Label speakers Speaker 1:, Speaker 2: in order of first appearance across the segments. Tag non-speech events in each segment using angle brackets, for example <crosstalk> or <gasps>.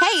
Speaker 1: Hey,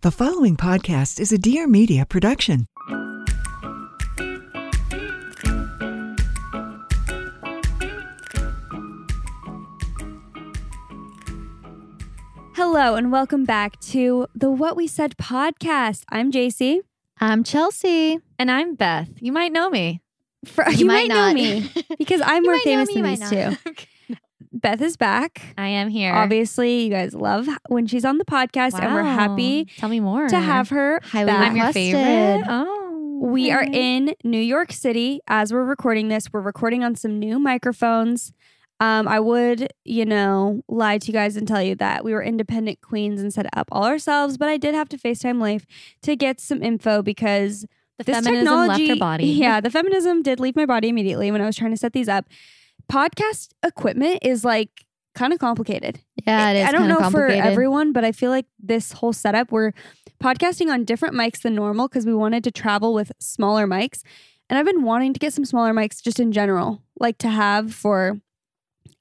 Speaker 2: The following podcast is a Dear Media production.
Speaker 3: Hello and welcome back to the What We Said podcast. I'm JC
Speaker 4: I'm Chelsea.
Speaker 5: And I'm Beth. You might know me.
Speaker 3: For, <laughs> you, might, know me because
Speaker 5: <laughs>
Speaker 3: I'm
Speaker 4: <laughs> You
Speaker 3: more
Speaker 4: might know
Speaker 3: famous
Speaker 4: me,
Speaker 3: than
Speaker 4: you
Speaker 3: these
Speaker 4: might
Speaker 3: two.
Speaker 4: not. <laughs>
Speaker 3: Beth is back.
Speaker 5: I am here.
Speaker 3: Obviously, you guys love h- when she's on the podcast, and we're
Speaker 5: Wow.
Speaker 3: happy
Speaker 5: Tell me more.
Speaker 3: to have her
Speaker 4: Highly
Speaker 3: back.
Speaker 5: I'm your
Speaker 4: Busted.
Speaker 5: favorite. Oh.
Speaker 3: We are
Speaker 5: hey.
Speaker 3: in New York City as we're recording this. We're recording on some new microphones. Um, I would, you know, lie to you guys and tell you that we were independent queens and set it up all ourselves, but I did have to FaceTime Leif to get some info because
Speaker 5: The
Speaker 3: this
Speaker 5: feminism
Speaker 3: technology,
Speaker 5: left her
Speaker 3: <laughs>
Speaker 5: body.
Speaker 3: Yeah, the feminism did leave my body immediately when I was trying to set these up. Podcast equipment is like kind of complicated.
Speaker 4: Yeah, it is.
Speaker 3: I don't
Speaker 4: kinda
Speaker 3: know for
Speaker 4: complicated.
Speaker 3: everyone, but I feel like this whole setup, we're podcasting on different mics than normal because we wanted to travel with smaller mics. And I've been wanting to get some smaller mics just in general, like to have for,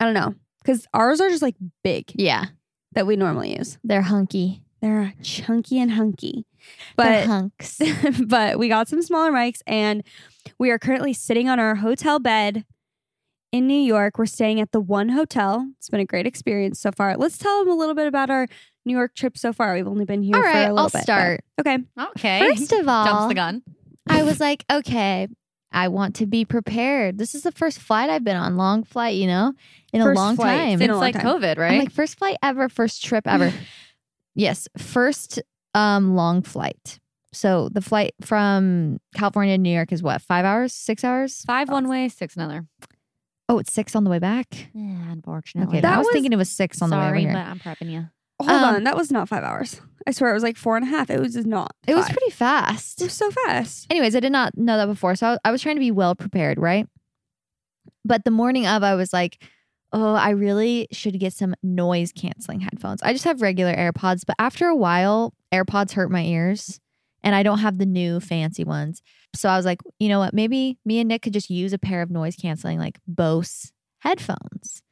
Speaker 3: I don't know, because ours are just like big
Speaker 4: Yeah,
Speaker 3: that we normally use.
Speaker 4: they're hunky.
Speaker 3: They're chunky and hunky.
Speaker 4: they're
Speaker 3: But
Speaker 4: <laughs> hunks.
Speaker 3: <laughs> but we got some smaller mics and we are currently sitting on our hotel bed in New York. We're staying at the One Hotel. It's been a great experience so far. Let's tell them a little bit about our New York trip so far. We've only been here
Speaker 4: All
Speaker 3: for a
Speaker 4: right,
Speaker 3: little
Speaker 4: I'll
Speaker 3: bit. but-
Speaker 4: start.
Speaker 3: Okay. <laughs>
Speaker 5: Okay.
Speaker 4: First of all,
Speaker 5: Jumps the gun.
Speaker 4: I was like, okay, I want to be prepared. This is the first flight I've been on, long flight, you know, in
Speaker 3: First
Speaker 4: a long
Speaker 3: flight.
Speaker 4: time.
Speaker 3: Been a
Speaker 5: It's
Speaker 3: long
Speaker 5: like
Speaker 3: time.
Speaker 5: COVID, right?
Speaker 4: I'm like, first flight ever, first trip
Speaker 3: <laughs>
Speaker 4: ever. yes, first um long flight. So the flight from California to New York is what, five hours, six hours?
Speaker 5: Five one way, six another.
Speaker 4: Oh, it's six on the way back.
Speaker 5: Yeah, unfortunately.
Speaker 4: Okay,
Speaker 3: Oh That
Speaker 4: I was,
Speaker 3: was-
Speaker 4: thinking it was six on the way over
Speaker 5: Sorry,
Speaker 4: here.
Speaker 5: but I'm prepping you.
Speaker 3: Hold
Speaker 4: Um,
Speaker 3: on. That was not five hours. I swear it was like four and a half. It was just not.
Speaker 4: It was
Speaker 3: five.
Speaker 4: pretty
Speaker 3: It
Speaker 4: fast.
Speaker 3: was so fast.
Speaker 4: Anyways, I did not know that before. So I was, I was trying to be well prepared, right? But the morning of, I was like, oh, I really should get some noise canceling headphones. I just have regular AirPods, but after a while, AirPods hurt my ears and I don't have the new fancy ones. So I was like, you know what? Maybe me and Nick could just use a pair of noise canceling, like Bose headphones.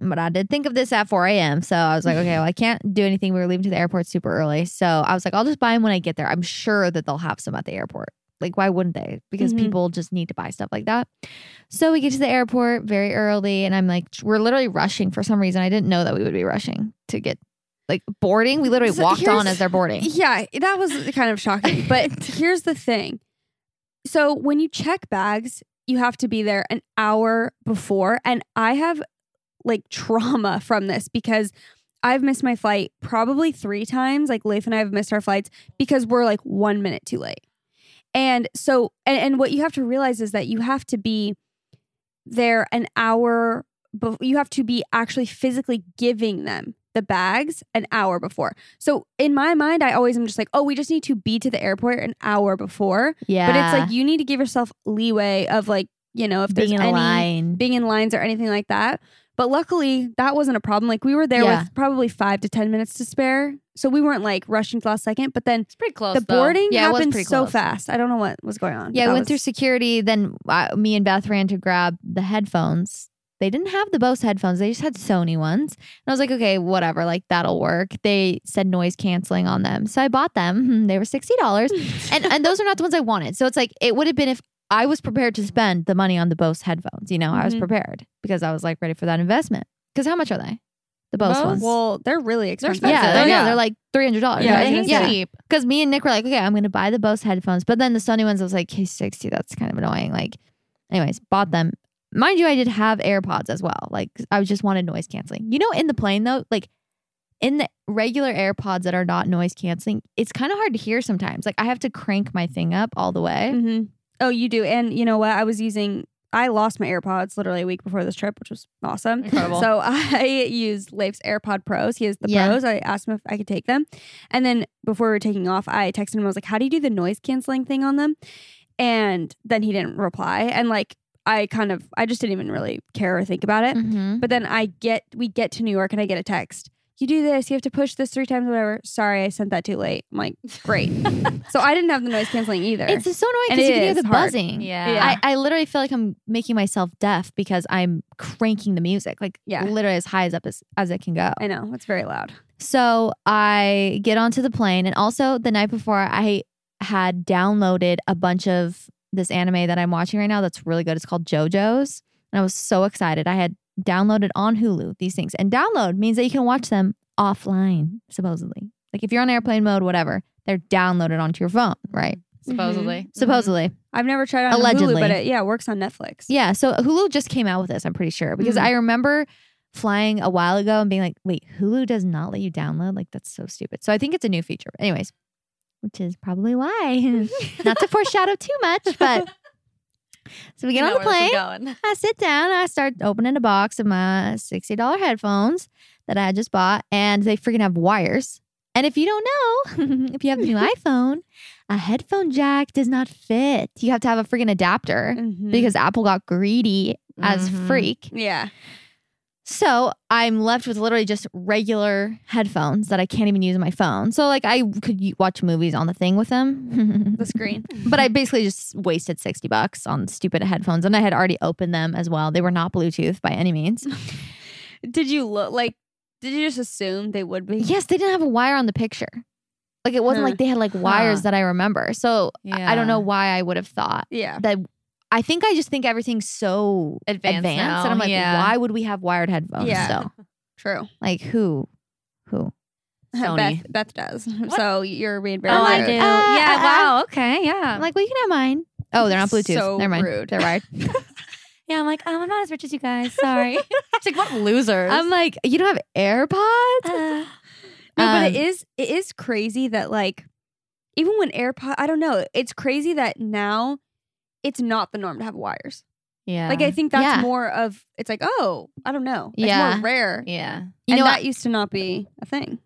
Speaker 4: But I did think of this at 4 a.m. So I was like, okay, well, I can't do anything. We were leaving to the airport super early. So I was like, I'll just buy them when I get there. I'm sure that they'll have some at the airport. Like, why wouldn't they? Because
Speaker 3: Mhm.
Speaker 4: people just need to buy stuff like that. So we get to the airport very early, and I'm like, we're literally rushing for some reason. I didn't know that we would be rushing to get like boarding. We literally
Speaker 3: So
Speaker 4: walked
Speaker 3: here's-
Speaker 4: on as
Speaker 5: <laughs>
Speaker 4: they're boarding.
Speaker 3: Yeah, that was kind of shocking. But here's the thing. So when you check bags, you have to be there an hour before. And I have like trauma from this because I've missed my flight probably three times. Like Leif and I have missed our flights because we're like one minute too late. And so and, and what you have to realize is that you have to be there an hour bef- you have to be actually physically giving them the bags an hour before. So in my mind, I always am just like, oh, we just need to be to the airport an hour before.
Speaker 4: Yeah.
Speaker 3: But it's like you need to give yourself leeway of like, you know, if
Speaker 4: being
Speaker 3: there's
Speaker 4: in
Speaker 3: any
Speaker 4: a line.
Speaker 3: being in lines or anything like that. But luckily, that wasn't a problem. Like we were there
Speaker 4: Yeah.
Speaker 3: with probably five to ten minutes to spare, so we weren't like rushing to the last second. But then
Speaker 5: It's pretty close.
Speaker 3: the
Speaker 5: though.
Speaker 3: boarding
Speaker 4: Yeah, it was
Speaker 3: happened
Speaker 4: pretty
Speaker 3: so
Speaker 4: close.
Speaker 3: fast. I don't know what was going on.
Speaker 4: yeah, I
Speaker 3: That
Speaker 4: went
Speaker 3: was-
Speaker 4: through security. Then uh, me and Beth ran to grab the headphones. They didn't have the Bose headphones. They just had Sony ones. And I was like, okay, whatever. Like, that'll work. They said noise canceling on them. So I bought them. <laughs> Hmm, They were
Speaker 3: <laughs>
Speaker 4: $60. and and those are not the ones I wanted. So it's like it would have been if I was prepared to spend the money on the Bose headphones. You know, I was
Speaker 3: Mhm.
Speaker 4: prepared because I was like ready for that investment. Because how much are they? The Bose,
Speaker 5: Bose?
Speaker 4: ones.
Speaker 3: Well, they're really expensive.
Speaker 5: expensive.
Speaker 4: yeah,
Speaker 5: Oh,
Speaker 4: they're,
Speaker 5: yeah.
Speaker 4: they're like three hundred dollars.
Speaker 3: Yeah,
Speaker 5: Yeah,
Speaker 3: I
Speaker 4: right?
Speaker 3: think
Speaker 5: it's
Speaker 3: so.
Speaker 4: yeah.
Speaker 5: cheap.
Speaker 4: Because me and Nick were like, okay, I'm gonna buy the Bose headphones, but then the Sony ones, I was like, hey, sixty, that's kind of annoying. Like, anyways, bought them. Mind you, I did have AirPods as well. Like, I just wanted noise canceling. You know, in the plane though, like in the regular AirPods that are not noise canceling, it's kind of hard to hear sometimes. Like, I have to crank my thing up all the way.
Speaker 3: hmm Oh, you do. And you know what? I was using. I lost my AirPods literally a week before this trip, which was awesome.
Speaker 5: <laughs> Incredible.
Speaker 3: So <laughs> I used Leif's AirPod Pros. He has the
Speaker 4: Yeah.
Speaker 3: Pros. I asked him if I could take them. And then before we were taking off, I texted him. I was like, how do you do the noise canceling thing on them? And then he didn't reply. And like, I kind of, I just didn't even really care or think about it.
Speaker 4: Mhm.
Speaker 3: But then I get, we get to New York and I get a text. You do this, you have to push this three times, whatever. Sorry, I sent that too late. I'm like, great.
Speaker 4: <laughs>
Speaker 3: so I didn't have the noise canceling either.
Speaker 4: It's just so annoying
Speaker 3: And
Speaker 4: because
Speaker 3: it
Speaker 4: you can hear
Speaker 3: is
Speaker 4: the
Speaker 3: hard.
Speaker 4: buzzing.
Speaker 5: Yeah.
Speaker 3: Yeah.
Speaker 4: I, I literally feel like I'm making myself deaf because I'm cranking the music, like
Speaker 3: Yeah.
Speaker 4: literally as high as up as, as it can go.
Speaker 3: I know, it's very loud.
Speaker 4: So I get onto the plane, and also the night before, I had downloaded a bunch of this anime that I'm watching right now that's really good. It's called JoJo's, and I was so excited. I had downloaded on Hulu these things, and download means that you can watch them offline, supposedly. Like if you're on airplane mode, whatever, they're downloaded onto your phone, right?
Speaker 5: supposedly.
Speaker 4: Supposedly.
Speaker 3: Mm-hmm. I've never tried it on
Speaker 4: Allegedly.
Speaker 3: Hulu, but it, yeah, it works on Netflix.
Speaker 4: Yeah. So Hulu just came out with this, I'm pretty sure, because
Speaker 3: Mhm.
Speaker 4: I remember flying a while ago and being like, wait, Hulu does not let you download? Like, that's so stupid. So I think it's a new feature. But anyways, which is probably why. <laughs> not to foreshadow too much, but
Speaker 5: Mm-hmm.
Speaker 4: so we get on the plane.
Speaker 5: plane.
Speaker 4: I sit down, I start opening a box of my $60 headphones that I just bought, and they freaking have wires. And if you don't know, <laughs> if you have the new iPhone, a headphone jack does not fit. You have to have a freaking adapter
Speaker 3: Mhm.
Speaker 4: because Apple got greedy as
Speaker 3: Mm-hmm.
Speaker 5: Mhm.
Speaker 4: freak.
Speaker 3: yeah,
Speaker 4: So I'm left with literally just regular headphones that I can't even use on my phone. So like I could y- watch movies on the thing with them. <laughs>
Speaker 3: the screen.
Speaker 4: But I basically just wasted 60 bucks on stupid headphones and I had already opened them as well. They were not Bluetooth by any means.
Speaker 3: <laughs> did you
Speaker 4: Mm-hmm.
Speaker 3: look like? Did you just assume they would be?
Speaker 4: yes, they didn't have a wire on the picture. Like it wasn't
Speaker 3: Huh.
Speaker 4: like they had like wires
Speaker 5: Huh.
Speaker 4: that I remember. So I- I don't know
Speaker 5: Yeah.
Speaker 4: why I would have thought
Speaker 3: Yeah.
Speaker 4: that I think I just think everything's so
Speaker 5: Advanced now,
Speaker 4: that I'm like,
Speaker 5: yeah.
Speaker 4: why would we have wired headphones
Speaker 3: Yeah.
Speaker 4: still?
Speaker 3: True. <laughs>
Speaker 4: Like who? Who?
Speaker 5: Sony.
Speaker 3: Beth, Beth
Speaker 4: <laughs>
Speaker 3: does. So you're being very.
Speaker 5: Oh, I
Speaker 3: rude.
Speaker 5: do.
Speaker 4: Uh,
Speaker 5: yeah.
Speaker 4: uh,
Speaker 5: wow. Okay. Yeah.
Speaker 4: I'm like, well, you can have mine. Oh, they're not Bluetooth.
Speaker 3: So
Speaker 4: Never mind.
Speaker 3: rude.
Speaker 4: They're wired.
Speaker 5: yeah. I'm like, um, I'm not as rich as you guys.
Speaker 4: <laughs>
Speaker 5: Sorry. it's like what losers.
Speaker 4: I'm like, you don't have AirPods?
Speaker 5: Uh,
Speaker 3: No, but
Speaker 4: Um,
Speaker 3: it is. It is crazy that like, even when AirPod, I don't know. It's crazy that now, it's not the norm to have wires.
Speaker 5: yeah.
Speaker 3: Like I think that's
Speaker 4: Yeah.
Speaker 3: more of. It's like oh, I don't know. It's
Speaker 4: Yeah.
Speaker 3: more rare.
Speaker 4: <laughs>
Speaker 5: yeah.
Speaker 4: you
Speaker 3: and
Speaker 4: know,
Speaker 3: that used to not be a thing.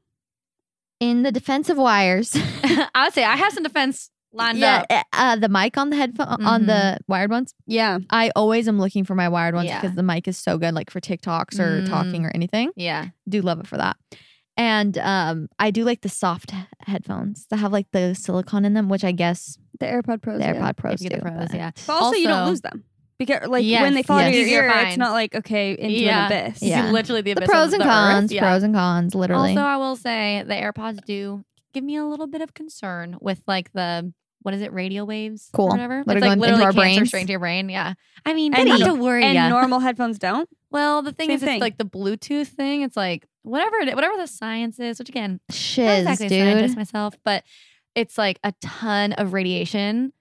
Speaker 4: in the defense of wires,
Speaker 5: I would say I have some defense
Speaker 4: <laughs>
Speaker 5: lined up.
Speaker 4: uh, uh, the mic on the headphone on the wired ones.
Speaker 3: Yeah.
Speaker 4: I always am looking for my wired ones
Speaker 5: Yeah.
Speaker 4: because the mic is so good, like for TikToks or
Speaker 5: Mm.
Speaker 4: talking or anything.
Speaker 5: Yeah.
Speaker 4: Do love it for that. And um, I do like the soft he- headphones that have like the silicone in them, which I guess
Speaker 3: The AirPod Pros.
Speaker 4: the
Speaker 3: yeah.
Speaker 4: AirPod Pros
Speaker 5: If you
Speaker 4: do.
Speaker 5: get the pros,
Speaker 4: but-
Speaker 5: yeah.
Speaker 3: But also, you don't
Speaker 5: Also-
Speaker 3: lose them because like
Speaker 5: Yes,
Speaker 3: when they fall out
Speaker 4: yes.
Speaker 3: of your
Speaker 5: Easier
Speaker 3: ear,
Speaker 5: find.
Speaker 3: it's not like okay into
Speaker 5: Yeah.
Speaker 3: an abyss.
Speaker 4: Yeah.
Speaker 5: Yeah. Literally the,
Speaker 4: The
Speaker 5: abyss of
Speaker 4: pros and
Speaker 5: the earth.
Speaker 4: cons,
Speaker 5: Yeah.
Speaker 4: pros and cons, literally.
Speaker 5: Also, I will say the AirPods do give me a little bit of concern with like the what is it, radio waves?
Speaker 4: Cool.
Speaker 5: Or whatever.
Speaker 4: That are
Speaker 5: it's like
Speaker 4: going into
Speaker 5: literally
Speaker 4: our
Speaker 5: cancer
Speaker 4: brains.
Speaker 5: straight into your brain. Yeah. I mean,
Speaker 3: And
Speaker 5: not
Speaker 3: no-
Speaker 5: to worry.
Speaker 3: And
Speaker 5: ya.
Speaker 3: normal headphones don't.
Speaker 5: well, the thing
Speaker 3: Same
Speaker 5: is,
Speaker 3: thing.
Speaker 5: it's like the Bluetooth thing. It's like whatever, it, whatever the science is. Which again, not
Speaker 4: Shiz,
Speaker 5: exactly a
Speaker 4: dude. <laughs>
Speaker 5: scientist myself, but it's like a ton of radiation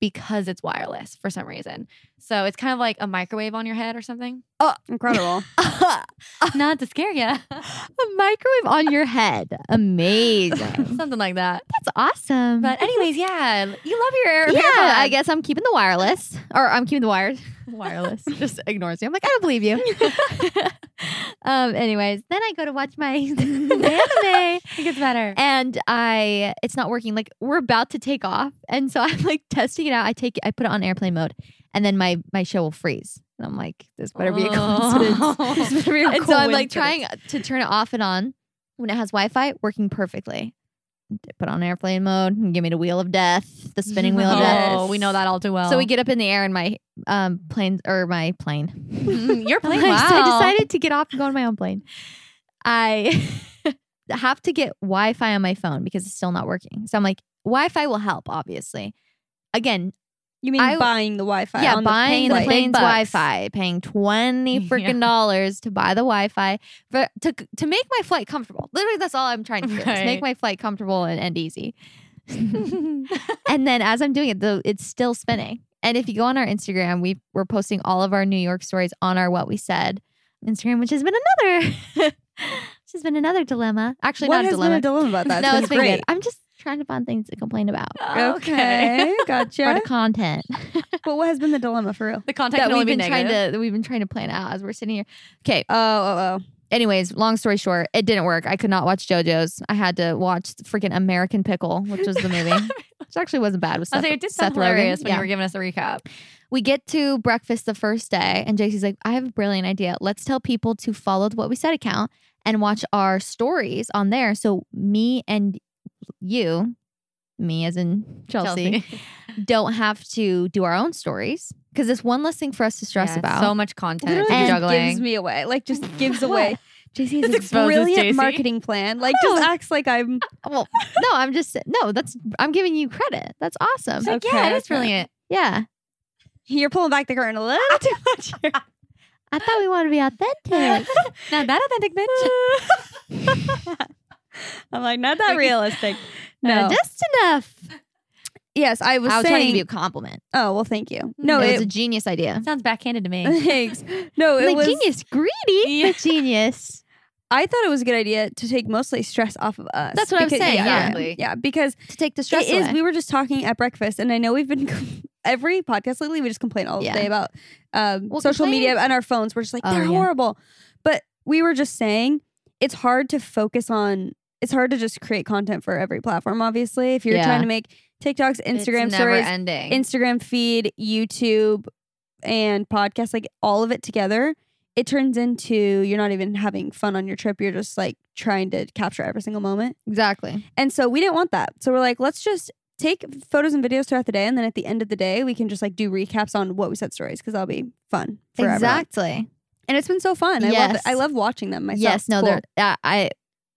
Speaker 5: because it's wireless for some reason. So it's kind of like a microwave on your head or something. <laughs>
Speaker 3: Incredible.
Speaker 5: Not to scare <laughs> you,
Speaker 4: a microwave on your head.
Speaker 5: <laughs>
Speaker 4: Amazing.
Speaker 5: something like that.
Speaker 4: That's awesome.
Speaker 5: But anyways, yeah, you love your air.
Speaker 4: yeah, I
Speaker 5: AirPods.
Speaker 4: guess I'm keeping the wireless, or I'm keeping the <laughs> wired.
Speaker 3: <laughs>
Speaker 4: Wireless just ignores you. I'm like, I don't
Speaker 5: <laughs>
Speaker 4: believe you. <laughs> um. Anyways, then I go to
Speaker 5: <laughs>
Speaker 4: watch my <laughs> anime,
Speaker 5: it gets better.
Speaker 4: and I it's not working. Like we're about to take off, and so <laughs> I'm like testing it out. I take I put it on airplane mode, and then my my show will freeze, and I'm like, this better be a
Speaker 5: <laughs>
Speaker 4: coincidence. <laughs>
Speaker 3: Oh. <laughs>
Speaker 5: coincidence.
Speaker 4: and so I'm like trying to turn it off and on when it has Wi-Fi, working perfectly. Put on airplane mode and give me the wheel of death, the spinning
Speaker 5: <laughs>
Speaker 4: wheel of death.
Speaker 5: Oh, we know that all too well.
Speaker 4: So we
Speaker 5: <laughs>
Speaker 4: get up in the air and my um plane or my
Speaker 5: <laughs>
Speaker 4: plane.
Speaker 5: Mm, your plane.
Speaker 4: So
Speaker 5: wow.
Speaker 4: <laughs> I decided to get off and go on my own plane. I <laughs> have to get Wi-Fi on my phone because it's still not working. So I'm like, Wi-Fi will help, obviously. Again,
Speaker 3: You mean
Speaker 4: I-
Speaker 3: buying the Wi-Fi?
Speaker 4: yeah,
Speaker 3: on
Speaker 4: buying the,
Speaker 3: plane.
Speaker 4: plane's
Speaker 5: bucks.
Speaker 4: Wi-Fi,
Speaker 3: <laughs>
Speaker 4: paying twenty
Speaker 5: Yeah.
Speaker 4: freaking dollars to buy the Wi-Fi for to to make my flight comfortable. Literally, that's all I'm trying to do is
Speaker 5: Right.
Speaker 4: make my flight comfortable and end
Speaker 3: <laughs>
Speaker 4: easy. and then as I'm doing it, though, it's still spinning. And if you go on our Instagram, we we're posting all of our New York stories on our What We Said Instagram, which has been another, <laughs> which has been another dilemma. Actually,
Speaker 3: What
Speaker 4: not a
Speaker 3: has
Speaker 4: dilemma.
Speaker 3: been a dilemma about that?
Speaker 4: <laughs> no,
Speaker 3: it's
Speaker 4: it's been
Speaker 3: great.
Speaker 4: good. I'm just trying to find things to complain about <laughs>
Speaker 3: Okay,
Speaker 4: for
Speaker 3: gotcha.
Speaker 4: the content.
Speaker 3: but what has been the dilemma for real?
Speaker 5: the contact
Speaker 4: that
Speaker 5: can only be
Speaker 4: we've been trying
Speaker 5: negative.
Speaker 4: to that we've been trying to plan out as we're sitting here. Okay.
Speaker 3: Oh, oh, oh.
Speaker 4: Anyways, long story short, it didn't work. I could not watch JoJo's. I had to watch the freaking American Pickle,
Speaker 5: <laughs>
Speaker 4: which was the movie. which actually wasn't bad. With
Speaker 5: I
Speaker 4: Seth,
Speaker 5: was like, it did
Speaker 4: Seth
Speaker 5: sound
Speaker 4: Rogen.
Speaker 5: hilarious when
Speaker 4: yeah.
Speaker 5: you were giving us a recap.
Speaker 4: we get to breakfast the first day, and JC's like, I have a brilliant idea. Let's tell people to follow the What We Said account and watch our stories on there. So me and you, me as in Chelsea, don't have to do our own stories because it's one less thing for us to stress
Speaker 5: Yeah,
Speaker 4: about.
Speaker 5: so much content
Speaker 3: Literally
Speaker 5: to be
Speaker 3: just
Speaker 5: juggling.
Speaker 3: gives me away. Like just <laughs> gives away. JC
Speaker 5: This
Speaker 3: has a
Speaker 5: exposes
Speaker 3: brilliant
Speaker 5: JC.
Speaker 3: marketing plan. Like just
Speaker 4: Oh.
Speaker 3: acts like I'm
Speaker 4: well, no, I'm just no. That's I'm giving you credit. That's awesome.
Speaker 5: It's like,
Speaker 3: Okay,
Speaker 5: yeah, that's
Speaker 3: okay.
Speaker 5: brilliant.
Speaker 4: Yeah,
Speaker 3: you're pulling back the curtain a little
Speaker 4: <laughs>
Speaker 3: too much here.
Speaker 4: I thought we wanted to
Speaker 3: <laughs>
Speaker 4: be authentic.
Speaker 5: Not that authentic,
Speaker 4: <laughs>
Speaker 5: bitch.
Speaker 3: <laughs> I'm like, not that <laughs> realistic.
Speaker 4: Uh,
Speaker 3: No.
Speaker 4: just enough.
Speaker 3: yes, I was,
Speaker 4: I was trying to
Speaker 3: saying.
Speaker 4: give you a compliment.
Speaker 3: oh well, thank you. No,
Speaker 4: it was a
Speaker 3: it,
Speaker 4: genius idea.
Speaker 5: Sounds backhanded to
Speaker 4: <laughs>
Speaker 5: me.
Speaker 3: thanks. <laughs> No, it
Speaker 4: like
Speaker 3: was.
Speaker 4: genius, greedy,
Speaker 3: <laughs>
Speaker 5: Yeah.
Speaker 4: but genius.
Speaker 3: I thought it was a good idea to take mostly stress off of us.
Speaker 4: That's what I'm saying,
Speaker 3: Yeah,
Speaker 4: yeah.
Speaker 3: yeah, yeah, because
Speaker 4: To take the
Speaker 3: it
Speaker 4: stress
Speaker 3: is.
Speaker 4: away.
Speaker 3: We were just talking at breakfast, and I know we've been <laughs> every podcast lately. We just complain all
Speaker 4: Yeah.
Speaker 3: day about um,
Speaker 4: Well,
Speaker 3: social
Speaker 4: complaining-
Speaker 3: media and our phones. We're just like
Speaker 4: Oh,
Speaker 3: they're
Speaker 4: yeah.
Speaker 3: horrible, but we were just saying it's hard to focus on. It's hard to just create content for every platform. Obviously, if you're
Speaker 4: Yeah.
Speaker 3: trying to make TikToks, Instagram
Speaker 5: it's
Speaker 3: stories,
Speaker 5: never ending.
Speaker 3: Instagram feed, YouTube, and podcast, like all of it together, it turns into you're not even having fun on your trip. You're just like trying to capture every single moment.
Speaker 4: exactly.
Speaker 3: And so we didn't want that. So we're like, let's just take photos and videos throughout the day. And then at the end of the day, we can just like do recaps on what we said stories because that'll be fun for everyone.
Speaker 4: Exactly.
Speaker 3: And it's been so fun. I love it.
Speaker 4: Yes.
Speaker 3: I love watching them myself.
Speaker 4: Yes.
Speaker 3: It's
Speaker 4: No.
Speaker 3: cool.
Speaker 4: There. Uh, I.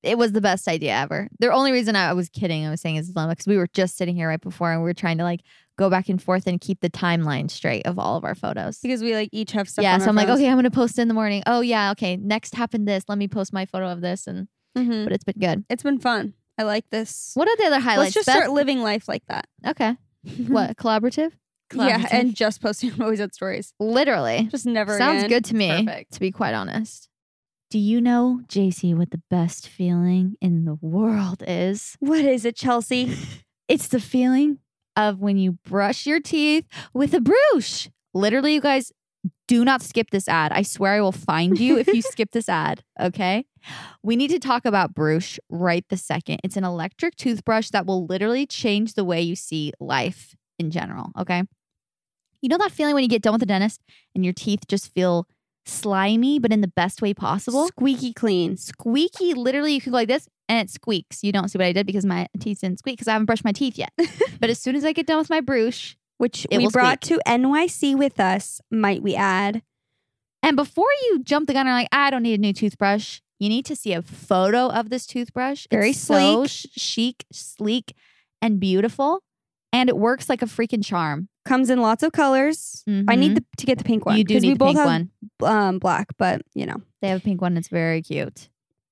Speaker 4: It was the best idea ever. The only reason I was kidding, I was saying is because we were just sitting here right before, and we were trying to like go back and forth and keep the timeline straight of all of our photos.
Speaker 3: because we like each have stuff.
Speaker 4: yeah,
Speaker 3: on
Speaker 4: so
Speaker 3: our
Speaker 4: I'm like,
Speaker 3: phones.
Speaker 4: okay, I'm gonna post in the morning. Oh yeah, okay. Next happened this. Let me post my photo of this, and
Speaker 3: Mhm.
Speaker 4: but it's been good.
Speaker 3: It's been fun. I like this.
Speaker 4: What are the other
Speaker 3: Let's
Speaker 4: highlights?
Speaker 3: just
Speaker 4: Beth?
Speaker 3: start living life like that. <laughs>
Speaker 4: okay. What collaborative?
Speaker 3: Yeah, and just posting <laughs> always at stories.
Speaker 4: Literally
Speaker 3: Just never
Speaker 4: sounds
Speaker 3: again.
Speaker 4: good to me.
Speaker 5: Perfect.
Speaker 4: To be quite honest. Do you know, JC, what the best feeling in the world is?
Speaker 3: What is it, Chelsea?
Speaker 4: <laughs> It's the feeling of when you brush your teeth with a brush. Literally, you guys, do not skip this ad. I swear I will find you if you skip
Speaker 3: <laughs>
Speaker 4: this ad. Okay. We need to talk about brush right the second. It's an electric toothbrush that will literally change the way you see life in general. Okay. You know that feeling when you get done with the dentist and your teeth just feel slimy, but in the best way possible?
Speaker 3: Squeaky clean.
Speaker 4: squeaky. Literally, you can go like this and it squeaks. You don't see what I did because my teeth didn't squeak because I haven't brushed my teeth <laughs> yet. but as soon as I get done with my brush,
Speaker 3: Which
Speaker 4: It
Speaker 3: we
Speaker 4: will
Speaker 3: brought to NYC with us, might we add.
Speaker 4: and before you jump the gun and are like, I don't need a new toothbrush, you need to see a photo of this toothbrush.
Speaker 3: Very
Speaker 4: it's so sh- chic, sleek, and beautiful. And it works like a freaking charm.
Speaker 3: Comes in lots of colors. I
Speaker 4: Mhm.
Speaker 3: need the, to get the pink one.
Speaker 4: you do
Speaker 3: 'cause
Speaker 4: need
Speaker 3: we
Speaker 4: the
Speaker 3: both
Speaker 4: pink
Speaker 3: have,
Speaker 4: one.
Speaker 3: Um, black, but you know.
Speaker 4: They have a pink one. It's very cute.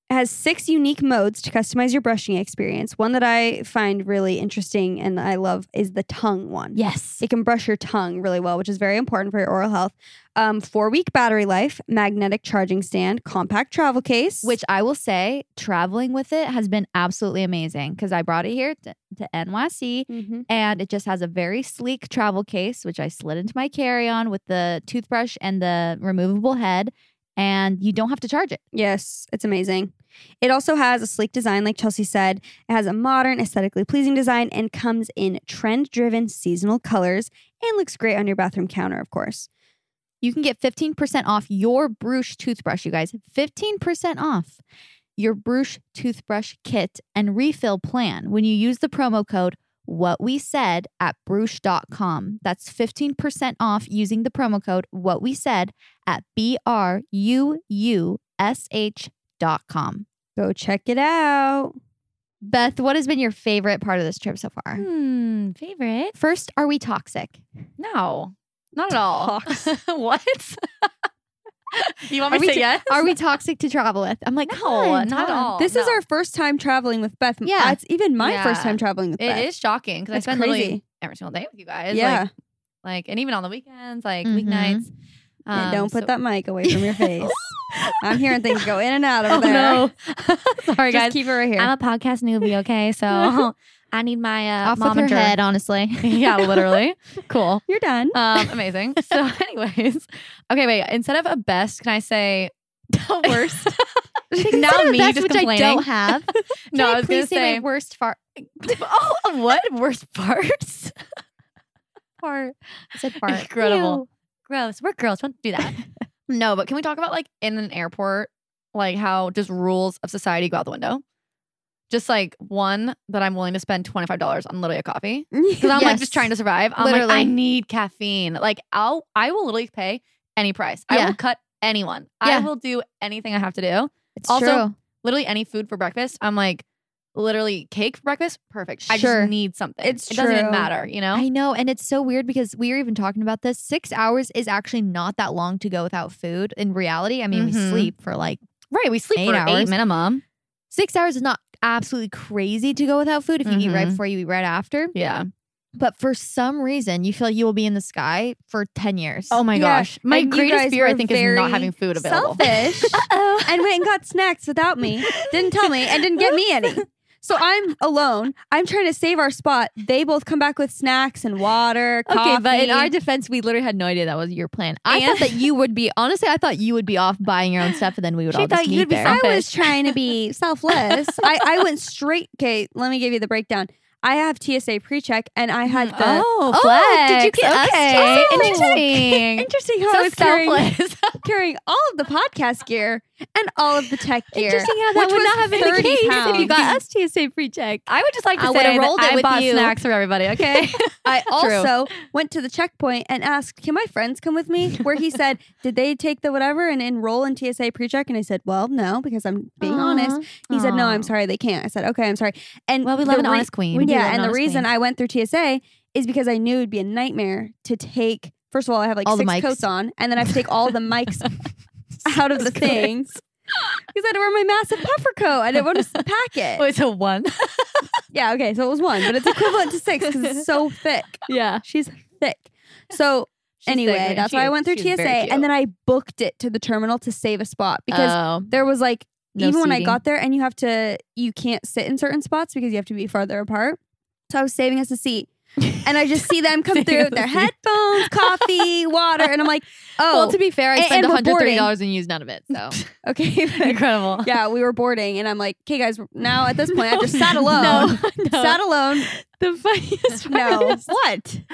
Speaker 3: It has six unique modes to customize your brushing experience. One that I find really interesting and I love is the tongue one.
Speaker 4: Yes.
Speaker 3: It can brush your tongue really well, which is very important for your oral health. Um, four week battery life, magnetic charging stand, compact travel case.
Speaker 4: Which I will say, traveling with it has been absolutely amazing because I brought it here to, to NYC
Speaker 3: Mhm.
Speaker 4: and it just has a very sleek travel case, which I slid into my carry on with the toothbrush and the removable head. And you don't have to charge it.
Speaker 3: Yes, it's amazing. It also has a sleek design, like Chelsea said. It has a modern, aesthetically pleasing design and comes in trend driven seasonal colors and looks great on your bathroom counter, of course.
Speaker 4: You can get 15% off your Bruche toothbrush, you guys. 15% off your Bruche toothbrush kit and refill plan when you use the promo code what we said at bruche.com. That's 15% off using the promo code what we said at B R U U S H dot com.
Speaker 3: Go check it out.
Speaker 4: Beth, what has been your favorite part of this trip so far?
Speaker 5: Hmm, favorite?
Speaker 4: First, are we toxic?
Speaker 5: No, not at all.
Speaker 3: Talks.
Speaker 5: what? you want me
Speaker 4: Are we
Speaker 5: to say
Speaker 4: t-
Speaker 5: yes?
Speaker 4: Are we toxic to travel with? I'm like,
Speaker 5: No,
Speaker 4: come on,
Speaker 5: not at
Speaker 4: Tom.
Speaker 5: all.
Speaker 3: This is
Speaker 5: no.
Speaker 3: our first time traveling with Beth.
Speaker 4: Yeah.
Speaker 3: It's even my first
Speaker 5: Yeah.
Speaker 3: time traveling with Beth.
Speaker 5: It is shocking because I
Speaker 3: That's
Speaker 5: spend
Speaker 3: crazy.
Speaker 5: literally every single day with you guys.
Speaker 3: Yeah.
Speaker 5: Like, like and even on the weekends, like
Speaker 4: Mhm.
Speaker 5: weeknights.
Speaker 3: Yeah, don't put
Speaker 5: um, so-
Speaker 3: that mic away from your face. I'm hearing things go in and out over
Speaker 5: <laughs> Oh
Speaker 3: there.
Speaker 5: no! <laughs> Sorry,
Speaker 4: Just
Speaker 5: guys.
Speaker 4: keep it right here.
Speaker 5: I'm a podcast newbie, okay? So <laughs> I need my uh,
Speaker 4: Off with her
Speaker 5: momager.
Speaker 4: head, honestly.
Speaker 5: <laughs> yeah,
Speaker 4: <laughs>
Speaker 5: literally. Cool.
Speaker 3: You're
Speaker 5: <laughs>
Speaker 3: done. <laughs>
Speaker 5: Um, amazing. So, <laughs> anyways, okay, wait. Instead of a best, can I say <laughs> the worst? <laughs> now
Speaker 4: Instead of
Speaker 5: me
Speaker 4: best,
Speaker 5: just
Speaker 4: which
Speaker 5: complaining.
Speaker 4: I don't
Speaker 5: <laughs>
Speaker 4: have. Can
Speaker 5: no,
Speaker 4: I
Speaker 5: I was
Speaker 4: please
Speaker 5: gonna
Speaker 4: say
Speaker 5: say
Speaker 4: my worst fart.
Speaker 5: oh, what worst parts? Part
Speaker 4: I said fart.
Speaker 5: Incredible. gross. We're girls. Don't do that. no, but can we talk about like in an airport, like how just rules of society go out the window? Just like one that I'm willing to spend twenty five dollars on literally a coffee because I'm like
Speaker 4: Yes.
Speaker 5: just trying to survive. I'm
Speaker 4: Literally.
Speaker 5: like I need caffeine. Like I'll I will literally pay any price. I
Speaker 4: Yeah.
Speaker 5: will cut anyone.
Speaker 4: Yeah.
Speaker 5: I will do anything I have to do.
Speaker 4: It's
Speaker 5: Also-
Speaker 4: true.
Speaker 5: Literally any food for breakfast. I'm like literally cake for breakfast. Perfect. I
Speaker 4: Sure.
Speaker 5: just need something.
Speaker 3: It's
Speaker 5: it doesn't
Speaker 3: true.
Speaker 5: even matter. You know.
Speaker 4: I know, and it's so weird because we were even talking about this. Six hours is actually not that long to go without food. In reality, I mean, we
Speaker 5: Mhm.
Speaker 4: sleep for like
Speaker 5: right. We sleep
Speaker 4: Eight
Speaker 5: for
Speaker 4: hours.
Speaker 5: eight minimum.
Speaker 4: six hours is not absolutely crazy to go without food if you eat right
Speaker 5: Mhm.
Speaker 4: before you eat right after.
Speaker 5: Yeah.
Speaker 4: But for some reason, you feel like you will be in the sky for ten years.
Speaker 5: Oh my
Speaker 3: Yeah.
Speaker 5: gosh. My
Speaker 3: And you guys
Speaker 5: greatest fear, I
Speaker 3: were
Speaker 5: think, is
Speaker 3: very
Speaker 5: not having food available.
Speaker 3: Selfish.
Speaker 5: <laughs>
Speaker 3: and went and got snacks without me. Didn't tell me and didn't get me any. So I'm alone. I'm trying to save our spot. They both come back with snacks and water, coffee.
Speaker 4: Okay, but in our defense, we literally had no idea that was your plan. I
Speaker 5: And-
Speaker 4: thought that you would be honestly. I thought you would be off buying your own stuff, and then we would
Speaker 5: She
Speaker 4: all just
Speaker 5: thought
Speaker 4: meet
Speaker 5: you'd be
Speaker 4: there.
Speaker 3: I was
Speaker 5: selfish.
Speaker 3: trying to
Speaker 5: <laughs>
Speaker 3: be selfless. I, I went straight. Okay, let me give you the breakdown. I have TSA pre-check, and I had the. Oh,
Speaker 5: oh,
Speaker 4: Oh, did you
Speaker 5: flex.
Speaker 4: get us
Speaker 5: okay.
Speaker 4: too?
Speaker 5: Interesting.
Speaker 3: Interesting how I
Speaker 5: so
Speaker 3: was carrying,
Speaker 5: selfless.
Speaker 3: carrying all of the podcast gear and all of the tech gear.
Speaker 4: Interesting how that
Speaker 3: which
Speaker 4: would
Speaker 3: was
Speaker 4: not have been the
Speaker 3: 30
Speaker 4: case if you
Speaker 3: pounds.
Speaker 4: got us TSA pre-check.
Speaker 5: I would just like to
Speaker 4: I would've
Speaker 5: say
Speaker 4: rolled it
Speaker 5: that I
Speaker 4: with
Speaker 5: bought
Speaker 4: you.
Speaker 5: snacks for everybody, okay?
Speaker 4: <laughs>
Speaker 3: I
Speaker 5: True.
Speaker 3: also went to the checkpoint and asked, "Can my friends come with me?" Where he
Speaker 4: <laughs>
Speaker 3: said, "Did they take the whatever and enroll in TSA pre-check?" And I said, "Well, no, because I'm being
Speaker 5: Uh-huh.
Speaker 3: honest." He said, "No, I'm sorry, they can't." I said, "Okay, I'm sorry." And
Speaker 5: Well, we love
Speaker 3: the
Speaker 5: an
Speaker 3: re-
Speaker 5: honest queen.
Speaker 4: We do love
Speaker 3: yeah,
Speaker 4: an
Speaker 3: and the
Speaker 4: honest
Speaker 3: reason
Speaker 4: queen.
Speaker 3: I went through TSA is because I knew it'd be a nightmare to take. First of all, I have like
Speaker 4: All the
Speaker 3: six
Speaker 4: mics.
Speaker 3: coats on, and then I have to take all the
Speaker 4: <laughs>
Speaker 3: mics
Speaker 5: <laughs>
Speaker 3: out of the things because I had to wear my massive puffer coat. I didn't want to pack it.
Speaker 5: it's a one.
Speaker 3: Yeah, okay, so it was one, but it's equivalent to six because it's
Speaker 4: <laughs>
Speaker 3: so thick.
Speaker 5: <laughs> yeah.
Speaker 3: She's thick. So anyway, that's why I went through TSA and then I booked it to the terminal to save a spot because there was like
Speaker 4: Oh. no
Speaker 3: even when I
Speaker 4: seating.
Speaker 3: got there and you have to you can't sit in certain spots because you have to be farther apart. So I was saving us a seat. And I just see
Speaker 4: <laughs>
Speaker 3: them come through with their
Speaker 5: Seriously.
Speaker 3: headphones, coffee, water, and I'm like, oh,
Speaker 4: well, to be fair, I
Speaker 3: and-
Speaker 4: spent
Speaker 3: and we're boarding.
Speaker 4: $130 and used none of it. <laughs> So
Speaker 3: okay.
Speaker 5: incredible.
Speaker 3: <laughs> yeah, we were boarding, and I'm like, okay, guys, now at this point, I
Speaker 4: <laughs>
Speaker 3: just sat alone,
Speaker 5: No, no.
Speaker 3: sat alone.
Speaker 4: the funniest
Speaker 3: No, what?
Speaker 5: <laughs>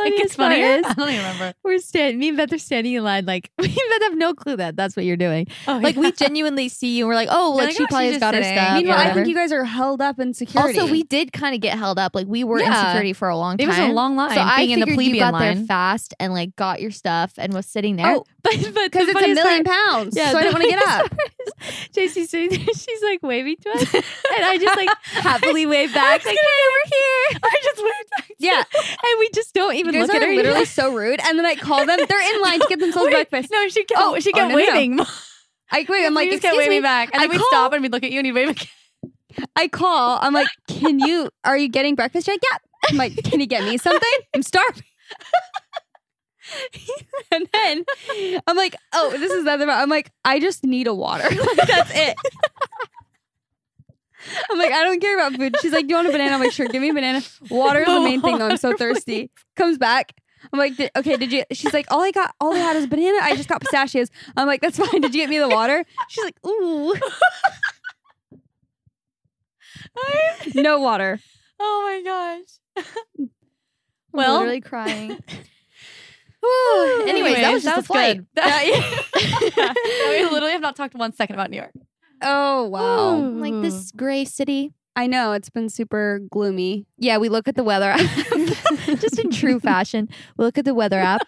Speaker 5: It gets
Speaker 4: funniest part
Speaker 5: funnier.
Speaker 4: is-
Speaker 5: I don't even remember.
Speaker 4: We're standing. Me and Beth are standing in line. Like <laughs> me and Beth have no clue that that's what you're doing.
Speaker 5: Oh,
Speaker 4: Like
Speaker 5: <laughs>
Speaker 4: we genuinely see you. and We're like, oh, like
Speaker 5: like,
Speaker 4: she
Speaker 5: oh,
Speaker 4: probably
Speaker 5: she's
Speaker 4: has got
Speaker 5: just
Speaker 4: her
Speaker 5: sitting. Meanwhile,
Speaker 4: stuff. or
Speaker 3: Meanwhile, I
Speaker 4: whatever.
Speaker 3: think you guys are held up in security.
Speaker 4: Also, we did kind of get held up. Like we were in
Speaker 5: Yeah.
Speaker 4: security for a long time.
Speaker 5: It was a long line.
Speaker 4: So I
Speaker 5: being in
Speaker 4: figured
Speaker 5: the plebeian
Speaker 4: you got
Speaker 5: line.
Speaker 4: there fast and like got your stuff and was sitting there.
Speaker 5: <laughs>
Speaker 3: Oh,
Speaker 4: but but
Speaker 3: because it's a million pounds, so I don't want to
Speaker 4: <laughs>
Speaker 3: get up.
Speaker 4: JC's sitting there. <laughs> She's like waving to us, and I just
Speaker 5: <laughs>
Speaker 4: like happily wave back. like, over here. I just waved <laughs> back.
Speaker 3: Yeah.
Speaker 4: and we just don't
Speaker 3: You
Speaker 4: even
Speaker 3: guys
Speaker 4: look
Speaker 3: are
Speaker 4: at
Speaker 5: <laughs>
Speaker 4: her. <laughs>
Speaker 3: literally so rude. And then I call them; they're in line to get themselves breakfast.
Speaker 5: No, she kept,
Speaker 3: Oh,
Speaker 5: she
Speaker 3: oh,
Speaker 5: kept
Speaker 3: no, no, no.
Speaker 5: waving. <laughs>
Speaker 3: I wait. I'm like,
Speaker 5: you just kept
Speaker 3: excuse me.
Speaker 5: waving back, and
Speaker 3: I
Speaker 5: then we
Speaker 3: call-
Speaker 5: stop and we look at you and you wave again. <laughs>
Speaker 3: I call. I'm like, can you? Are you getting breakfast? She's like, yeah. I'm like, can you get me something? I'm starving. <laughs> and then I'm like, oh, this is the other. I'm like, I just need a water. <laughs> Like, that's it. I'm like, I don't care about food. She's like, do you want a banana? I'm like, sure, give me a banana. Water is the
Speaker 5: But
Speaker 3: main thing. though. I'm so
Speaker 5: water,
Speaker 3: thirsty. Comes back. I'm like, "Did- okay, did you? She's like, all I got, all I had was banana. I just got pistachios. I'm like, that's fine. Did you get me the water? She's like, ooh, <laughs> no water.
Speaker 5: oh my gosh. <laughs>
Speaker 4: I'm
Speaker 5: well, <laughs>
Speaker 4: literally crying.
Speaker 5: anyways,
Speaker 4: that was just a flight.
Speaker 5: good. That- <laughs> we literally have not talked one second about New York.
Speaker 3: <laughs> Oh wow.
Speaker 4: I'm like this gray city.
Speaker 3: I know it's been super gloomy. <laughs>
Speaker 4: Yeah, we look at the weather app. <laughs> just in true fashion. We look at the
Speaker 5: <laughs>
Speaker 4: weather app.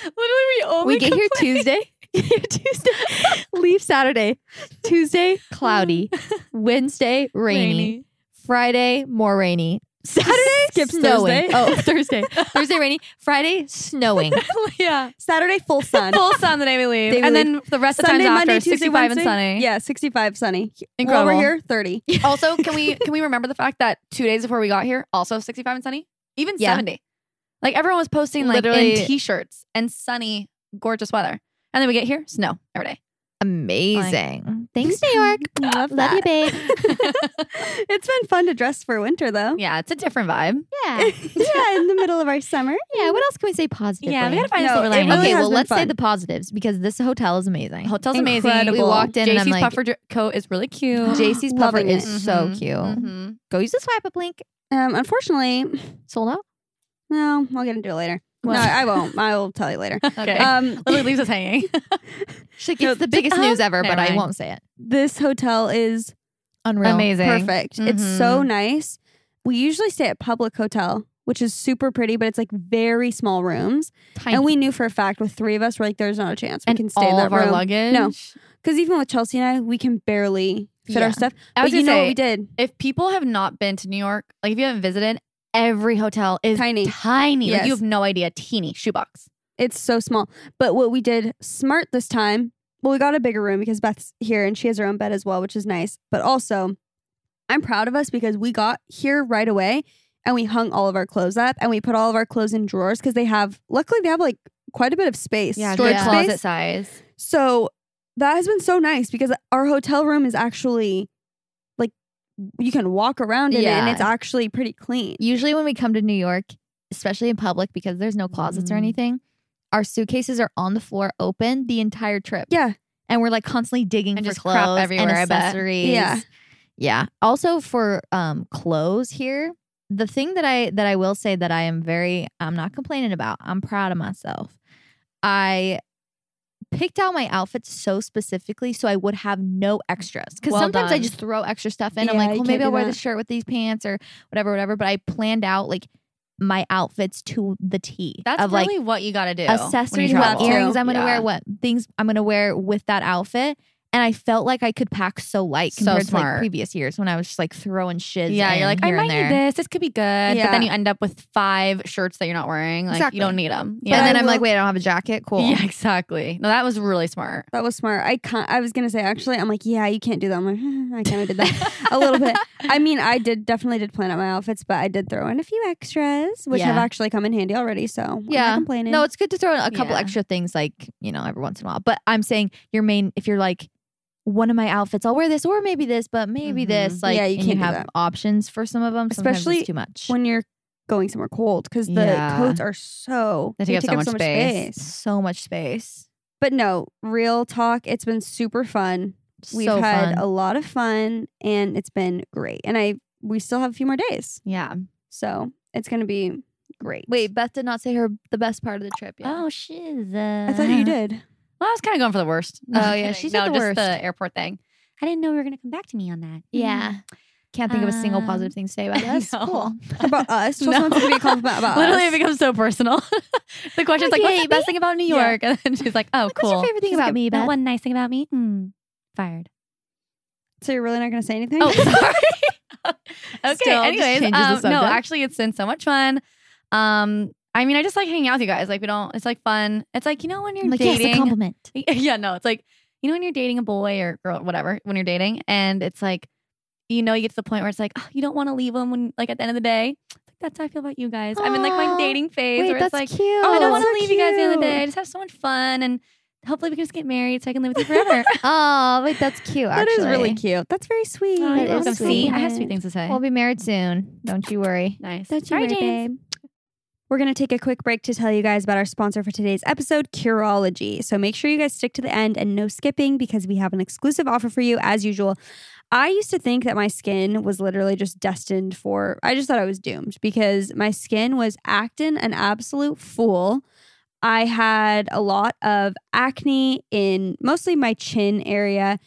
Speaker 5: Literally, we only
Speaker 4: we get here Tuesday.
Speaker 5: <laughs>
Speaker 4: Get here Tuesday.
Speaker 5: <laughs>
Speaker 4: Leave Saturday. Tuesday, cloudy. Wednesday, rainy. Friday, more rainy. Saturday,
Speaker 3: Skips Thursday.
Speaker 4: snowing. <laughs>
Speaker 5: <laughs>
Speaker 4: Oh, Thursday. Thursday, rainy. Friday, snowing.
Speaker 5: yeah.
Speaker 3: Saturday, full sun.
Speaker 5: Full sun the day we leave.
Speaker 3: Day we
Speaker 5: and then the rest of the times
Speaker 3: Sunday,
Speaker 5: after,
Speaker 3: Monday, Tuesday,
Speaker 5: 65
Speaker 3: Wednesday.
Speaker 5: and sunny.
Speaker 3: Yeah, 65 sunny. He-
Speaker 5: Incredible.
Speaker 3: Over here,
Speaker 5: <laughs>
Speaker 3: 30.
Speaker 5: also, can we can we remember the fact that two days before we got here, also 65 and sunny? Even
Speaker 4: Yeah.
Speaker 5: 70. Like everyone was posting like
Speaker 4: Literally-
Speaker 5: in t-shirts and sunny, gorgeous weather. And then we get here, snow every day.
Speaker 4: Amazing. Thanks, New York.
Speaker 3: Love
Speaker 4: Love you,
Speaker 3: that.
Speaker 5: <laughs>
Speaker 4: babe.
Speaker 3: <laughs> it's been fun to dress for winter though.
Speaker 5: Yeah, it's a different vibe.
Speaker 4: yeah.
Speaker 3: <laughs> yeah, in the middle of our summer.
Speaker 4: Yeah. What else can we say positively?
Speaker 5: Yeah, we gotta find
Speaker 3: No,
Speaker 5: a silver
Speaker 3: it
Speaker 5: lining.
Speaker 3: really
Speaker 4: okay,
Speaker 3: has
Speaker 4: well,
Speaker 3: been
Speaker 4: let's say
Speaker 3: fun.
Speaker 4: the positives because this hotel is amazing.
Speaker 5: Hotel's amazing.
Speaker 3: Incredible.
Speaker 5: We walked
Speaker 4: in and I'm
Speaker 5: JC's
Speaker 4: like-
Speaker 5: puffer dr- coat is really cute.
Speaker 4: JC's puffer
Speaker 3: Loving it.
Speaker 4: is so
Speaker 5: Mhm,
Speaker 4: cute.
Speaker 5: mhm.
Speaker 4: Go use the swipe up link.
Speaker 3: Um, unfortunately,
Speaker 4: Sold out.
Speaker 3: no, I'll get into it later.
Speaker 5: What?
Speaker 3: No, I won't. I will tell you later.
Speaker 5: <laughs> Okay.
Speaker 3: Um,
Speaker 5: Lily leaves us hanging.
Speaker 4: She
Speaker 3: No,
Speaker 4: gets the biggest
Speaker 5: <laughs> uh,
Speaker 4: news ever,
Speaker 5: never
Speaker 4: but I
Speaker 5: mind.
Speaker 4: won't say it.
Speaker 3: <laughs> this hotel is
Speaker 4: Unreal.
Speaker 3: perfect. It's
Speaker 5: Mm-hmm.
Speaker 3: so nice. We usually stay at Public Hotel, which is super pretty, but it's like very small rooms.
Speaker 5: Tiny.
Speaker 3: And we knew for a fact with three of us, we're like, there's not a chance we
Speaker 5: and
Speaker 3: can stay in
Speaker 5: all
Speaker 3: that
Speaker 5: of our
Speaker 3: room.
Speaker 5: luggage.
Speaker 3: No. Because even with Chelsea and I, we can barely fit
Speaker 4: Yeah.
Speaker 3: our stuff.
Speaker 5: I
Speaker 3: But
Speaker 5: was
Speaker 3: you
Speaker 5: gonna
Speaker 3: know
Speaker 5: say,
Speaker 3: what we did?
Speaker 5: if people have not been to New York, like if you haven't visited, every hotel is
Speaker 3: Tiny.
Speaker 5: tiny. Like
Speaker 3: Yes.
Speaker 5: you have no idea, teeny shoebox.
Speaker 3: It's so small. But what we did smart this time, well, we got a bigger room because Beth's here and she has her own bed as well, which is nice. But also, I'm proud of us because we got here right away and we hung all of our clothes up and we put all of our clothes in drawers because they have, luckily, they have like quite a bit of space, storage
Speaker 4: good
Speaker 3: space.
Speaker 5: closet size.
Speaker 3: So that has been so nice because our hotel room is actually like you can walk around in it and
Speaker 4: Yeah.
Speaker 3: it's actually pretty clean.
Speaker 4: Usually, when we come to New York, especially in public, because there's no closets or
Speaker 5: Mhm.
Speaker 4: anything, our suitcases are on the floor open the entire trip.
Speaker 3: Yeah.
Speaker 4: And we're like constantly digging
Speaker 5: And
Speaker 4: for
Speaker 5: just
Speaker 4: clothes
Speaker 5: crap
Speaker 4: and
Speaker 5: everywhere, I bet.
Speaker 4: accessories.
Speaker 3: Yeah.
Speaker 4: Yeah. Also for um clothes here, the thing that I that I will say that I am very I'm not complaining about. I'm proud of myself. I picked out my outfits so specifically so I would have no extras cuz
Speaker 5: Well
Speaker 4: sometimes I
Speaker 5: done.
Speaker 4: just throw extra stuff in. I'm
Speaker 3: Yeah,
Speaker 4: like,
Speaker 3: you
Speaker 4: "Oh,
Speaker 3: can't
Speaker 4: maybe
Speaker 3: do
Speaker 4: I'll wear
Speaker 3: that.
Speaker 4: this shirt with these pants or whatever whatever." But I planned out like my outfits to the T.
Speaker 5: That's
Speaker 4: of like
Speaker 5: really what you got to do. when you
Speaker 4: accessories, what
Speaker 5: travel.
Speaker 3: travel.
Speaker 4: earrings I'm gonna
Speaker 5: Yeah.
Speaker 4: wear, what things I'm gonna wear with that outfit. And I felt like I could pack so light
Speaker 5: So
Speaker 4: compared to like
Speaker 5: smart.
Speaker 4: previous years when I was just like throwing shiz.
Speaker 5: Yeah,
Speaker 4: in
Speaker 5: you're like, I
Speaker 4: here
Speaker 5: might
Speaker 4: and there.
Speaker 5: need this. This could be good. But
Speaker 3: Yeah.
Speaker 5: then you end up with five shirts that you're not wearing. Like
Speaker 4: Exactly.
Speaker 5: you don't need them.
Speaker 4: But
Speaker 5: Yeah.
Speaker 4: then
Speaker 3: I
Speaker 4: I'm like,
Speaker 3: will-
Speaker 4: wait, I don't have a jacket. Cool.
Speaker 5: Yeah, exactly. No, that was really smart.
Speaker 3: That was smart. I can I was gonna say actually. I'm like, yeah, you can't do that. I'm like, "Hmm, I kind of did that a little
Speaker 4: <laughs>
Speaker 3: bit. I mean, I did definitely did plan out my outfits, but I did throw in a few extras, which have
Speaker 4: Yeah.
Speaker 3: actually come in handy already. So I'm not
Speaker 4: Yeah.
Speaker 3: complaining.
Speaker 4: No, it's good to throw in a couple
Speaker 5: Yeah.
Speaker 4: extra things, like you know, every once in a while. But I'm saying your main, if you're like one of my outfits, I'll wear this or maybe this, but maybe
Speaker 5: Mhm.
Speaker 4: this. Like,
Speaker 3: Yeah, you
Speaker 4: and
Speaker 3: can't do
Speaker 4: have
Speaker 3: that.
Speaker 4: options for some of them. Sometimes it's
Speaker 3: Especially
Speaker 4: too much.
Speaker 3: when you're going somewhere cold because the
Speaker 4: Yeah.
Speaker 3: coats are so
Speaker 5: They take up so much space.
Speaker 4: so much space.
Speaker 3: But no, real talk. It's been super fun. We've
Speaker 4: so
Speaker 3: had
Speaker 4: fun.
Speaker 3: a lot of fun, and it's been great. And I we still have a few more days,
Speaker 5: Yeah.
Speaker 3: so it's gonna be great.
Speaker 4: Wait, Beth did not say her the best part of the trip yet.
Speaker 5: Oh, shiz. Uh,
Speaker 3: I thought you did.
Speaker 5: Well, I was kind of going for the worst. <laughs>
Speaker 4: Oh, yeah,
Speaker 5: kidding.
Speaker 4: she said
Speaker 5: no,
Speaker 4: the
Speaker 5: just
Speaker 4: worst.
Speaker 5: the airport thing. Mm-hmm. I didn't know we were going to come back to me on that.
Speaker 4: Yeah. Mm-hmm. Can't think of a single
Speaker 5: Um,
Speaker 4: positive thing to
Speaker 5: <laughs>
Speaker 4: say about us.
Speaker 5: No.
Speaker 4: Cool.
Speaker 3: <laughs> about us. Just wants it to be a compliment <laughs> about
Speaker 5: Literally,
Speaker 3: us.
Speaker 5: it becomes so personal. <laughs> the question's like,
Speaker 4: Okay,
Speaker 5: "What's the
Speaker 4: me?
Speaker 5: best thing about New
Speaker 3: Yeah.
Speaker 5: York?" <laughs> And then she's like, "Oh,
Speaker 4: Like,
Speaker 5: cool."
Speaker 4: What's your favorite thing
Speaker 5: She's
Speaker 4: about
Speaker 5: like,
Speaker 4: me,
Speaker 5: "Not
Speaker 4: Beth?
Speaker 5: one nice thing about me. Mm, fired.
Speaker 3: So you're really not going to say anything?
Speaker 5: Oh,
Speaker 3: <laughs>
Speaker 4: <laughs>
Speaker 5: sorry. <laughs> okay.
Speaker 4: Still, just
Speaker 5: anyways,
Speaker 4: changes the
Speaker 5: um, no,
Speaker 4: subject.
Speaker 5: actually, it's been so much fun. Um, I mean, I just like hanging out with you guys. Like, we don't. It's like fun. It's like you know when you're
Speaker 4: <laughs> I'm like, yes, a
Speaker 5: dating.
Speaker 4: compliment.
Speaker 5: <laughs> yeah, no, it's like, you know, when you're dating a boy or girl, whatever, when you're dating, and it's like, you know, you get to the point where it's like, oh, you don't want to leave them when, like, at the end of the day. It's like, that's how I feel about you guys. I'm in like my
Speaker 4: Aw.
Speaker 5: dating phase
Speaker 4: Wait,
Speaker 5: where
Speaker 4: that's
Speaker 5: it's like,
Speaker 4: cute.
Speaker 5: I don't
Speaker 3: Oh,
Speaker 5: want to
Speaker 3: so
Speaker 5: leave you guys at the end of the day. I
Speaker 3: cute.
Speaker 5: just have so much fun, and hopefully we can just get married so I can live with you
Speaker 4: <laughs>
Speaker 5: forever.
Speaker 4: <laughs> Oh, wait, that's cute.
Speaker 3: That is
Speaker 4: actually.
Speaker 3: really cute. That's very sweet.
Speaker 5: Oh, you're
Speaker 4: is
Speaker 5: welcome.
Speaker 4: sweet.
Speaker 5: See, I have sweet things to say.
Speaker 4: We'll be married soon. Don't you worry.
Speaker 5: nice.
Speaker 3: Don't you
Speaker 5: Sorry,
Speaker 3: worry,
Speaker 5: James.
Speaker 3: babe. We're going to take a quick break to tell you guys about our sponsor for today's episode, Curology. So make sure you guys stick to the end and no skipping because we have an exclusive offer for you as usual. I used to think that my skin was literally just destined for, I just thought I was doomed because my skin was acting an absolute fool. I had a lot of acne in mostly my chin area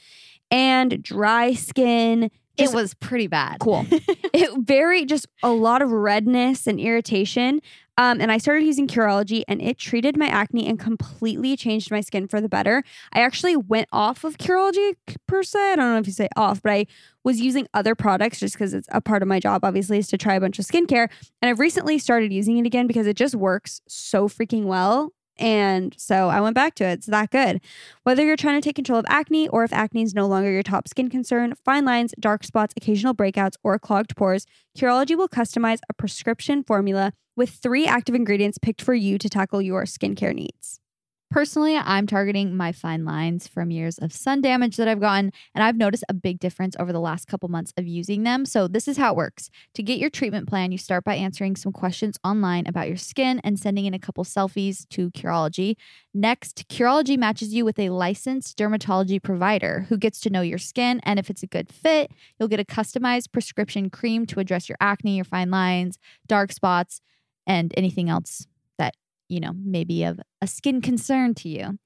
Speaker 3: and dry skin. Just
Speaker 4: was pretty bad.
Speaker 3: Cool. it very just a lot of redness and irritation. Um, and I started using Curology and it treated my acne and completely changed my skin for the better. I actually went off of Curology per se. I don't know if you say off, but I was using other products just because it's a part of my job, obviously, is to try a bunch of skincare. And I've recently started using it again because it just works so freaking well. And so I went back to it. It's that good. Whether you're trying to take control of acne or if acne is no longer your top skin concern, fine lines, dark spots, occasional breakouts, or clogged pores, Curology will customize a prescription formula with three active ingredients picked for you to tackle your skincare needs.
Speaker 4: Personally, I'm targeting my fine lines from years of sun damage that I've gotten, and I've noticed a big difference over the last couple months of using them. So, this is how it works. To get your treatment plan, you start by answering some questions online about your skin and sending in a couple selfies to Curology. Next, Curology matches you with a licensed dermatology provider who gets to know your skin, and if it's a good fit, you'll get a customized prescription cream to address your acne, your fine lines, dark spots, and anything else that, you know, may be of a skin concern to you.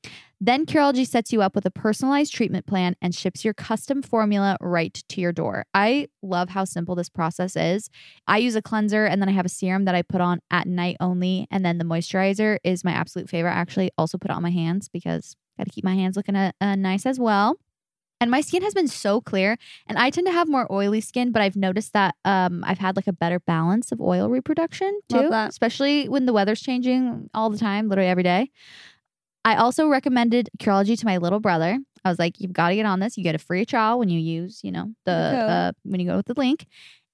Speaker 4: Then Curology sets you up with a personalized treatment plan and ships your custom formula right to your door. I love how simple this process is. I use a cleanser and then I have a serum that I put on at night only. And then the moisturizer is my absolute favorite. I actually also put it on my hands because got to keep my hands looking uh, uh, nice as well. And my skin has been so clear, and I tend to have more oily skin, but I've noticed that um, I've had like a better balance of oil reproduction too,
Speaker 3: Love that.
Speaker 4: especially when the weather's changing all the time, literally every day. I also recommended Curology to my little brother. I was like, "You've got to get on this. You get a free trial when you use, you know, the
Speaker 3: Okay.
Speaker 4: uh, when you go with the link."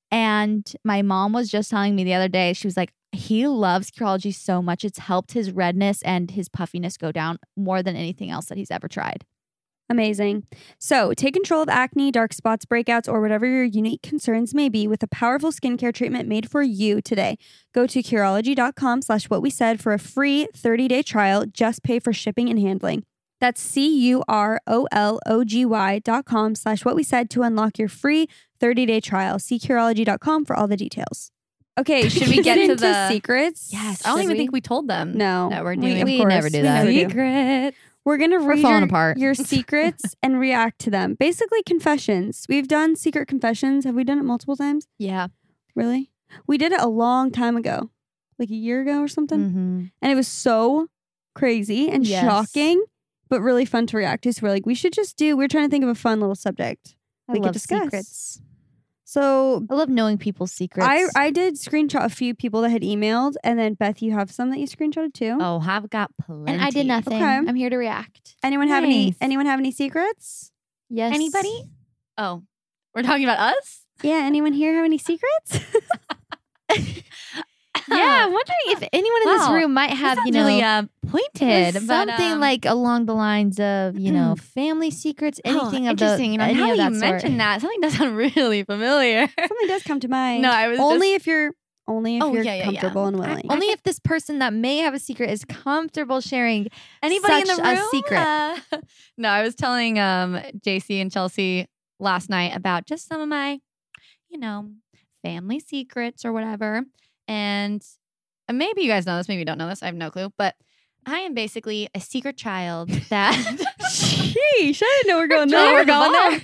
Speaker 4: And my mom was just telling me the other day, she was like, "He loves Curology so much. It's helped his redness and his puffiness go down more than anything else that he's ever tried."
Speaker 3: Amazing. So take control of acne, dark spots, breakouts, or whatever your unique concerns may be with a powerful skincare treatment made for you today. Go to Curology.com slash what we said for a free 30-day trial. Just pay for shipping and handling. That's C-U-R-O-L-O-G-Y dot com slash what we said to unlock your free 30-day trial. See Curology.com for all the details.
Speaker 4: <laughs>
Speaker 3: Okay, should we get into the secrets?
Speaker 5: Yes. I don't
Speaker 3: Should
Speaker 5: even think we told them.
Speaker 3: No.
Speaker 5: That we're
Speaker 3: We-
Speaker 5: doing.
Speaker 3: of
Speaker 4: We never do
Speaker 3: course,
Speaker 4: that.
Speaker 3: We never do.
Speaker 5: Secret.
Speaker 3: We're gonna read
Speaker 4: falling
Speaker 3: your,
Speaker 4: apart. <laughs>
Speaker 3: your secrets and react to them. Basically, confessions. We've done secret confessions. Have we done it multiple times?
Speaker 4: Yeah.
Speaker 3: Really? We did it a long time ago, like a year ago or something,
Speaker 4: Mm-hmm.
Speaker 3: and it was so crazy and
Speaker 4: Mm. Yes.
Speaker 3: shocking, but really fun to react to. So we're like, we should just do. We're trying to think of a fun little subject.
Speaker 4: I
Speaker 3: We could
Speaker 4: love
Speaker 3: discuss.
Speaker 4: secrets.
Speaker 3: So.
Speaker 4: I love knowing people's secrets.
Speaker 3: I, I did screenshot a few people that had emailed, and then Beth, you have some that you screenshotted too.
Speaker 5: Oh, I've got plenty.
Speaker 4: and I did nothing.
Speaker 3: Okay.
Speaker 4: I'm here to react.
Speaker 3: anyone have any?
Speaker 4: nice.
Speaker 3: Anyone have any secrets?
Speaker 4: Yes.
Speaker 5: Anybody? Oh, we're talking about us?
Speaker 3: Yeah, anyone here have any secrets?
Speaker 4: <laughs>
Speaker 5: <laughs>
Speaker 4: Yeah, I'm wondering if anyone in this
Speaker 5: Wow.
Speaker 4: room might
Speaker 5: That
Speaker 4: have, you
Speaker 5: sounds
Speaker 4: know,
Speaker 5: really uh, pointed,
Speaker 4: something
Speaker 5: but, um,
Speaker 4: like along the lines of, you know, family secrets,
Speaker 5: oh,
Speaker 4: anything of the
Speaker 5: interesting. you know,
Speaker 4: any
Speaker 5: now
Speaker 4: of
Speaker 5: that
Speaker 4: that
Speaker 5: you
Speaker 4: sort.
Speaker 5: mentioned that, something <laughs> does sound really familiar.
Speaker 3: Something does come to mind.
Speaker 5: No, I was
Speaker 3: only if you're only if
Speaker 5: Oh,
Speaker 3: you're
Speaker 5: yeah, yeah, yeah.
Speaker 3: comfortable and willing.
Speaker 4: Only if this person that may have a secret is comfortable sharing.
Speaker 5: Anybody in the
Speaker 4: Such
Speaker 5: room?
Speaker 4: a <laughs> secret.
Speaker 5: Uh, <laughs> no, I was telling um, JC and Chelsea last night about just some of my, you know, family secrets or whatever. And uh, maybe you guys know this, maybe you don't know this. I have no clue. But I am basically a secret child
Speaker 4: <laughs>
Speaker 5: that. <laughs>
Speaker 3: Sheesh, I didn't know we're going
Speaker 5: No,
Speaker 3: there.
Speaker 5: we're going there.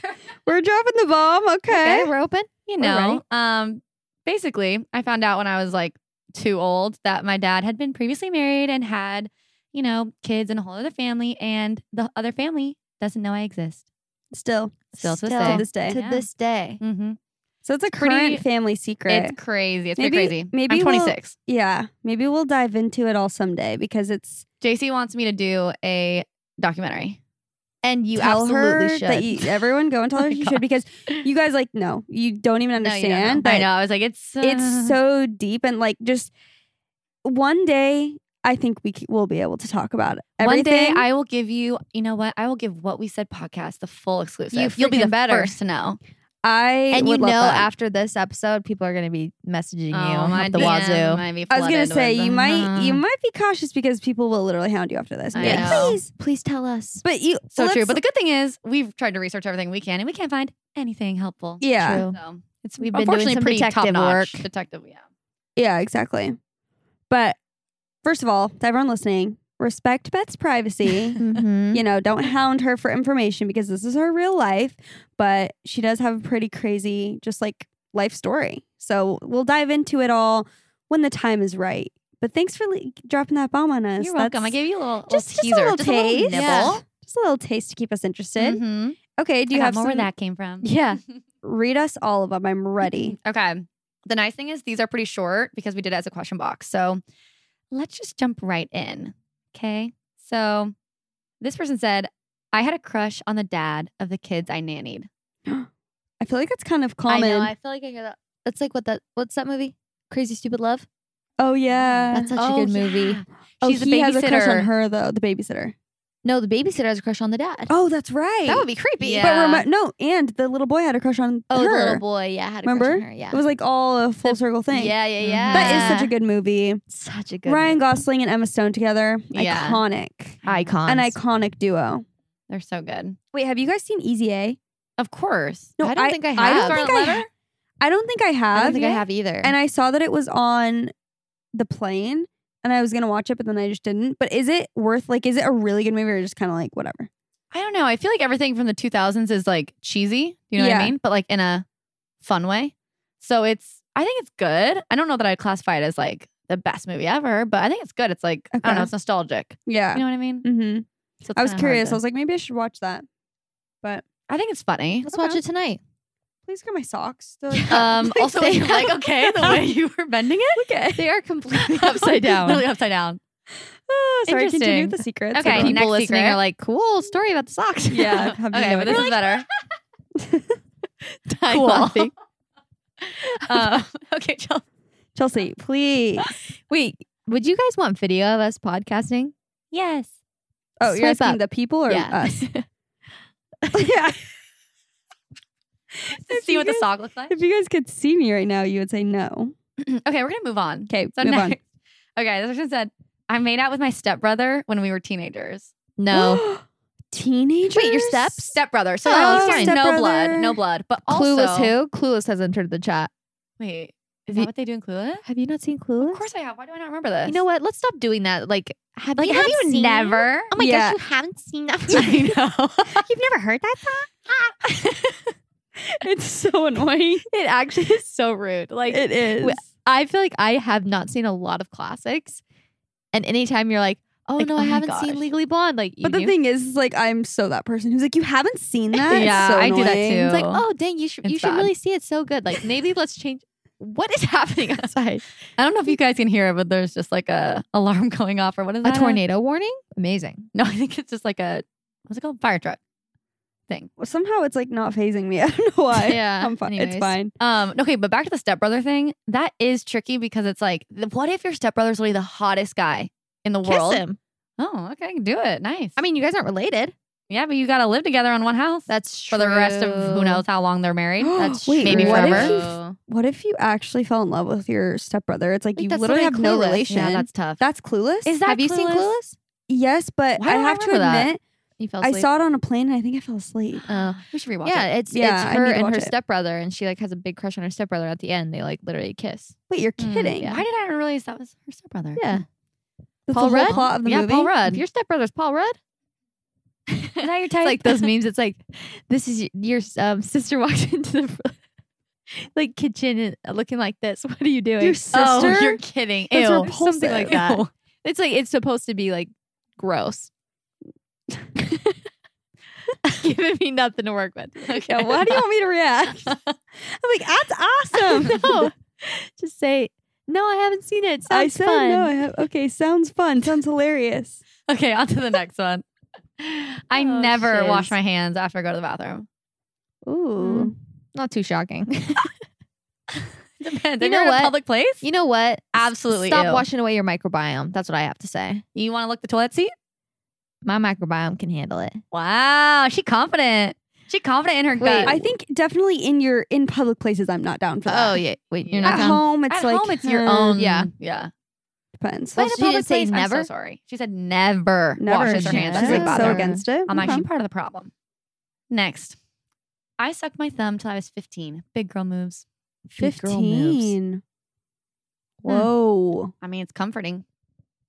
Speaker 3: We're dropping the bomb. Okay.
Speaker 4: Okay, we're open.
Speaker 5: you
Speaker 4: We're ready.
Speaker 5: know, um, basically, I found out when I was like too old that my dad had been previously married and had, you know, kids and a whole other family, and the other family doesn't know I exist.
Speaker 3: Still
Speaker 5: Still to this
Speaker 4: Still
Speaker 5: day.
Speaker 3: to this day.
Speaker 4: To
Speaker 5: Yeah.
Speaker 4: this day.
Speaker 5: Mm-hmm.
Speaker 3: So it's a
Speaker 5: pretty-
Speaker 3: current family secret.
Speaker 5: It's crazy. It's
Speaker 3: Maybe-
Speaker 5: pretty crazy.
Speaker 3: maybe
Speaker 5: I'm
Speaker 3: we'll-
Speaker 5: 26.
Speaker 3: yeah. Maybe we'll dive into it all someday because it's
Speaker 5: JC wants me to do a documentary.
Speaker 4: And you
Speaker 3: tell her
Speaker 4: absolutely should.
Speaker 3: that you, everyone go and tell
Speaker 5: Oh
Speaker 3: her
Speaker 5: my
Speaker 3: you
Speaker 5: God.
Speaker 3: should because you guys like no, you don't even
Speaker 5: <laughs> No, you don't know.
Speaker 3: understand.
Speaker 5: I
Speaker 3: that
Speaker 5: know. I was like, it's uh,
Speaker 3: It's so deep and like just one day I think we c- will be able to talk about it.
Speaker 5: One day
Speaker 3: Everything-
Speaker 5: I will give you. You know what? I will give what we said podcast the full exclusive.
Speaker 4: You
Speaker 5: will be the
Speaker 4: freaking better.
Speaker 5: first to know.
Speaker 3: I
Speaker 4: and you
Speaker 3: would
Speaker 4: know,
Speaker 3: love that.
Speaker 4: after this episode, people are going to be messaging
Speaker 5: Oh,
Speaker 4: you up the
Speaker 5: DM
Speaker 4: wazoo.
Speaker 5: might be
Speaker 3: I was gonna
Speaker 5: flooded
Speaker 3: say
Speaker 5: with,
Speaker 3: you might you
Speaker 5: uh,
Speaker 3: might be cautious because people will literally hound you after this. and be
Speaker 5: I
Speaker 3: like,
Speaker 5: know.
Speaker 3: Please,
Speaker 4: Please tell us.
Speaker 3: <laughs> but you
Speaker 5: So
Speaker 3: let's-
Speaker 5: true. But the good thing is we've tried to research everything we can and we can't find anything helpful.
Speaker 3: yeah,
Speaker 4: True.
Speaker 5: So it's
Speaker 4: We've
Speaker 5: we've
Speaker 4: been doing
Speaker 5: unfortunately
Speaker 4: some
Speaker 5: pretty
Speaker 4: detective
Speaker 5: top-notch.
Speaker 4: work.
Speaker 5: Detective, yeah.
Speaker 3: yeah, exactly. But first of all, to everyone listening, respect Beth's
Speaker 5: <laughs>
Speaker 3: privacy.
Speaker 5: Mm-hmm.
Speaker 4: Mhm.
Speaker 3: you know, don't hound her for information because this is her real life. But she does have a pretty crazy, just like life story. So we'll dive into it all when the time is right. But thanks for le- dropping that bomb on us.
Speaker 5: You're welcome.
Speaker 3: That's
Speaker 5: I gave you a little,
Speaker 3: just, just a
Speaker 5: teaser,
Speaker 3: little
Speaker 5: just
Speaker 3: taste.
Speaker 5: a little nibble.
Speaker 3: Just a little taste to keep us interested.
Speaker 5: Mhm.
Speaker 3: Okay, do you
Speaker 5: I got
Speaker 3: have
Speaker 5: more where
Speaker 3: some-
Speaker 5: that came
Speaker 3: <laughs>
Speaker 5: from? <laughs>
Speaker 3: Yeah. Read us all of them. I'm ready.
Speaker 5: <clears throat> Okay. The nice thing is these are pretty short because we did it as a question box. So let's just jump right in. Okay. So this person said, I had a crush on the dad of the kids I nannied.
Speaker 3: I feel like that's kind of common.
Speaker 4: I know. I feel like I hear that. That's like what that. What's that movie? Crazy Stupid Love.
Speaker 3: oh yeah.
Speaker 4: That's such
Speaker 5: Oh,
Speaker 4: a good movie.
Speaker 5: yeah.
Speaker 3: oh,
Speaker 5: She's
Speaker 3: he
Speaker 5: the babysitter.
Speaker 3: has a crush on her though, the babysitter.
Speaker 4: No, the babysitter has a crush on the dad.
Speaker 3: Oh, that's right.
Speaker 1: That would be creepy.
Speaker 5: Yeah.
Speaker 3: But remi- no, and the little boy had a crush on her.
Speaker 4: Oh, the little boy. Yeah, had a crush on
Speaker 3: Remember?
Speaker 4: her. Yeah.
Speaker 3: It was like all a full
Speaker 4: The-
Speaker 3: circle thing. Mm-hmm.
Speaker 4: Yeah, yeah,
Speaker 5: Mhm.
Speaker 4: yeah.
Speaker 3: That is such a good movie.
Speaker 4: such a good
Speaker 3: Ryan Gosling and Emma Stone together.
Speaker 5: Yeah.
Speaker 3: Iconic.
Speaker 4: icon.
Speaker 3: An iconic duo.
Speaker 5: They're so good.
Speaker 3: Wait, have you guys seen Easy A?
Speaker 5: Of course.
Speaker 3: No,
Speaker 4: I don't
Speaker 3: I-
Speaker 4: think I
Speaker 3: I
Speaker 4: have.
Speaker 3: don't think I, ha- I don't think I have.
Speaker 4: I don't think I
Speaker 3: yet.
Speaker 4: have either.
Speaker 3: And I saw that it was on the plane and I was going to watch it, but then I just didn't. But is it worth, like, is it a really good movie or just kind of like whatever?
Speaker 5: I don't know. I feel like everything from the 2000s is like cheesy. You know what
Speaker 3: Yeah.
Speaker 5: I mean? But like in a fun way. So it's, I think it's good. I don't know that I'd classify it as like the best movie ever, but I think it's good. It's like, I
Speaker 3: Okay.
Speaker 5: don't know, it's nostalgic.
Speaker 3: Yeah.
Speaker 5: You know what I mean?
Speaker 3: hmm
Speaker 5: So it's
Speaker 3: I was
Speaker 5: kinda hard
Speaker 3: curious. I
Speaker 5: to-
Speaker 3: was like, maybe I should watch that. But
Speaker 5: I think it's funny.
Speaker 4: Let's
Speaker 3: Okay.
Speaker 4: watch it tonight.
Speaker 3: please get my socks. <laughs> They're, <laughs> like,
Speaker 5: Um,
Speaker 3: <laughs> like,
Speaker 5: also,
Speaker 3: they-
Speaker 5: you're <laughs> like, okay, the
Speaker 3: Ah,
Speaker 5: way you were bending it, okay,
Speaker 4: They are completely
Speaker 5: <laughs> upside down, literally upside down.
Speaker 3: Oh, sorry, continue
Speaker 5: Interesting.
Speaker 3: with the secrets.
Speaker 5: okay,
Speaker 3: Hold on.
Speaker 5: people
Speaker 4: next
Speaker 5: listening
Speaker 4: secret.
Speaker 5: are like, cool story about the socks.
Speaker 4: <laughs>
Speaker 3: Yeah, have you
Speaker 5: okay,
Speaker 3: no
Speaker 5: but this
Speaker 3: idea.
Speaker 5: is better. Time
Speaker 3: Cool.
Speaker 4: <laughs>
Speaker 5: laughing. <laughs> um, okay, Chelsea.
Speaker 3: Chelsea, please.
Speaker 4: Wait, would you guys want video of us podcasting? Yes.
Speaker 3: Oh, you're
Speaker 4: Swipe
Speaker 3: asking
Speaker 4: up.
Speaker 3: the people or
Speaker 4: Yeah.
Speaker 5: <laughs>
Speaker 4: <laughs>
Speaker 3: us? yeah.
Speaker 5: to
Speaker 3: If
Speaker 5: see
Speaker 3: you
Speaker 5: what the
Speaker 3: guys-
Speaker 5: sock looks like.
Speaker 3: If you guys could see me right now, you would say no.
Speaker 5: <clears throat> okay, we're gonna move on.
Speaker 3: Okay,
Speaker 5: So
Speaker 3: move
Speaker 5: next- <laughs> Okay, this person said, I made out with my stepbrother when we were teenagers.
Speaker 3: on.
Speaker 4: No.
Speaker 3: <gasps> Teenagers?
Speaker 4: Wait, your steps?
Speaker 5: Stepbrother. So
Speaker 4: Oh,
Speaker 5: that
Speaker 4: fine.
Speaker 5: means there's no blood,
Speaker 3: Stepbrother.
Speaker 5: no blood. But
Speaker 4: Clueless
Speaker 5: also,
Speaker 4: who? Clueless has entered the chat.
Speaker 5: Wait, is
Speaker 4: Have
Speaker 5: that
Speaker 4: you-
Speaker 5: what they do in Clueless?
Speaker 4: Have you not seen Clueless?
Speaker 5: Of course I have. Why do I not remember this?
Speaker 4: You know what? Let's stop doing that. Like, have
Speaker 5: Like,
Speaker 4: you,
Speaker 5: have
Speaker 4: not
Speaker 5: you
Speaker 4: seen-
Speaker 5: never?
Speaker 4: Oh my
Speaker 3: Yeah.
Speaker 4: gosh, you haven't seen that.
Speaker 5: <laughs> I
Speaker 4: <laughs> You've never heard that song?
Speaker 5: <laughs> know.
Speaker 3: It's so
Speaker 4: <laughs>
Speaker 3: annoying.
Speaker 5: it actually is so rude. Like
Speaker 3: It is.
Speaker 4: Wait, I feel like I have not seen a lot of classics. And anytime you're like, oh
Speaker 5: Like,
Speaker 4: no,
Speaker 5: oh
Speaker 4: I
Speaker 5: my
Speaker 4: haven't
Speaker 5: gosh.
Speaker 4: seen Legally Blonde, like, you
Speaker 3: But the
Speaker 4: knew.
Speaker 3: thing is, is, like, I'm so that person who's like, you haven't seen that? It's
Speaker 5: Yeah,
Speaker 3: so
Speaker 5: I do that
Speaker 3: annoying.
Speaker 5: too.
Speaker 4: it's like, oh dang, you should you
Speaker 5: It's
Speaker 4: should
Speaker 5: bad.
Speaker 4: really see it so good. Like, maybe let's change. What is <laughs> happening outside?
Speaker 5: I don't know if you guys can hear it, but there's just like a alarm <laughs> going off or what is
Speaker 4: a
Speaker 5: that?
Speaker 4: tornado warning? Amazing.
Speaker 5: No, <laughs> I think it's just like a what's it called? Fire truck thing.
Speaker 3: Well, Somehow it's like not phasing me. <laughs> I don't know why.
Speaker 4: Yeah,
Speaker 3: I'm fine. It's
Speaker 4: anyways.
Speaker 3: fine.
Speaker 5: Um, okay, but back to the stepbrother thing. That is tricky because it's like, th- what if your stepbrother's really the hottest guy in the world?
Speaker 4: him.
Speaker 5: Oh, okay, I can do it. Nice.
Speaker 4: I mean, you guys aren't related.
Speaker 5: yeah, but you gotta live together on one house.
Speaker 4: That's
Speaker 5: for the rest of who knows how long they're married.
Speaker 4: That's
Speaker 3: Wait,
Speaker 5: maybe
Speaker 3: what
Speaker 5: forever.
Speaker 3: If you, what if you actually fell in love with your stepbrother? It's like
Speaker 4: Like,
Speaker 3: you
Speaker 4: that's
Speaker 3: literally have
Speaker 4: literally
Speaker 3: no
Speaker 4: clueless. Yeah,
Speaker 3: relation.
Speaker 5: that's tough.
Speaker 3: that's clueless.
Speaker 5: Is that
Speaker 4: have you seen
Speaker 5: Clueless?
Speaker 4: Clueless?
Speaker 3: yes, but
Speaker 5: Why
Speaker 3: I
Speaker 5: don't I
Speaker 3: have to
Speaker 5: remember that?
Speaker 3: admit,
Speaker 4: You fell
Speaker 3: I saw it on a plane and I think I fell asleep.
Speaker 4: Uh,
Speaker 5: we should rewatch
Speaker 4: yeah,
Speaker 5: it.
Speaker 4: it's
Speaker 3: Yeah, I
Speaker 4: it's her
Speaker 3: need to
Speaker 4: and
Speaker 3: watch
Speaker 4: her
Speaker 3: it.
Speaker 4: stepbrother, and she like has a big crush on her stepbrother. At the end, they like literally kiss.
Speaker 3: Wait, you're
Speaker 5: Mm,
Speaker 3: kidding?
Speaker 5: Why did I not realize that was her stepbrother?
Speaker 4: Yeah,
Speaker 3: That's the whole
Speaker 4: Paul Rudd?
Speaker 3: plot of the
Speaker 5: yeah,
Speaker 3: movie.
Speaker 5: Paul Rudd.
Speaker 4: if <laughs> your stepbrother's Paul Rudd,
Speaker 5: Is that your
Speaker 4: it's
Speaker 5: type?
Speaker 4: like
Speaker 5: <laughs>
Speaker 4: those memes. It's like this is y- your um, sister <laughs> walks into the like kitchen and looking like this. <laughs> What are you doing?
Speaker 3: Your
Speaker 5: Oh,
Speaker 3: sister?
Speaker 5: you're kidding.
Speaker 3: That's
Speaker 5: Ew.
Speaker 3: repulsive.
Speaker 4: something like that. It's like it's supposed to be like gross. <laughs> Giving me nothing to work with.
Speaker 5: Okay.
Speaker 3: Yeah, why do you <laughs> want me to react? I'm like, <laughs>
Speaker 5: <laughs>
Speaker 3: that's awesome.
Speaker 4: no, <laughs> just say no. I haven't seen it.
Speaker 3: I
Speaker 4: Sounds
Speaker 3: said
Speaker 4: fun.
Speaker 3: no. <laughs> I have, okay, sounds fun. Sounds hilarious.
Speaker 5: Okay, on to the next one. I
Speaker 4: Oh,
Speaker 5: never
Speaker 4: shiz.
Speaker 5: wash my hands after I go to the bathroom.
Speaker 3: Ooh,
Speaker 4: Not too shocking. <laughs>
Speaker 5: Depends.
Speaker 4: You
Speaker 5: If
Speaker 4: know
Speaker 5: you're in
Speaker 4: what?
Speaker 5: a public place,
Speaker 4: you know what?
Speaker 5: Absolutely
Speaker 4: Stop
Speaker 5: ew.
Speaker 4: washing away your microbiome. That's what I have to say.
Speaker 5: you want to look the toilet seat?
Speaker 4: My microbiome can handle it.
Speaker 5: Wow, she confident. She confident in her gut.
Speaker 3: Mm. I think definitely in your in public places, I'm not down for that.
Speaker 4: Oh yeah. Wait,
Speaker 5: Yeah.
Speaker 4: you're
Speaker 3: At
Speaker 4: not. Home.
Speaker 3: home, it's
Speaker 5: At
Speaker 3: like
Speaker 5: home, it's your
Speaker 3: uh,
Speaker 5: own.
Speaker 4: yeah.
Speaker 5: yeah.
Speaker 3: Depends.
Speaker 5: But
Speaker 4: Well,
Speaker 5: in a
Speaker 4: she didn't
Speaker 5: public
Speaker 4: say
Speaker 5: place, I'm
Speaker 4: never?
Speaker 5: so sorry. She said never,
Speaker 3: Never.
Speaker 5: washes
Speaker 3: She's
Speaker 5: her
Speaker 4: she-
Speaker 5: hands.
Speaker 4: Doesn't
Speaker 5: after the
Speaker 3: like so
Speaker 5: bathroom.
Speaker 3: against it.
Speaker 5: I'm
Speaker 3: Okay.
Speaker 5: actually part of the problem. Next, I sucked my thumb till I was 15. Big girl moves.
Speaker 3: fifteen.
Speaker 5: Hmm.
Speaker 3: Whoa.
Speaker 5: I mean, it's comforting.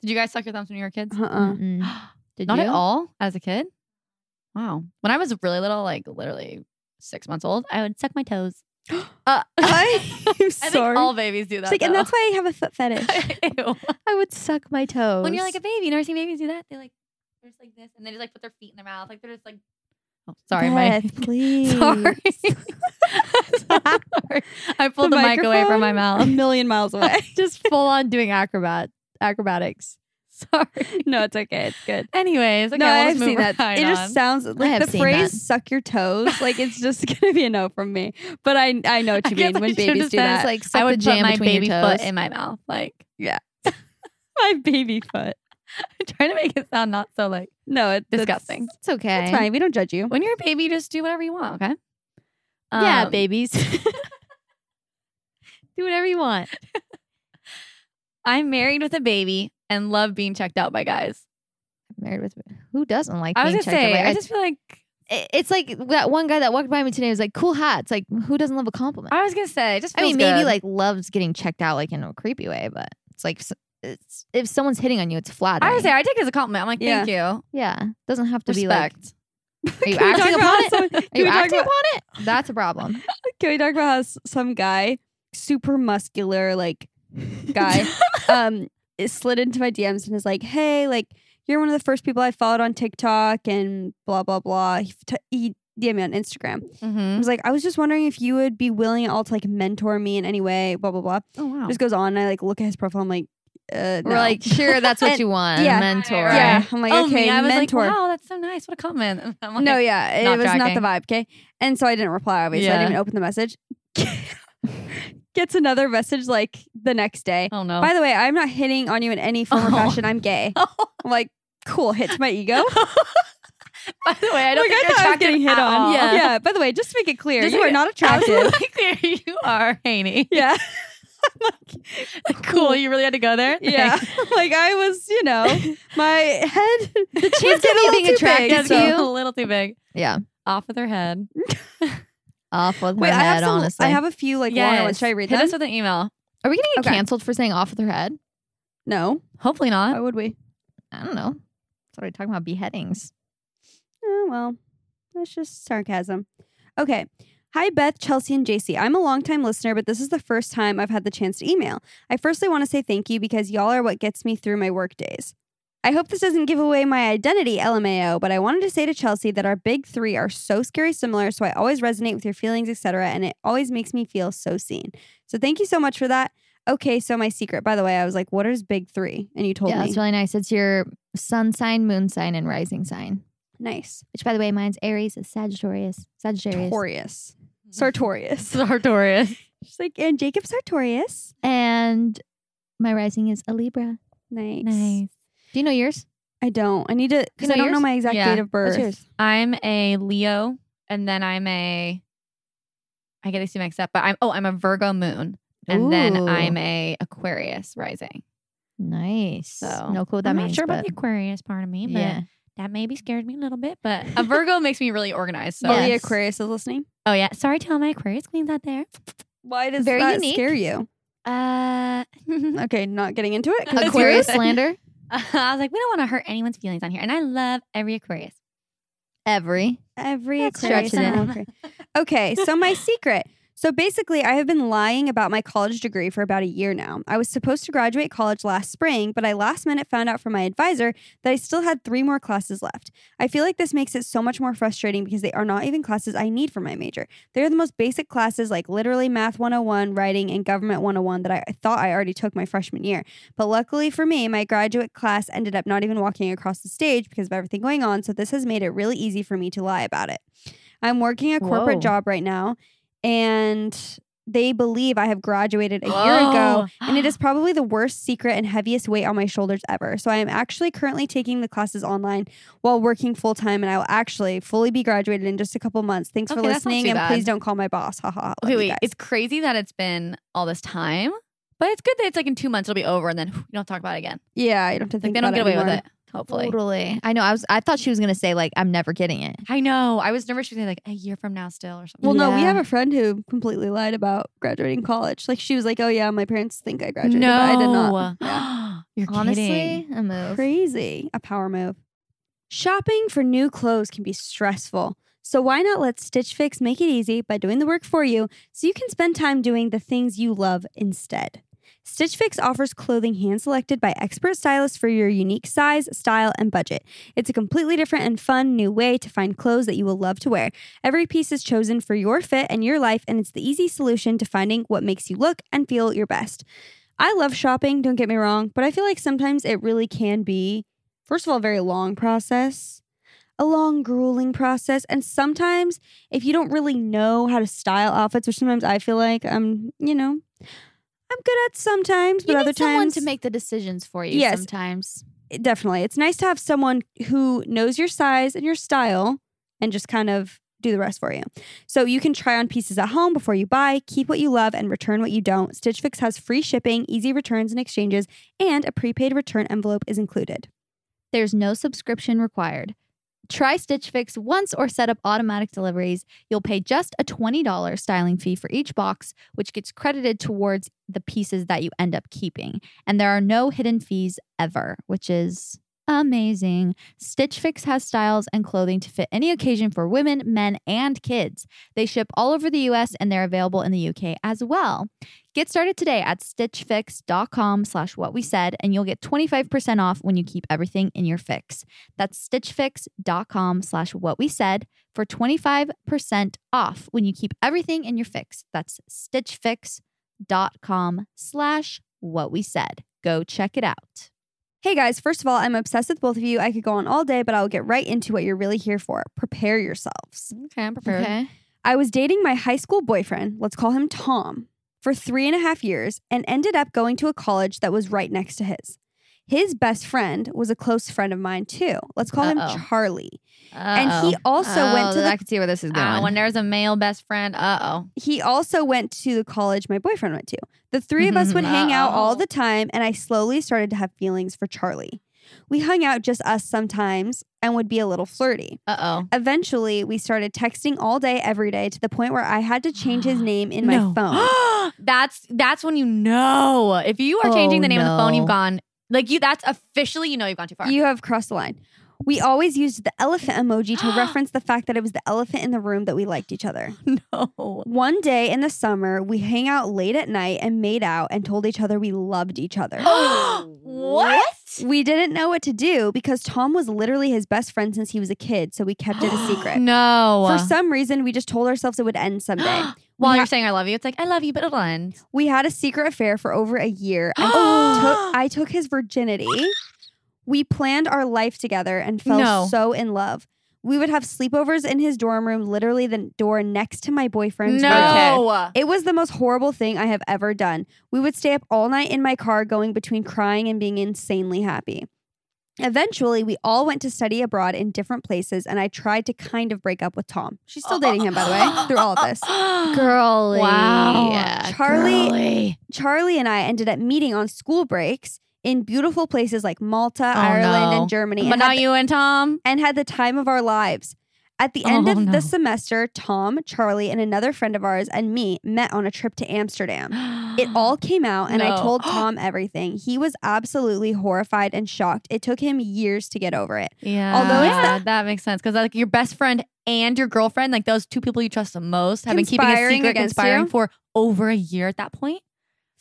Speaker 5: Did you guys suck your thumbs when you were kids?
Speaker 3: <laughs> Uh-uh.
Speaker 5: <gasps>
Speaker 4: Mm-mm. Did
Speaker 5: Not
Speaker 4: you?
Speaker 5: at all as a kid.
Speaker 3: <gasps>
Speaker 5: Wow. When I was really little, like literally six months old, I would suck my toes. Uh, <laughs>
Speaker 3: I'm
Speaker 5: I think
Speaker 3: sorry.
Speaker 5: all babies do that.
Speaker 3: It's like, and
Speaker 5: though.
Speaker 3: that's why I have a foot
Speaker 5: <laughs>
Speaker 3: fetish.
Speaker 5: Ew.
Speaker 4: I would suck my toes.
Speaker 5: when you're like a baby, you never see babies do that. They like they're just like this, and they just like put their feet in their mouth, like they're just like. Oh, sorry, my <laughs>
Speaker 4: Beth, please.
Speaker 3: <laughs>
Speaker 5: sorry. sorry. I pulled the, mic away from my
Speaker 3: a
Speaker 5: mouth. <laughs>
Speaker 3: million miles away. <laughs>
Speaker 4: Just full on doing acrobat acrobatics.
Speaker 5: <laughs>
Speaker 4: Sorry.
Speaker 3: no, it's okay. It's good.
Speaker 5: Anyways, okay,
Speaker 3: no,
Speaker 5: well, let's
Speaker 3: I've
Speaker 5: move
Speaker 3: seen that.
Speaker 5: <laughs> right
Speaker 3: it
Speaker 5: on.
Speaker 3: just sounds like
Speaker 4: have
Speaker 3: the
Speaker 4: seen
Speaker 3: phrase
Speaker 4: that.
Speaker 3: "suck your
Speaker 5: <laughs>
Speaker 3: toes." Like it's just <laughs> gonna be a no from me. But I I know what
Speaker 5: I
Speaker 3: you
Speaker 5: guess
Speaker 3: mean
Speaker 5: I
Speaker 3: when
Speaker 5: should've
Speaker 3: babies
Speaker 5: just
Speaker 3: do
Speaker 5: said
Speaker 3: that.
Speaker 5: it's
Speaker 4: It's like suck
Speaker 5: I
Speaker 4: the
Speaker 5: would put
Speaker 4: jam
Speaker 5: my
Speaker 4: between
Speaker 5: baby
Speaker 4: your
Speaker 5: foot
Speaker 4: toes.
Speaker 5: in my mouth, like <laughs>
Speaker 3: my baby foot.
Speaker 5: trying to make it sound not so like
Speaker 3: No, it, that's-
Speaker 5: disgusting.
Speaker 4: It's okay.
Speaker 3: That's, fine. We don't judge you.
Speaker 5: When you're a baby, just do whatever you want, okay?
Speaker 4: <laughs> yeah,
Speaker 5: Um, <laughs>
Speaker 4: babies. <laughs> Do whatever you want.
Speaker 5: I'm married with a baby and love being checked out by guys.
Speaker 4: Married with who doesn't like?
Speaker 5: I was gonna
Speaker 4: being checked out
Speaker 5: say,
Speaker 4: by
Speaker 5: I
Speaker 4: guys?
Speaker 5: just feel like
Speaker 4: I- it's like that one guy that walked by me today was like, "Cool hat." It's like, who doesn't love a compliment?
Speaker 5: I was gonna say, it just
Speaker 4: I mean,
Speaker 5: feels
Speaker 4: maybe
Speaker 5: good.
Speaker 4: like loves getting checked out like in a creepy way, but it's like s- it's, if someone's hitting on you, it's flattering.
Speaker 5: I would say I take it as a compliment. I'm like, thank you,
Speaker 4: yeah, doesn't have to
Speaker 5: respect.
Speaker 4: be like. Are
Speaker 3: <laughs>
Speaker 4: you
Speaker 3: Can we
Speaker 4: acting
Speaker 3: talk
Speaker 4: upon
Speaker 3: about
Speaker 4: it?
Speaker 3: some-
Speaker 4: Are
Speaker 3: can
Speaker 4: you
Speaker 3: we talk
Speaker 4: acting
Speaker 3: about-
Speaker 4: upon it? That's
Speaker 3: <laughs>
Speaker 4: a problem.
Speaker 3: Can we talk about how s- some guy, super muscular, like
Speaker 5: <laughs>
Speaker 3: guy, um, is- slid into my DMs and is like, "Hey, like you're one of the first people I followed on TikTok and blah blah blah." He, f- t- he DM me on Instagram. I
Speaker 5: mm-hmm.
Speaker 3: was like, "I was just wondering if you would be willing at all to like mentor me in any way." Blah blah blah.
Speaker 5: Oh wow.
Speaker 3: Just goes on. And I like look at his profile. I'm like, uh,
Speaker 4: We're
Speaker 3: no.
Speaker 4: like, sure, that's what
Speaker 3: And-
Speaker 4: you want.
Speaker 3: yeah. <laughs>
Speaker 4: Mentor.
Speaker 3: yeah. I'm like,
Speaker 5: oh,
Speaker 3: okay,
Speaker 5: me, I was
Speaker 3: mentor.
Speaker 5: like, wow, that's so nice. What a comment. And <laughs> I'm like,
Speaker 3: no, yeah, it
Speaker 5: not
Speaker 3: was not the
Speaker 5: tracking.
Speaker 3: vibe. Okay, and so I didn't reply. Obviously, I
Speaker 5: Yeah.
Speaker 3: didn't even open the message. <laughs> Gets another message like the next day.
Speaker 5: oh no.
Speaker 3: By the way, I'm not hitting on you in any form or
Speaker 5: <laughs> Oh.
Speaker 3: fashion. I'm gay. I'm like, cool. Hit to my ego.
Speaker 5: By the way, <laughs> I don't
Speaker 3: like,
Speaker 5: think
Speaker 3: I thought I
Speaker 5: you're
Speaker 3: was getting
Speaker 5: attractive
Speaker 3: hit
Speaker 5: at
Speaker 3: on.
Speaker 5: all.
Speaker 3: Yeah.
Speaker 5: <laughs>
Speaker 3: yeah. By the way, just to make it clear,
Speaker 5: Just
Speaker 3: you
Speaker 5: like-
Speaker 3: are not attractive.
Speaker 5: Absolutely clear you are, Haney.
Speaker 3: <laughs> yeah.
Speaker 5: <laughs> cool. You really had to go there.
Speaker 3: <laughs>
Speaker 5: <laughs>
Speaker 3: <laughs> Yeah.
Speaker 5: Thanks.
Speaker 3: like I was, you know, my
Speaker 5: <laughs>
Speaker 3: head. The
Speaker 4: chance of me being attracted
Speaker 5: Yeah, it's
Speaker 4: Did you?
Speaker 5: a little too big.
Speaker 4: Yeah.
Speaker 5: Off of their head.
Speaker 4: Off with her
Speaker 3: Wait,
Speaker 4: head,
Speaker 3: I have some.
Speaker 4: honestly.
Speaker 3: I have a few like one one.
Speaker 5: Yes.
Speaker 3: Should I read
Speaker 5: Hit
Speaker 3: them?
Speaker 5: us with an email.
Speaker 4: Are we going to get
Speaker 3: Okay.
Speaker 4: canceled for saying off with her head?
Speaker 3: no.
Speaker 5: Hopefully
Speaker 3: Why
Speaker 5: not.
Speaker 3: would we?
Speaker 4: I don't know. It's already talking
Speaker 5: <laughs>
Speaker 4: about beheadings.
Speaker 3: Oh, well, that's just sarcasm. Okay. Hi, Beth, Chelsea, and JC. I'm a longtime listener, but this is the first time I've had the chance to email. I firstly want to say thank you because y'all are what gets me through my work days. I hope this doesn't give away my identity, LMAO, but I wanted to say to Chelsea that our big three are so scary similar, so I always resonate with your feelings, etc., and it always makes me feel so seen. So thank you so much for that. Okay, so my secret, by the way, I was like, what is big three? And you told
Speaker 4: yeah,
Speaker 3: me.
Speaker 4: it's really nice. It's your sun sign, moon sign, and rising sign.
Speaker 3: nice.
Speaker 4: Which, by the way, mine's Aries, is Sagittarius. Sagittarius.
Speaker 3: Sartorius. Sartorius.
Speaker 5: <laughs> Sartorius.
Speaker 3: She's like, and Jacob Sartorius.
Speaker 4: And my rising is a Libra.
Speaker 3: Nice.
Speaker 4: Do you know yours?
Speaker 3: I don't. I need to because
Speaker 4: know
Speaker 3: I don't know
Speaker 4: yours?
Speaker 3: my exact
Speaker 5: Yeah.
Speaker 3: date of birth.
Speaker 4: What's yours?
Speaker 5: I'm a Leo, and then I'm a. I get these two mixed up, but I'm oh, I'm a Virgo moon, and
Speaker 4: Ooh.
Speaker 5: then I'm a Aquarius rising.
Speaker 4: Nice.
Speaker 5: So
Speaker 4: no clue what that
Speaker 5: I'm
Speaker 4: means.
Speaker 5: not sure about
Speaker 4: but-
Speaker 5: the Aquarius part of me, but <laughs>
Speaker 4: yeah.
Speaker 5: that maybe scared me a little bit. But a Virgo makes me really organized. So
Speaker 3: Oh, the
Speaker 4: Yes.
Speaker 3: Aquarius is listening.
Speaker 5: oh yeah, sorry to all my Aquarius queens out there.
Speaker 3: Why does
Speaker 4: Very
Speaker 3: that
Speaker 4: unique.
Speaker 3: scare you?
Speaker 5: Uh, <laughs>
Speaker 3: Okay, not getting into it. 'cause it's
Speaker 4: Aquarius
Speaker 3: yours.
Speaker 4: slander?
Speaker 5: I was like, we don't want to hurt anyone's feelings on here, and I love every Aquarius.
Speaker 4: Every.
Speaker 3: <laughs> Every
Speaker 4: That's
Speaker 3: Aquarius.
Speaker 4: stretching
Speaker 3: and
Speaker 4: it.
Speaker 3: all Aquarius. Okay, so my secret. So basically, I have been lying about my college degree for about a year now. I was supposed to graduate college last spring, but I last minute found out from my advisor that I still had three more classes left. I feel like this makes it so much more frustrating because they are not even classes I need for my major. They're the most basic classes like literally Math 101, Writing, and Government 101 that I I thought I already took my freshman year. But luckily for me, my graduate class ended up not even walking across the stage because of everything going on, so this has made it really easy for me to lie about it. I'm working a corporate
Speaker 4: Whoa.
Speaker 3: job right now, and they believe I have graduated a year
Speaker 5: <gasps>
Speaker 3: ago, and it is probably the worst secret and heaviest weight on my shoulders ever. So I am actually currently taking the classes online while working full time, and I will actually fully be graduated in just a couple months. Thanks for
Speaker 5: Okay, that's not
Speaker 3: listening,
Speaker 5: too
Speaker 3: and
Speaker 5: bad.
Speaker 3: please don't call my boss. Haha. Love
Speaker 5: Okay,
Speaker 3: you
Speaker 5: wait.
Speaker 3: guys.
Speaker 5: It's crazy that it's been all this time, but it's good that it's like in two months it'll be over, and then whew, you don't have to talk about it again.
Speaker 3: yeah, you don't have to
Speaker 5: Like
Speaker 3: think
Speaker 5: they don't
Speaker 3: about
Speaker 5: get away with
Speaker 3: anymore.
Speaker 5: it. Hopefully.
Speaker 4: Totally. I know. I was. I thought she was gonna say like, I'm never getting it.
Speaker 5: I know. I was nervous. She was gonna be like a year from now still or something.
Speaker 3: Well, no, we
Speaker 4: Yeah.
Speaker 3: have a friend who completely lied about graduating college. Like she was like, "Oh yeah, my parents think I <gasps> graduated, but I did not." <gasps> Yeah.
Speaker 5: <gasps> You're
Speaker 4: Honestly,
Speaker 5: kidding.
Speaker 4: a move.
Speaker 3: Crazy, a power move. Shopping for new clothes can be stressful. So why not let Stitch Fix make it easy by doing the work for you so you can spend time doing the things you love instead? Stitch Fix offers clothing hand selected by expert stylists for your unique size, style, and budget. It's a completely different and fun new way to find clothes that you will love to wear. Every piece is chosen for your fit and your life, and it's the easy solution to finding what makes you look and feel your best. I love shopping, don't get me wrong, but I feel like sometimes it really can be, first of all, a very long process, a long, grueling process. And sometimes, if you don't really know how to style outfits, which sometimes I feel like I'm, you know, I'm good at sometimes, but
Speaker 4: you need
Speaker 3: other
Speaker 4: someone
Speaker 3: times
Speaker 4: to make the decisions for you
Speaker 3: Yes.
Speaker 4: sometimes.
Speaker 3: definitely. It's nice to have someone who knows your size and your style and just kind of do the rest for you. So you can try on pieces at home before you buy, keep what you love, and return what you don't. Stitch Fix has free shipping, easy returns and exchanges, and a prepaid return envelope is included.
Speaker 4: There's no subscription required. Try Stitch Fix once or set up automatic deliveries. You'll pay just a $20 styling fee for each box, which gets credited towards the pieces that you end up keeping. And there are no hidden fees ever, which is amazing. Stitch Fix has styles and clothing to fit any occasion for women, men, and kids. They ship all over the US and they're available in the UK as well. Get started today at stitchfix.com slash what we said, and you'll get 25% off when you keep everything in your fix. That's stitchfix.com slash what we said for 25% off when you keep everything in your fix. That's stitchfix.com slash what we said. Go check it out.
Speaker 3: Hey guys, first of all, I'm obsessed with both of you. I could go on all day, but I'll get right into what you're really here for. Prepare yourselves.
Speaker 5: Okay, I'm prepared.
Speaker 3: I was dating my high school boyfriend, let's call him Tom, for three and a half years and ended up going to a college that was right next to his. His best friend was a close friend of mine too. Let's call
Speaker 4: Uh-oh.
Speaker 3: him Charlie. And he also went to the
Speaker 4: I can see where this is going.
Speaker 5: Uh, when there's a male best friend, uh oh.
Speaker 3: he also went to the college my boyfriend went to. The three of us would hang out all the time, and I slowly started to have feelings for Charlie. We hung out just us sometimes and would be a little flirty.
Speaker 5: Uh oh.
Speaker 3: Eventually, we started texting all day, every day, to the point where I had to change his name in my phone.
Speaker 5: <gasps> that's that's when you know if you are changing
Speaker 4: Oh,
Speaker 5: the name of the phone,
Speaker 4: no.
Speaker 5: you've gone like you. That's officially you know you've gone too far.
Speaker 3: You have crossed the line. We always used the elephant emoji to reference the fact that it was the elephant in the room that we liked each other.
Speaker 5: know.
Speaker 3: One day in the summer, we hang out late at night and made out and told each other we loved each other. <gasps>
Speaker 5: <gasps> what?
Speaker 3: We didn't know what to do because Tom was literally his best friend since he was a kid, so we kept it a secret.
Speaker 5: <gasps> No.
Speaker 3: For some reason, we just told ourselves it would end someday.
Speaker 5: While
Speaker 3: we,
Speaker 5: you're
Speaker 3: ha-
Speaker 5: saying I love you, it's like I love you, but it'll end.
Speaker 3: we had a secret affair for over a year. I,
Speaker 5: <gasps>
Speaker 3: took, I took his virginity. We planned our life together and fell
Speaker 5: No.
Speaker 3: so in love. We would have sleepovers in his dorm room, literally the door next to my boyfriend's room.
Speaker 5: No.
Speaker 3: It was the most horrible thing I have ever done. We would stay up all night in my car going between crying and being insanely happy. Eventually, we all went to study abroad in different places, and I tried to kind of break up with Tom. She's still dating him, by the way, through all of this. <gasps>
Speaker 4: Girly.
Speaker 5: Wow.
Speaker 3: Charlie-
Speaker 5: girly.
Speaker 3: Charlie and I ended up meeting on school breaks in beautiful places like Malta,
Speaker 5: Oh,
Speaker 3: Ireland,
Speaker 5: no.
Speaker 3: and Germany.
Speaker 5: But
Speaker 3: and
Speaker 5: now
Speaker 3: had the-
Speaker 5: you and Tom.
Speaker 3: and had the time of our lives. At the end
Speaker 5: Oh,
Speaker 3: of
Speaker 5: no.
Speaker 3: the semester, Tom, Charlie, and another friend of ours and me met on a trip to Amsterdam.
Speaker 5: <gasps>
Speaker 3: It all came out, and I
Speaker 5: No. <gasps>
Speaker 3: told Tom everything. He was absolutely horrified and shocked. It took him years to get over it.
Speaker 5: Yeah.
Speaker 3: Although it's
Speaker 5: that, makes sense because like your best friend and your girlfriend, like those two people you trust the most, have been keeping a
Speaker 3: Conspiring
Speaker 5: secret
Speaker 3: against
Speaker 5: conspiring
Speaker 3: you?
Speaker 5: for over a year at that point.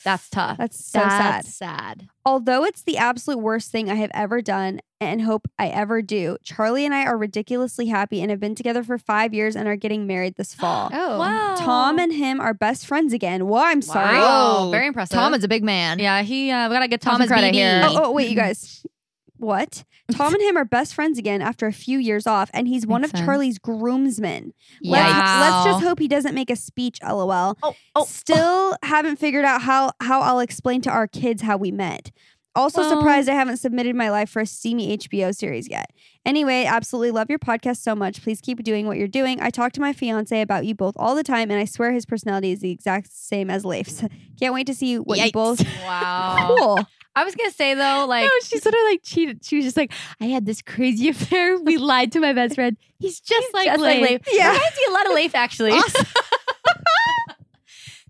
Speaker 5: That's tough.
Speaker 3: That's so sad.
Speaker 4: sad.
Speaker 3: Although it's the absolute worst thing I have ever done and hope I ever do, Charlie and I are ridiculously happy and have been together for five years and are getting married this fall.
Speaker 4: Oh.
Speaker 5: wow.
Speaker 3: Tom and him are best friends again. Well, I'm sorry.
Speaker 5: Wow. Very impressive.
Speaker 4: Tom is a big man.
Speaker 5: Yeah, he. Uh, we gotta get Tom,
Speaker 4: Tom
Speaker 5: some
Speaker 4: is
Speaker 5: credit
Speaker 4: BD.
Speaker 5: here.
Speaker 3: Oh, oh, wait,
Speaker 5: <laughs>
Speaker 3: you guys. What? Tom and him are best friends again after a few years off, and he's one
Speaker 5: Makes
Speaker 3: of
Speaker 5: sense.
Speaker 3: Charlie's groomsmen. Let's,
Speaker 4: Yikes.
Speaker 3: let's just hope he doesn't make a speech, lol.
Speaker 5: Oh, oh.
Speaker 3: Still haven't figured out how, how I'll explain to our kids how we met. Also,
Speaker 5: Well-
Speaker 3: surprised I haven't submitted my life for a steamy HBO series yet. Anyway, absolutely love your podcast so much. Please keep doing what you're doing. I talk to my fiance about you both all the time, and I swear his personality is the exact same as Leif's. <laughs> Can't wait to see what you
Speaker 4: Yikes.
Speaker 3: both.
Speaker 5: <laughs> Wow. <laughs>
Speaker 3: Cool.
Speaker 5: I was gonna say though, like
Speaker 4: no, she sort of like cheated. She was just like, I had this crazy <laughs> affair. We lied to my best friend. He's just like
Speaker 5: just like
Speaker 4: Leif."
Speaker 5: <laughs> Leif.
Speaker 3: Yeah.
Speaker 5: Reminds me a lot of Leif, actually. <laughs>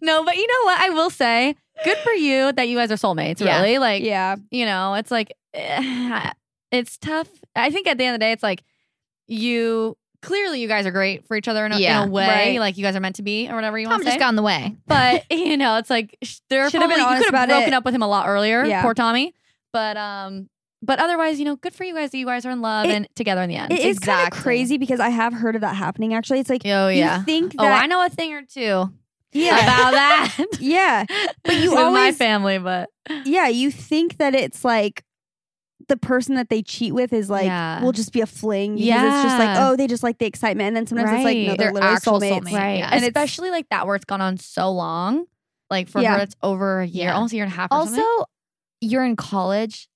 Speaker 5: no, but you know what? I will say, good for you that you guys are soulmates,
Speaker 4: Yeah.
Speaker 5: really. Like,
Speaker 3: Yeah.
Speaker 5: you know, <sighs> it's like, eh, it's tough. I think at the end of the day, it's like you clearly you guys are great for each other in a, in a
Speaker 4: Yeah.
Speaker 5: way.
Speaker 3: Right.
Speaker 5: Like you guys are meant to be or whatever you want
Speaker 4: Tom
Speaker 5: to say.
Speaker 4: just got in the way.
Speaker 5: <laughs> but you know, it's like sh- there should
Speaker 3: Should've
Speaker 5: have
Speaker 3: been
Speaker 5: been
Speaker 3: honest
Speaker 5: you could have
Speaker 3: about
Speaker 5: broken
Speaker 3: it.
Speaker 5: up with him a lot earlier.
Speaker 3: Yeah.
Speaker 5: Poor Tommy. But um, but otherwise, you know, good for you guys that you guys are in love
Speaker 3: It-
Speaker 5: and together in the end.
Speaker 3: It is kind
Speaker 4: Exactly.
Speaker 3: of crazy because I have heard of that happening. Actually, it's like
Speaker 5: oh yeah.
Speaker 3: you think
Speaker 5: Oh, I
Speaker 3: that
Speaker 5: know a thing or two
Speaker 3: yeah
Speaker 5: about that.
Speaker 3: <gasps> yeah <laughs> But you
Speaker 5: <laughs> With my
Speaker 3: always-
Speaker 5: family, but
Speaker 3: yeah you think that it's like the person that they cheat with is like
Speaker 5: Yeah.
Speaker 3: will just be a fling because it's just like
Speaker 5: Yeah.
Speaker 3: oh they just like the excitement and then sometimes it's like no
Speaker 5: Right.
Speaker 3: they're,
Speaker 4: They're
Speaker 3: literally
Speaker 4: actual
Speaker 3: soulmates.
Speaker 4: soulmates. Right.
Speaker 5: And
Speaker 3: And it's-
Speaker 5: especially like that where it's gone on so long. Like for
Speaker 3: Yeah.
Speaker 5: her, it's over a year,
Speaker 4: Yeah.
Speaker 5: almost a year and a half. Or
Speaker 4: Also,
Speaker 5: something.
Speaker 4: you're in college.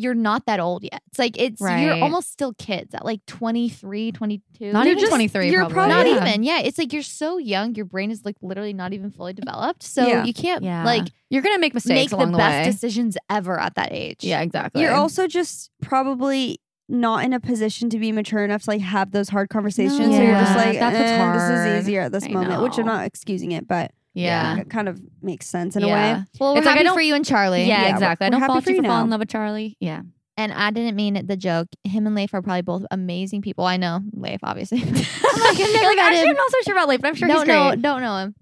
Speaker 4: You're not that old yet. It's like it's you're
Speaker 5: Right.
Speaker 4: almost still kids at like 23, 22.
Speaker 5: not
Speaker 3: You're
Speaker 5: even
Speaker 3: just-
Speaker 5: twenty three.
Speaker 3: you're
Speaker 5: probably.
Speaker 3: probably-
Speaker 4: Not
Speaker 3: Yeah.
Speaker 4: even. Yeah, it's like you're so young. Your brain is like literally not even fully developed. So
Speaker 3: Yeah.
Speaker 4: you can't
Speaker 5: Yeah.
Speaker 4: like
Speaker 5: You're gonna make mistakes
Speaker 4: make the
Speaker 5: along the,
Speaker 4: best
Speaker 5: way.
Speaker 4: decisions ever at that age.
Speaker 5: yeah, exactly.
Speaker 3: you're also just probably not in a position to be mature enough to like have those hard conversations. So you're just
Speaker 4: Yeah,
Speaker 3: like,
Speaker 5: that's what's
Speaker 3: "Eh, this
Speaker 5: hard."
Speaker 3: is easier at this
Speaker 5: I
Speaker 3: moment, which I'm
Speaker 5: know.
Speaker 3: not excusing it, but
Speaker 5: yeah.
Speaker 3: it kind of makes sense in a
Speaker 5: Yeah.
Speaker 3: way.
Speaker 4: Well, we're
Speaker 5: It's like, I
Speaker 4: happy
Speaker 5: don't-
Speaker 4: for you and Charlie.
Speaker 5: Yeah,
Speaker 3: Yeah,
Speaker 5: exactly. I
Speaker 3: we're
Speaker 5: don't
Speaker 3: happy
Speaker 5: fault
Speaker 3: for
Speaker 5: you
Speaker 3: you
Speaker 5: for falling in
Speaker 3: now.
Speaker 5: love with Charlie. Yeah.
Speaker 4: And I didn't mean the joke. Him and Leif are probably both amazing people. I know Leif,
Speaker 5: <laughs>
Speaker 4: obviously. <laughs> I'm like, I've never
Speaker 5: You're like,
Speaker 4: met
Speaker 5: actually,
Speaker 4: him.
Speaker 5: I'm not so sure about Leif, but I'm sure
Speaker 4: don't
Speaker 5: he's
Speaker 4: know,
Speaker 5: great.
Speaker 4: don't know him.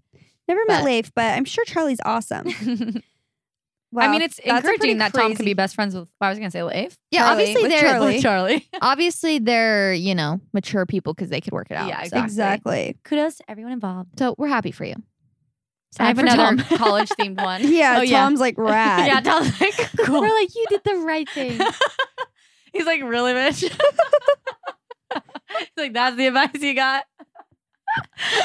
Speaker 3: Never met
Speaker 4: But-
Speaker 3: Leif, but I'm sure Charlie's awesome.
Speaker 5: I
Speaker 3: Wow,
Speaker 5: mean, it's
Speaker 3: that's a pretty
Speaker 5: encouraging that Tom can
Speaker 3: crazy-
Speaker 5: be best friends with. I was gonna say Leif.
Speaker 4: Yeah,
Speaker 3: Charlie,
Speaker 4: obviously
Speaker 3: with
Speaker 4: they're
Speaker 3: Charlie.
Speaker 5: With <laughs> Charlie.
Speaker 4: obviously they're you know mature people because they could work it out.
Speaker 5: Yeah,
Speaker 4: so.
Speaker 3: exactly.
Speaker 5: Kudos to everyone involved.
Speaker 4: So we're happy for you.
Speaker 5: I have
Speaker 4: for
Speaker 5: another
Speaker 4: Tom. <laughs>
Speaker 5: college themed <laughs> one.
Speaker 3: Yeah,
Speaker 5: Oh,
Speaker 3: Tom's like rad.
Speaker 5: <laughs> yeah, Tom's like
Speaker 3: <laughs>
Speaker 5: cool.
Speaker 4: We're like, you did the right thing.
Speaker 5: <laughs> He's like, really,
Speaker 3: <laughs>
Speaker 5: bitch? He's like, that's the advice you got?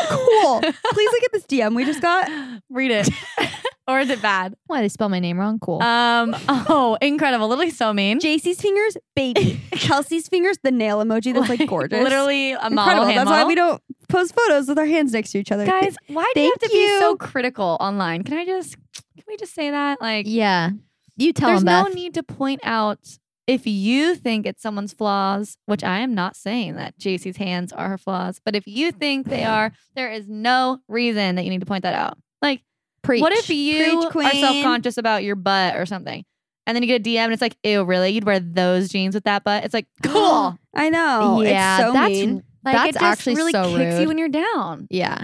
Speaker 3: cool. Please look at this DM we just got.
Speaker 5: <laughs> Read it. <laughs> or is it bad?
Speaker 4: Why they spell my name wrong? Cool.
Speaker 5: Um. Oh, incredible. Literally so mean.
Speaker 3: JC's fingers,
Speaker 5: <laughs>
Speaker 3: baby. Kelsey's fingers, the nail emoji that's like gorgeous.
Speaker 5: Literally a model.
Speaker 3: incredible.
Speaker 5: hand
Speaker 3: That's why
Speaker 5: model.
Speaker 3: we don't post photos with our hands next to each other.
Speaker 5: Guys, why do you have
Speaker 3: Thank
Speaker 5: to be so
Speaker 3: you.
Speaker 5: critical online? Can I just, can we just say that? Like,
Speaker 4: yeah, you tell
Speaker 5: there's
Speaker 4: him,
Speaker 5: no
Speaker 4: Beth.
Speaker 5: need to point out if you think it's someone's flaws, which I am not saying that JC's hands are her flaws, but if you think they are, there is no reason that you need to point that out. Like,
Speaker 4: Preach.
Speaker 5: what if you
Speaker 3: Preach,
Speaker 5: are
Speaker 3: queen.
Speaker 5: self conscious about your butt or something? And then you get a DM and it's like, ew, really? You'd wear those jeans with that butt?
Speaker 3: <gasps>
Speaker 5: It's like, <gasps> cool.
Speaker 3: I know.
Speaker 4: yeah,
Speaker 3: Oh, it's so
Speaker 4: that's
Speaker 3: mean.
Speaker 5: Like,
Speaker 4: that's
Speaker 5: it just
Speaker 4: actually
Speaker 5: really
Speaker 4: so
Speaker 5: kicks
Speaker 4: rude.
Speaker 5: you when you're down.
Speaker 4: yeah.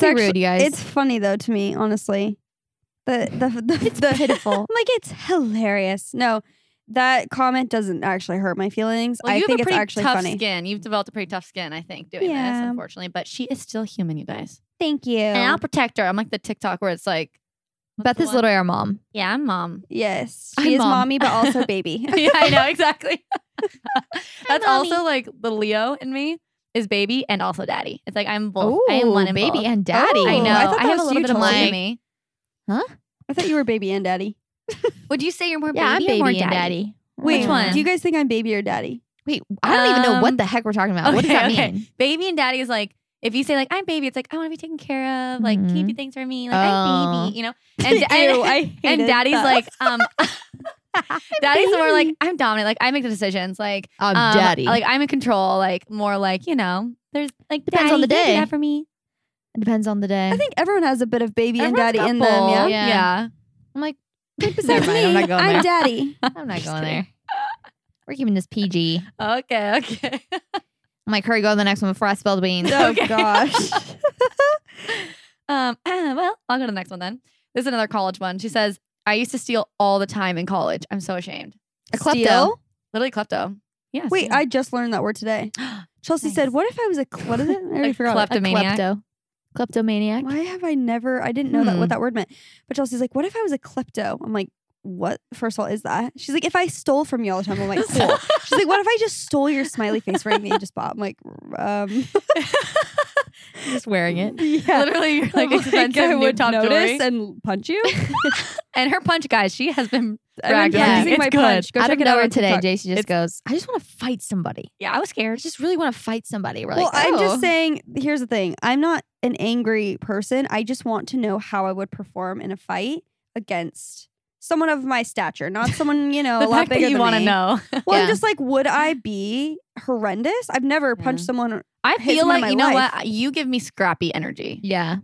Speaker 3: It's
Speaker 4: be
Speaker 3: actu-
Speaker 4: rude, you guys.
Speaker 3: It's funny though to me, honestly. The <laughs> the the, the
Speaker 4: pitiful.
Speaker 3: I'm <laughs> like it's hilarious. No, that comment doesn't actually hurt my feelings.
Speaker 5: Well,
Speaker 3: I
Speaker 5: you
Speaker 3: think
Speaker 5: have a
Speaker 3: it's
Speaker 5: pretty
Speaker 3: actually
Speaker 5: tough
Speaker 3: funny.
Speaker 5: skin. You've developed a pretty tough skin, I think, doing
Speaker 3: Yeah.
Speaker 5: this, unfortunately. But she is still human, you guys.
Speaker 3: Thank you.
Speaker 5: And I'll protect her. I'm like the TikTok where it's like, what's
Speaker 4: Beth
Speaker 5: the
Speaker 4: is
Speaker 5: one?
Speaker 4: literally our mom.
Speaker 5: Yeah, I'm mom.
Speaker 3: yes,
Speaker 4: I'm
Speaker 3: she is
Speaker 4: mom.
Speaker 3: mommy, but
Speaker 4: <laughs>
Speaker 3: also baby.
Speaker 5: <laughs> yeah, I know <laughs> exactly. That's
Speaker 4: mommy.
Speaker 5: also like the Leo in me is baby and also daddy. It's like I'm both. I am
Speaker 4: Ooh,
Speaker 5: one and
Speaker 4: baby
Speaker 5: both.
Speaker 4: and daddy.
Speaker 3: Ooh,
Speaker 5: Oh, I know.
Speaker 3: I
Speaker 5: I,
Speaker 3: thought that
Speaker 5: have a
Speaker 3: was
Speaker 5: little
Speaker 3: you,
Speaker 5: bit of Leo
Speaker 3: Chelsea.
Speaker 5: in me.
Speaker 3: I thought you were baby and daddy.
Speaker 5: Would you say you're more
Speaker 4: Yeah, I'm
Speaker 5: baby,
Speaker 4: baby
Speaker 5: or more
Speaker 4: and daddy.
Speaker 3: Wait,
Speaker 5: Which one?
Speaker 3: Do you guys think I'm baby or daddy?
Speaker 4: Wait, I don't even know
Speaker 5: Um,
Speaker 4: what the heck we're talking about. what does
Speaker 5: okay,
Speaker 4: that
Speaker 5: okay.
Speaker 4: mean?
Speaker 5: Baby and daddy is like if you say like I'm baby, it's like I want to be taken care of. Like can you
Speaker 4: Mhm.
Speaker 5: do things for me? Like
Speaker 4: Oh.
Speaker 5: I'm baby, you <laughs> know. And,
Speaker 3: Ew,
Speaker 5: and,
Speaker 3: I
Speaker 5: <laughs> and
Speaker 3: hated
Speaker 5: daddy's
Speaker 3: that.
Speaker 5: like <laughs> um. <laughs> daddy's more like
Speaker 3: baby.
Speaker 5: I'm dominant. Like I make the decisions. Like
Speaker 4: I'm
Speaker 5: um,
Speaker 4: daddy.
Speaker 5: Like I'm in control. Like more like you know. There's like
Speaker 4: Depends on
Speaker 5: daddy,
Speaker 4: the
Speaker 5: can you
Speaker 4: day.
Speaker 5: Do that for me.
Speaker 4: it depends on the day.
Speaker 3: I
Speaker 4: <laughs>
Speaker 3: think everyone has a bit of baby and
Speaker 5: Everyone's
Speaker 3: daddy in
Speaker 5: couple.
Speaker 3: them. Yeah.
Speaker 4: Yeah. I'm like,
Speaker 3: Besides
Speaker 4: Never mind, I'm
Speaker 3: me,
Speaker 4: not going
Speaker 3: I'm
Speaker 4: there. <laughs>
Speaker 3: daddy. <laughs>
Speaker 4: I'm not
Speaker 5: Just
Speaker 4: going
Speaker 5: kidding.
Speaker 4: there. We're keeping this PG.
Speaker 5: yeah. Okay. Okay.
Speaker 4: I'm like, hurry, go to the next one before I spill the beans.
Speaker 3: Oh
Speaker 5: Okay.
Speaker 3: gosh.
Speaker 5: <laughs> um. <clears throat> Well, I'll go to the next one then. This is another college one. She says, "I used to steal all the time in college. I'm so ashamed.
Speaker 4: A klepto.
Speaker 3: Steal?
Speaker 5: Literally klepto. Yeah.
Speaker 3: Wait,
Speaker 5: steal.
Speaker 3: I just learned that word today. Chelsea
Speaker 5: Nice.
Speaker 3: said, "What if I was a cl- what is it? I already
Speaker 5: A
Speaker 3: forgot. it.
Speaker 5: klepto- Kleptomaniac.
Speaker 4: A klepto. Kleptomaniac.
Speaker 3: Why have I never? I didn't know that
Speaker 4: Hmm.
Speaker 3: what that word meant. But Chelsea's like, "What if I was a klepto?" I'm like, "What? First of all, is that?" She's like, "If I stole from you all the time." I'm
Speaker 5: <laughs>
Speaker 3: like, "Cool." She's like, "What if I just stole your smiley face ring that you just bought?" I'm like, "Um,
Speaker 4: Just wearing
Speaker 3: <laughs>
Speaker 4: it.
Speaker 3: yeah."
Speaker 5: <gasps> Literally, you're
Speaker 3: I'm <laughs>
Speaker 5: like expensive
Speaker 3: I
Speaker 5: new
Speaker 3: would
Speaker 5: top jewelry.
Speaker 3: notice and punch
Speaker 5: <laughs>
Speaker 3: you.
Speaker 5: And her punch, guys, she has been.
Speaker 3: I'm
Speaker 5: Practicing.
Speaker 3: practicing
Speaker 5: It's
Speaker 3: my
Speaker 5: good.
Speaker 3: punch. Go
Speaker 4: I
Speaker 3: check
Speaker 4: don't
Speaker 3: it out
Speaker 4: know her
Speaker 3: on
Speaker 4: today.
Speaker 3: TikTok.
Speaker 4: Jace just
Speaker 5: It's-
Speaker 4: goes, I just want to fight somebody.
Speaker 5: Yeah, I was
Speaker 4: I
Speaker 5: scared.
Speaker 4: just really want to fight somebody. We're
Speaker 3: well,
Speaker 4: like,
Speaker 3: I'm
Speaker 4: "Oh."
Speaker 3: just saying. Here's the thing: I'm not an angry person. I just want to know how I would perform in a fight against someone of my stature, not someone you know
Speaker 5: <laughs> the
Speaker 3: a lot
Speaker 5: fact
Speaker 3: bigger
Speaker 5: that you
Speaker 3: than
Speaker 5: want to
Speaker 3: me.
Speaker 5: know.
Speaker 3: Well,
Speaker 4: Yeah.
Speaker 3: I'm just like, would I be horrendous? I've never
Speaker 5: Yeah.
Speaker 3: punched someone.
Speaker 5: I
Speaker 3: Hit
Speaker 5: feel
Speaker 3: someone in
Speaker 5: like
Speaker 3: my
Speaker 5: you know
Speaker 3: life.
Speaker 5: what you give me scrappy energy.
Speaker 4: Yeah.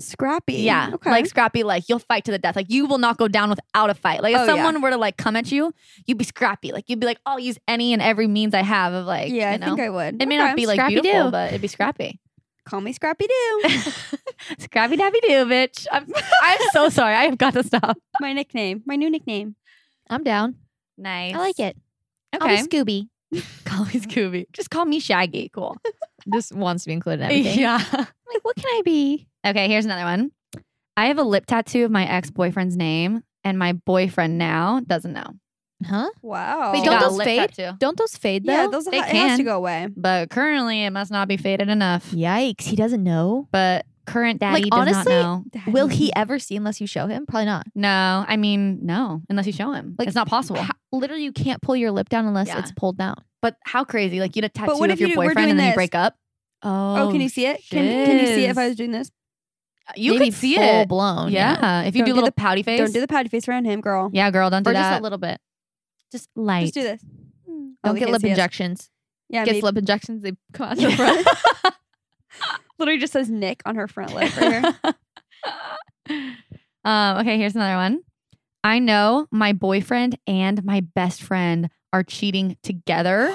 Speaker 3: Scrappy.
Speaker 5: Yeah.
Speaker 3: Okay.
Speaker 5: Like scrappy, like you'll fight to the death. Like you will not go down without a fight. Like if
Speaker 3: Oh, yeah.
Speaker 5: someone were to like come at you, you'd be scrappy. Like you'd be like, I'll use any and every means I have of like,
Speaker 3: yeah,
Speaker 5: you
Speaker 3: I
Speaker 5: know.
Speaker 3: think I would.
Speaker 5: it may
Speaker 3: Okay.
Speaker 5: not be like
Speaker 4: Scrappy
Speaker 5: beautiful,
Speaker 4: Doo.
Speaker 5: but it'd be scrappy.
Speaker 3: Call me Scrappy Doo.
Speaker 5: <laughs>
Speaker 3: <laughs>
Speaker 5: scrappy dabby doo, bitch. I'm, <laughs> I'm so sorry. I have got to stop.
Speaker 3: my nickname. My new nickname.
Speaker 4: I'm down.
Speaker 5: Nice.
Speaker 4: I like it.
Speaker 5: Okay.
Speaker 4: I'll be Scooby.
Speaker 5: Call me Scooby. Just call me Shaggy. <laughs> Cool.
Speaker 4: Just wants to be included in everything.
Speaker 5: Yeah.
Speaker 4: Like, what can I be?
Speaker 5: Okay, here's another one. I have a lip tattoo of my ex boyfriend's name, and my boyfriend now doesn't know.
Speaker 4: Huh?
Speaker 3: Wow.
Speaker 4: Wait,
Speaker 5: She
Speaker 4: don't
Speaker 5: got a
Speaker 4: those
Speaker 5: lip
Speaker 4: fade?
Speaker 5: tattoo.
Speaker 4: Don't those fade though?
Speaker 3: yeah, those
Speaker 5: They
Speaker 3: ha- it has to
Speaker 5: can.
Speaker 3: go away.
Speaker 5: But currently, it must not be faded enough.
Speaker 4: Yikes! He doesn't know.
Speaker 5: But current daddy
Speaker 4: Like,
Speaker 5: does
Speaker 4: honestly,
Speaker 5: not know.
Speaker 4: Will he ever see unless you show him? Probably not.
Speaker 5: No, I mean no, unless you show him.
Speaker 4: Like,
Speaker 5: it's not possible.
Speaker 4: Ho- literally, you can't pull your lip down unless
Speaker 5: Yeah.
Speaker 4: it's pulled down.
Speaker 5: but how crazy? Like you get a tattoo
Speaker 3: what
Speaker 5: of
Speaker 3: if
Speaker 5: your
Speaker 3: you- we're
Speaker 5: boyfriend and
Speaker 3: doing
Speaker 5: then
Speaker 3: this?
Speaker 5: you break up.
Speaker 3: Oh, can you see it? Can, can you see it if I was
Speaker 5: shiz.
Speaker 3: doing this?
Speaker 5: You
Speaker 4: Maybe
Speaker 5: could see
Speaker 4: full
Speaker 5: it.
Speaker 4: blown.
Speaker 5: yeah. if you
Speaker 3: Don't
Speaker 5: do
Speaker 3: do
Speaker 5: a little
Speaker 3: the-
Speaker 5: pouty face.
Speaker 3: Don't do the patty face around him, girl.
Speaker 5: yeah, girl, don't do
Speaker 4: or
Speaker 5: that.
Speaker 4: just a little bit. Just light.
Speaker 3: Just do this. Oh,
Speaker 4: Don't
Speaker 3: they
Speaker 4: get
Speaker 3: can't
Speaker 4: lip
Speaker 3: see us.
Speaker 4: injections.
Speaker 3: Yeah,
Speaker 4: Gets
Speaker 3: maybe-
Speaker 4: lip injections. They come out the
Speaker 5: Yeah.
Speaker 4: front.
Speaker 3: literally just says Nick on her front lip right
Speaker 5: <laughs>
Speaker 3: here.
Speaker 5: <laughs>
Speaker 3: <laughs>
Speaker 5: um, okay, here's another one. I know my boyfriend and my best friend are cheating together,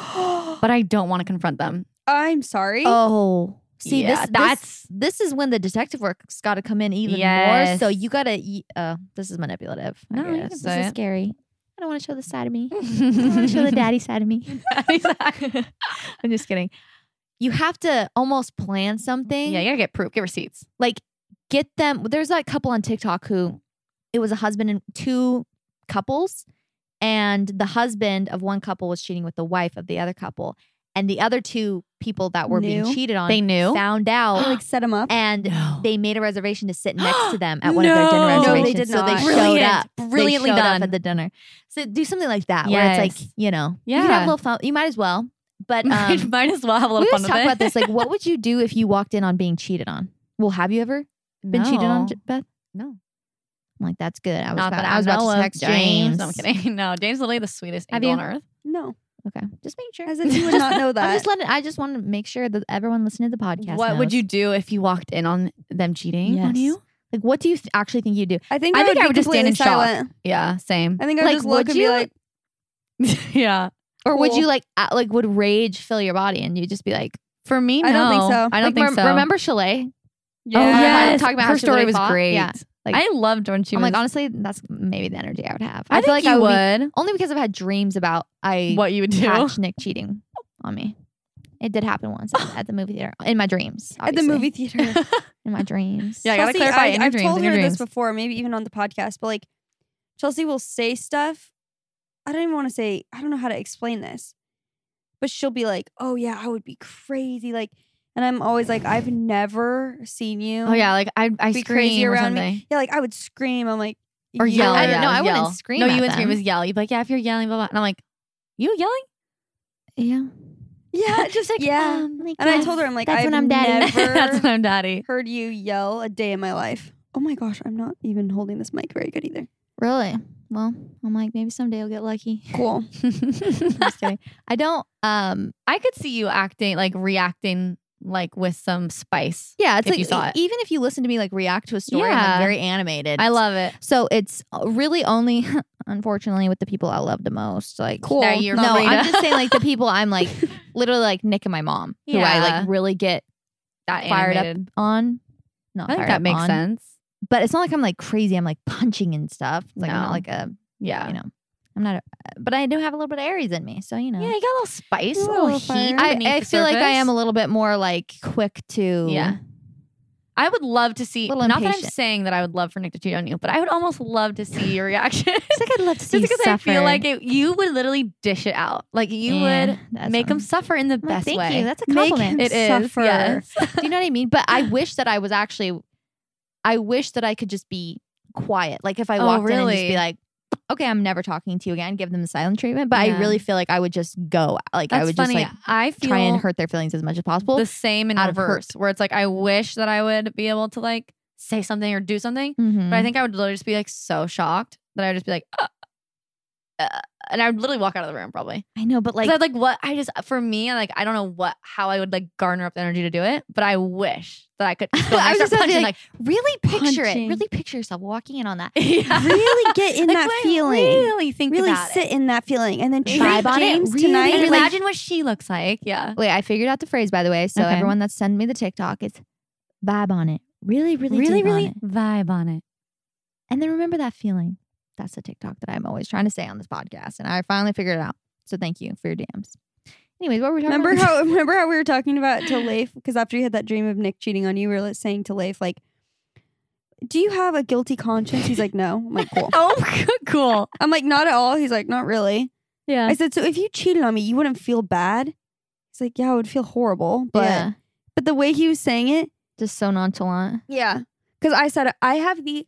Speaker 5: but I don't want to confront them.
Speaker 3: I'm sorry.
Speaker 4: Oh, see,
Speaker 5: Yeah,
Speaker 4: this,
Speaker 5: that's-
Speaker 4: this, this is when the detective work's got to come in even more.
Speaker 5: Yes.
Speaker 4: So you gotta. y- Uh, this is manipulative. I
Speaker 5: No, you
Speaker 4: guess.
Speaker 5: can
Speaker 4: this
Speaker 5: say
Speaker 4: is
Speaker 5: it.
Speaker 4: scary. I don't want to show this side
Speaker 5: <laughs>
Speaker 4: of me. I don't want to show the
Speaker 5: I'm
Speaker 4: daddy side
Speaker 5: <laughs>
Speaker 4: of me. <laughs> I'm just kidding. You have to almost plan something.
Speaker 5: Yeah, you gotta get proof, get receipts.
Speaker 4: Like get them. There's that couple on TikTok who it was a husband and two couples, and the husband of one couple was cheating with the wife of the other couple, and the other two people that were being
Speaker 3: Knew?
Speaker 4: cheated on
Speaker 5: They knew.
Speaker 4: found out
Speaker 5: <gasps>
Speaker 3: like set him up.
Speaker 4: and
Speaker 5: No.
Speaker 4: they made a reservation to sit next to them at one of their
Speaker 5: <gasps>
Speaker 4: dinner
Speaker 5: No. No, they
Speaker 4: reservations.
Speaker 3: did
Speaker 4: so they
Speaker 3: not.
Speaker 4: showed
Speaker 5: Brilliant.
Speaker 4: up.
Speaker 5: Brilliantly
Speaker 4: they showed
Speaker 5: done.
Speaker 4: up at the dinner. So do something like that where it's like
Speaker 5: Yes.
Speaker 4: you know you can have
Speaker 5: Yeah.
Speaker 4: a little fun. You might as well.
Speaker 5: <laughs> <laughs>
Speaker 4: But
Speaker 5: might,
Speaker 4: um,
Speaker 5: might as well have a
Speaker 4: we
Speaker 5: little
Speaker 4: always
Speaker 5: fun with
Speaker 4: talk
Speaker 5: it.
Speaker 4: about this. Like, what would you do if you walked in on being cheated on? Well, have you ever <laughs> been cheated on,
Speaker 5: No.
Speaker 4: J- Beth?
Speaker 5: No.
Speaker 4: I'm like, that's good. I was
Speaker 5: Not
Speaker 4: about,
Speaker 5: that
Speaker 4: I was
Speaker 5: know
Speaker 4: about to
Speaker 5: of.
Speaker 4: text James.
Speaker 5: No, I'm kidding. <laughs> No, James is literally the sweetest
Speaker 4: Have
Speaker 5: angel
Speaker 4: you?
Speaker 5: on earth.
Speaker 3: no,
Speaker 4: Okay, just make sure.
Speaker 3: as if you would not know that.
Speaker 4: <laughs> I'm just letting. I just want to make sure that everyone listening to the podcast.
Speaker 5: what
Speaker 4: knows.
Speaker 5: would you do if you walked in on them cheating on
Speaker 4: Yes.
Speaker 5: you?
Speaker 4: like? What do you th- actually think you do?
Speaker 3: I think
Speaker 5: I
Speaker 3: I,
Speaker 5: think
Speaker 3: would,
Speaker 5: I
Speaker 3: be
Speaker 5: would just stand in
Speaker 3: completely
Speaker 5: shock.
Speaker 3: silent.
Speaker 5: Yeah, same.
Speaker 3: I think I would
Speaker 4: Like,
Speaker 3: just look
Speaker 4: would
Speaker 3: and be
Speaker 4: you?
Speaker 3: like,
Speaker 4: Uh,
Speaker 5: <laughs> yeah.
Speaker 4: Or would you
Speaker 3: Cool.
Speaker 4: like uh, like would rage fill your body and you would just be like
Speaker 5: For me, no.
Speaker 3: I don't think so.
Speaker 5: I don't
Speaker 4: like,
Speaker 5: think
Speaker 4: rem-
Speaker 5: so.
Speaker 4: Remember Chalet?
Speaker 3: yeah,
Speaker 5: Oh,
Speaker 4: yeah.
Speaker 5: yes.
Speaker 4: Talking about how
Speaker 5: her
Speaker 4: she literally
Speaker 5: story was
Speaker 4: fought.
Speaker 5: great.
Speaker 4: Yeah. Like-
Speaker 5: I loved when she
Speaker 4: I'm
Speaker 5: was.
Speaker 4: like honestly, that's maybe the energy I would have.
Speaker 5: I,
Speaker 4: feel like
Speaker 5: you
Speaker 4: I be-
Speaker 5: would.
Speaker 4: only because I've had dreams about I
Speaker 5: what you would
Speaker 4: <laughs>
Speaker 5: do?
Speaker 4: catch Nick cheating on me. It did happen once at, at the movie theater in my dreams.
Speaker 3: at the
Speaker 4: obviously.
Speaker 3: movie theater.
Speaker 4: in my <laughs> dreams.
Speaker 5: <laughs> Yeah, I gotta
Speaker 3: Chelsea,
Speaker 5: clarify in your
Speaker 3: I've
Speaker 5: dreams,
Speaker 3: told
Speaker 5: in your
Speaker 3: her
Speaker 5: dreams.
Speaker 3: this before, maybe even on the podcast, but like Chelsea will say stuff. I don't even want to say, I don't know how to explain this, but she'll be like, oh yeah, I would be crazy. Like, and I'm always like, I've never seen you.
Speaker 5: Oh yeah, like I I
Speaker 3: Be
Speaker 5: scream
Speaker 3: crazy
Speaker 5: or
Speaker 3: around me.
Speaker 5: something.
Speaker 3: Yeah, like I would scream. I'm like,
Speaker 5: Or yell.
Speaker 4: I,
Speaker 5: <laughs> yeah,
Speaker 4: no, I
Speaker 5: yell.
Speaker 4: wouldn't scream.
Speaker 5: No,
Speaker 4: at
Speaker 5: you would scream
Speaker 4: them.
Speaker 5: was yell. You'd be like, yeah, if you're yelling, blah blah. And I'm like, you yelling?
Speaker 4: yeah.
Speaker 3: Yeah, just like,
Speaker 5: "Oh,
Speaker 3: yeah.
Speaker 4: um, like,
Speaker 3: and I
Speaker 4: yeah.
Speaker 3: told her, I'm like,
Speaker 4: that's
Speaker 3: I've
Speaker 4: when I'm
Speaker 5: <laughs>
Speaker 4: daddy.
Speaker 3: never
Speaker 5: That's when I'm daddy. <laughs>
Speaker 3: heard you yell a day in my life. Oh my gosh, I'm not even holding this mic very good either.
Speaker 4: Really? Well, I'm like maybe someday I'll get lucky. <laughs>
Speaker 5: <laughs>
Speaker 3: Cool.
Speaker 4: I'm <laughs> just kidding. I don't. Um.
Speaker 5: I could see you acting like reacting like with some spice.
Speaker 4: Yeah, it's
Speaker 5: if
Speaker 4: like
Speaker 5: you saw
Speaker 4: e-
Speaker 5: it.
Speaker 4: even if you listen to me like react to a story, I'm
Speaker 5: Yeah.
Speaker 4: like very animated.
Speaker 5: I love it.
Speaker 4: So it's uh, really only, <laughs> unfortunately, with the people I love the most. Like,
Speaker 3: Cool.
Speaker 5: Now you're
Speaker 4: no,
Speaker 5: Marina.
Speaker 4: I'm just saying <laughs> like the people I'm like literally like Nick and my mom, who I
Speaker 5: Yeah.
Speaker 4: like really get
Speaker 5: That
Speaker 4: fired
Speaker 5: animated.
Speaker 4: up on. Not
Speaker 5: I think
Speaker 4: fired
Speaker 5: that
Speaker 4: up
Speaker 5: makes
Speaker 4: on.
Speaker 5: sense.
Speaker 4: but it's not like I'm like crazy. I'm like punching and stuff. It's like I'm
Speaker 5: No.
Speaker 4: not like a
Speaker 5: Yeah.
Speaker 4: you know, I'm not. A, but I do have a little bit of Aries in me, so you know.
Speaker 5: Yeah, you got a little spice,
Speaker 3: A
Speaker 5: a little,
Speaker 3: little
Speaker 5: heat.
Speaker 3: fire.
Speaker 4: I,
Speaker 5: beneath
Speaker 4: I
Speaker 5: the
Speaker 4: feel like I am
Speaker 5: surface.
Speaker 4: a little bit more like quick to
Speaker 5: Yeah. I would love to see.
Speaker 4: Little
Speaker 5: Not that I'm
Speaker 4: impatient.
Speaker 5: saying that I would love for Nick to cheat on you, but I would almost love to see your
Speaker 4: <laughs>
Speaker 5: reaction. <laughs>
Speaker 4: It's like I'd love to see
Speaker 5: Just
Speaker 4: you
Speaker 5: because
Speaker 4: suffer.
Speaker 5: I feel like it, you would literally dish it out. Like you
Speaker 4: And
Speaker 5: would
Speaker 4: that's
Speaker 5: make
Speaker 4: what
Speaker 5: them
Speaker 4: I'm-
Speaker 5: suffer in the
Speaker 4: I'm like,
Speaker 5: best
Speaker 4: Thank
Speaker 5: way.
Speaker 4: you. That's a
Speaker 3: Make
Speaker 4: compliment.
Speaker 3: him
Speaker 5: It is.
Speaker 3: suffer.
Speaker 5: Yes. <laughs>
Speaker 4: Do you know what I mean? But I wish that I was actually, I wish that I could just be quiet. Like if I
Speaker 5: Oh,
Speaker 4: walked in and just be
Speaker 5: really?
Speaker 4: like, okay, I'm never talking to you again, give them the silent treatment. But
Speaker 5: Yeah.
Speaker 4: I really feel like I would just go, like I
Speaker 5: That's
Speaker 4: would
Speaker 5: funny.
Speaker 4: just
Speaker 5: I
Speaker 4: like
Speaker 5: feel
Speaker 4: try and hurt their feelings as much as possible.
Speaker 5: the same in
Speaker 4: out of hurt.
Speaker 5: reverse, where it's like I wish that I would be able to like say something or do something,
Speaker 4: Mhm.
Speaker 5: but I think I would literally just be like so shocked that I would just be like, uh, uh, and I would literally walk out of the room probably.
Speaker 4: I know, but like,
Speaker 5: Like, like what I just for me, like I don't know what how I would like garner up the energy to do it, but I wish that I could. Just go
Speaker 4: <laughs> I
Speaker 5: I
Speaker 4: was
Speaker 5: start
Speaker 4: just gonna be
Speaker 5: punching,
Speaker 4: like,
Speaker 5: like,
Speaker 4: really picture
Speaker 3: Punching.
Speaker 4: it. Really picture yourself walking in on that.
Speaker 5: <laughs> yeah.
Speaker 3: really get in
Speaker 5: Like,
Speaker 3: that
Speaker 5: wait,
Speaker 3: feeling.
Speaker 5: Really think
Speaker 3: really
Speaker 5: about
Speaker 3: sit
Speaker 5: it.
Speaker 3: in that feeling and then
Speaker 5: Treat
Speaker 3: try
Speaker 4: Vibe on it,
Speaker 3: James
Speaker 4: really,
Speaker 3: tonight.
Speaker 5: And
Speaker 4: really.
Speaker 3: like,
Speaker 5: imagine what she looks like. Yeah.
Speaker 4: <laughs> Wait, I figured out the phrase by the way. So
Speaker 5: Okay.
Speaker 4: everyone that's sending me the TikTok, it's vibe on it. Really, really,
Speaker 5: Really,
Speaker 4: deep on
Speaker 5: really
Speaker 4: it.
Speaker 5: vibe on it.
Speaker 4: And then remember that feeling. That's the TikTok that I'm always trying to say on this podcast, and I finally figured it out. So thank you for your DMs. Anyways, what were we talking
Speaker 3: remember
Speaker 4: about?
Speaker 3: how <laughs> remember how we were talking about Leif? Because after you had that dream of Nick cheating on you, we were like, saying to Leif, like, do you have a guilty conscience? He's like, no. I'm like, cool.
Speaker 5: <laughs> Oh, cool.
Speaker 3: I'm like, not at all. He's like, not really.
Speaker 5: Yeah.
Speaker 3: I said, so if you cheated on me, you wouldn't feel bad. He's like, yeah, I would feel horrible, but
Speaker 4: yeah,
Speaker 3: but the way he was saying it,
Speaker 4: just so nonchalant.
Speaker 3: yeah, because I said I have the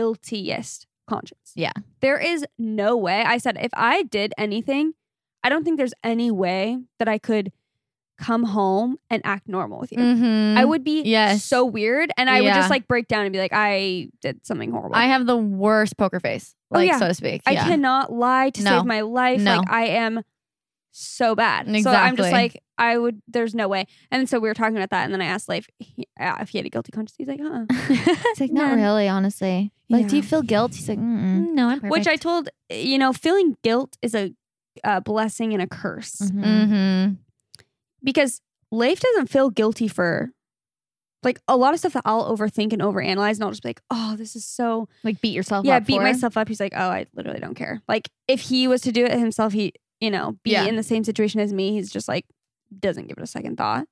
Speaker 3: guiltiest conscience.
Speaker 4: Yeah.
Speaker 3: there is no way. I said if I did anything, I don't think there's any way that I could come home and act normal with you.
Speaker 5: Mm-hmm.
Speaker 3: I would be
Speaker 5: Yes.
Speaker 3: so weird, and I would
Speaker 5: Yeah.
Speaker 3: just like break down and be like, I did something horrible.
Speaker 5: I have the worst poker face,
Speaker 3: Oh,
Speaker 5: like
Speaker 3: yeah.
Speaker 5: so to speak.
Speaker 3: I
Speaker 5: Yeah.
Speaker 3: cannot lie to
Speaker 5: No.
Speaker 3: save my life.
Speaker 5: No.
Speaker 3: Like I am so bad. So I'm
Speaker 5: Exactly.
Speaker 3: just like I would. There's no way. And so we were talking about that, and then I asked Life he, uh, if he had a guilty conscience. He's like,
Speaker 5: <laughs>
Speaker 3: uh.
Speaker 4: <laughs> It's like not really, honestly. Like, do you
Speaker 3: Yeah.
Speaker 4: feel guilt? He's like, mm
Speaker 5: No, I'm
Speaker 3: Which I told you know, feeling guilt is a uh, blessing and a curse
Speaker 4: mm
Speaker 5: Mm-hmm.
Speaker 3: because Life doesn't feel guilty for. Like a lot of stuff that I'll overthink and overanalyze, and I'll just be like, "Oh, this is so
Speaker 4: Like beat yourself
Speaker 3: yeah."
Speaker 4: up.
Speaker 3: Beat
Speaker 4: for. <laughs>
Speaker 3: myself up. He's like, "Oh, I literally don't care." Like if he was to do it himself, he you know be
Speaker 5: Yeah.
Speaker 3: in the same situation as me. He's just like doesn't give it a second thought,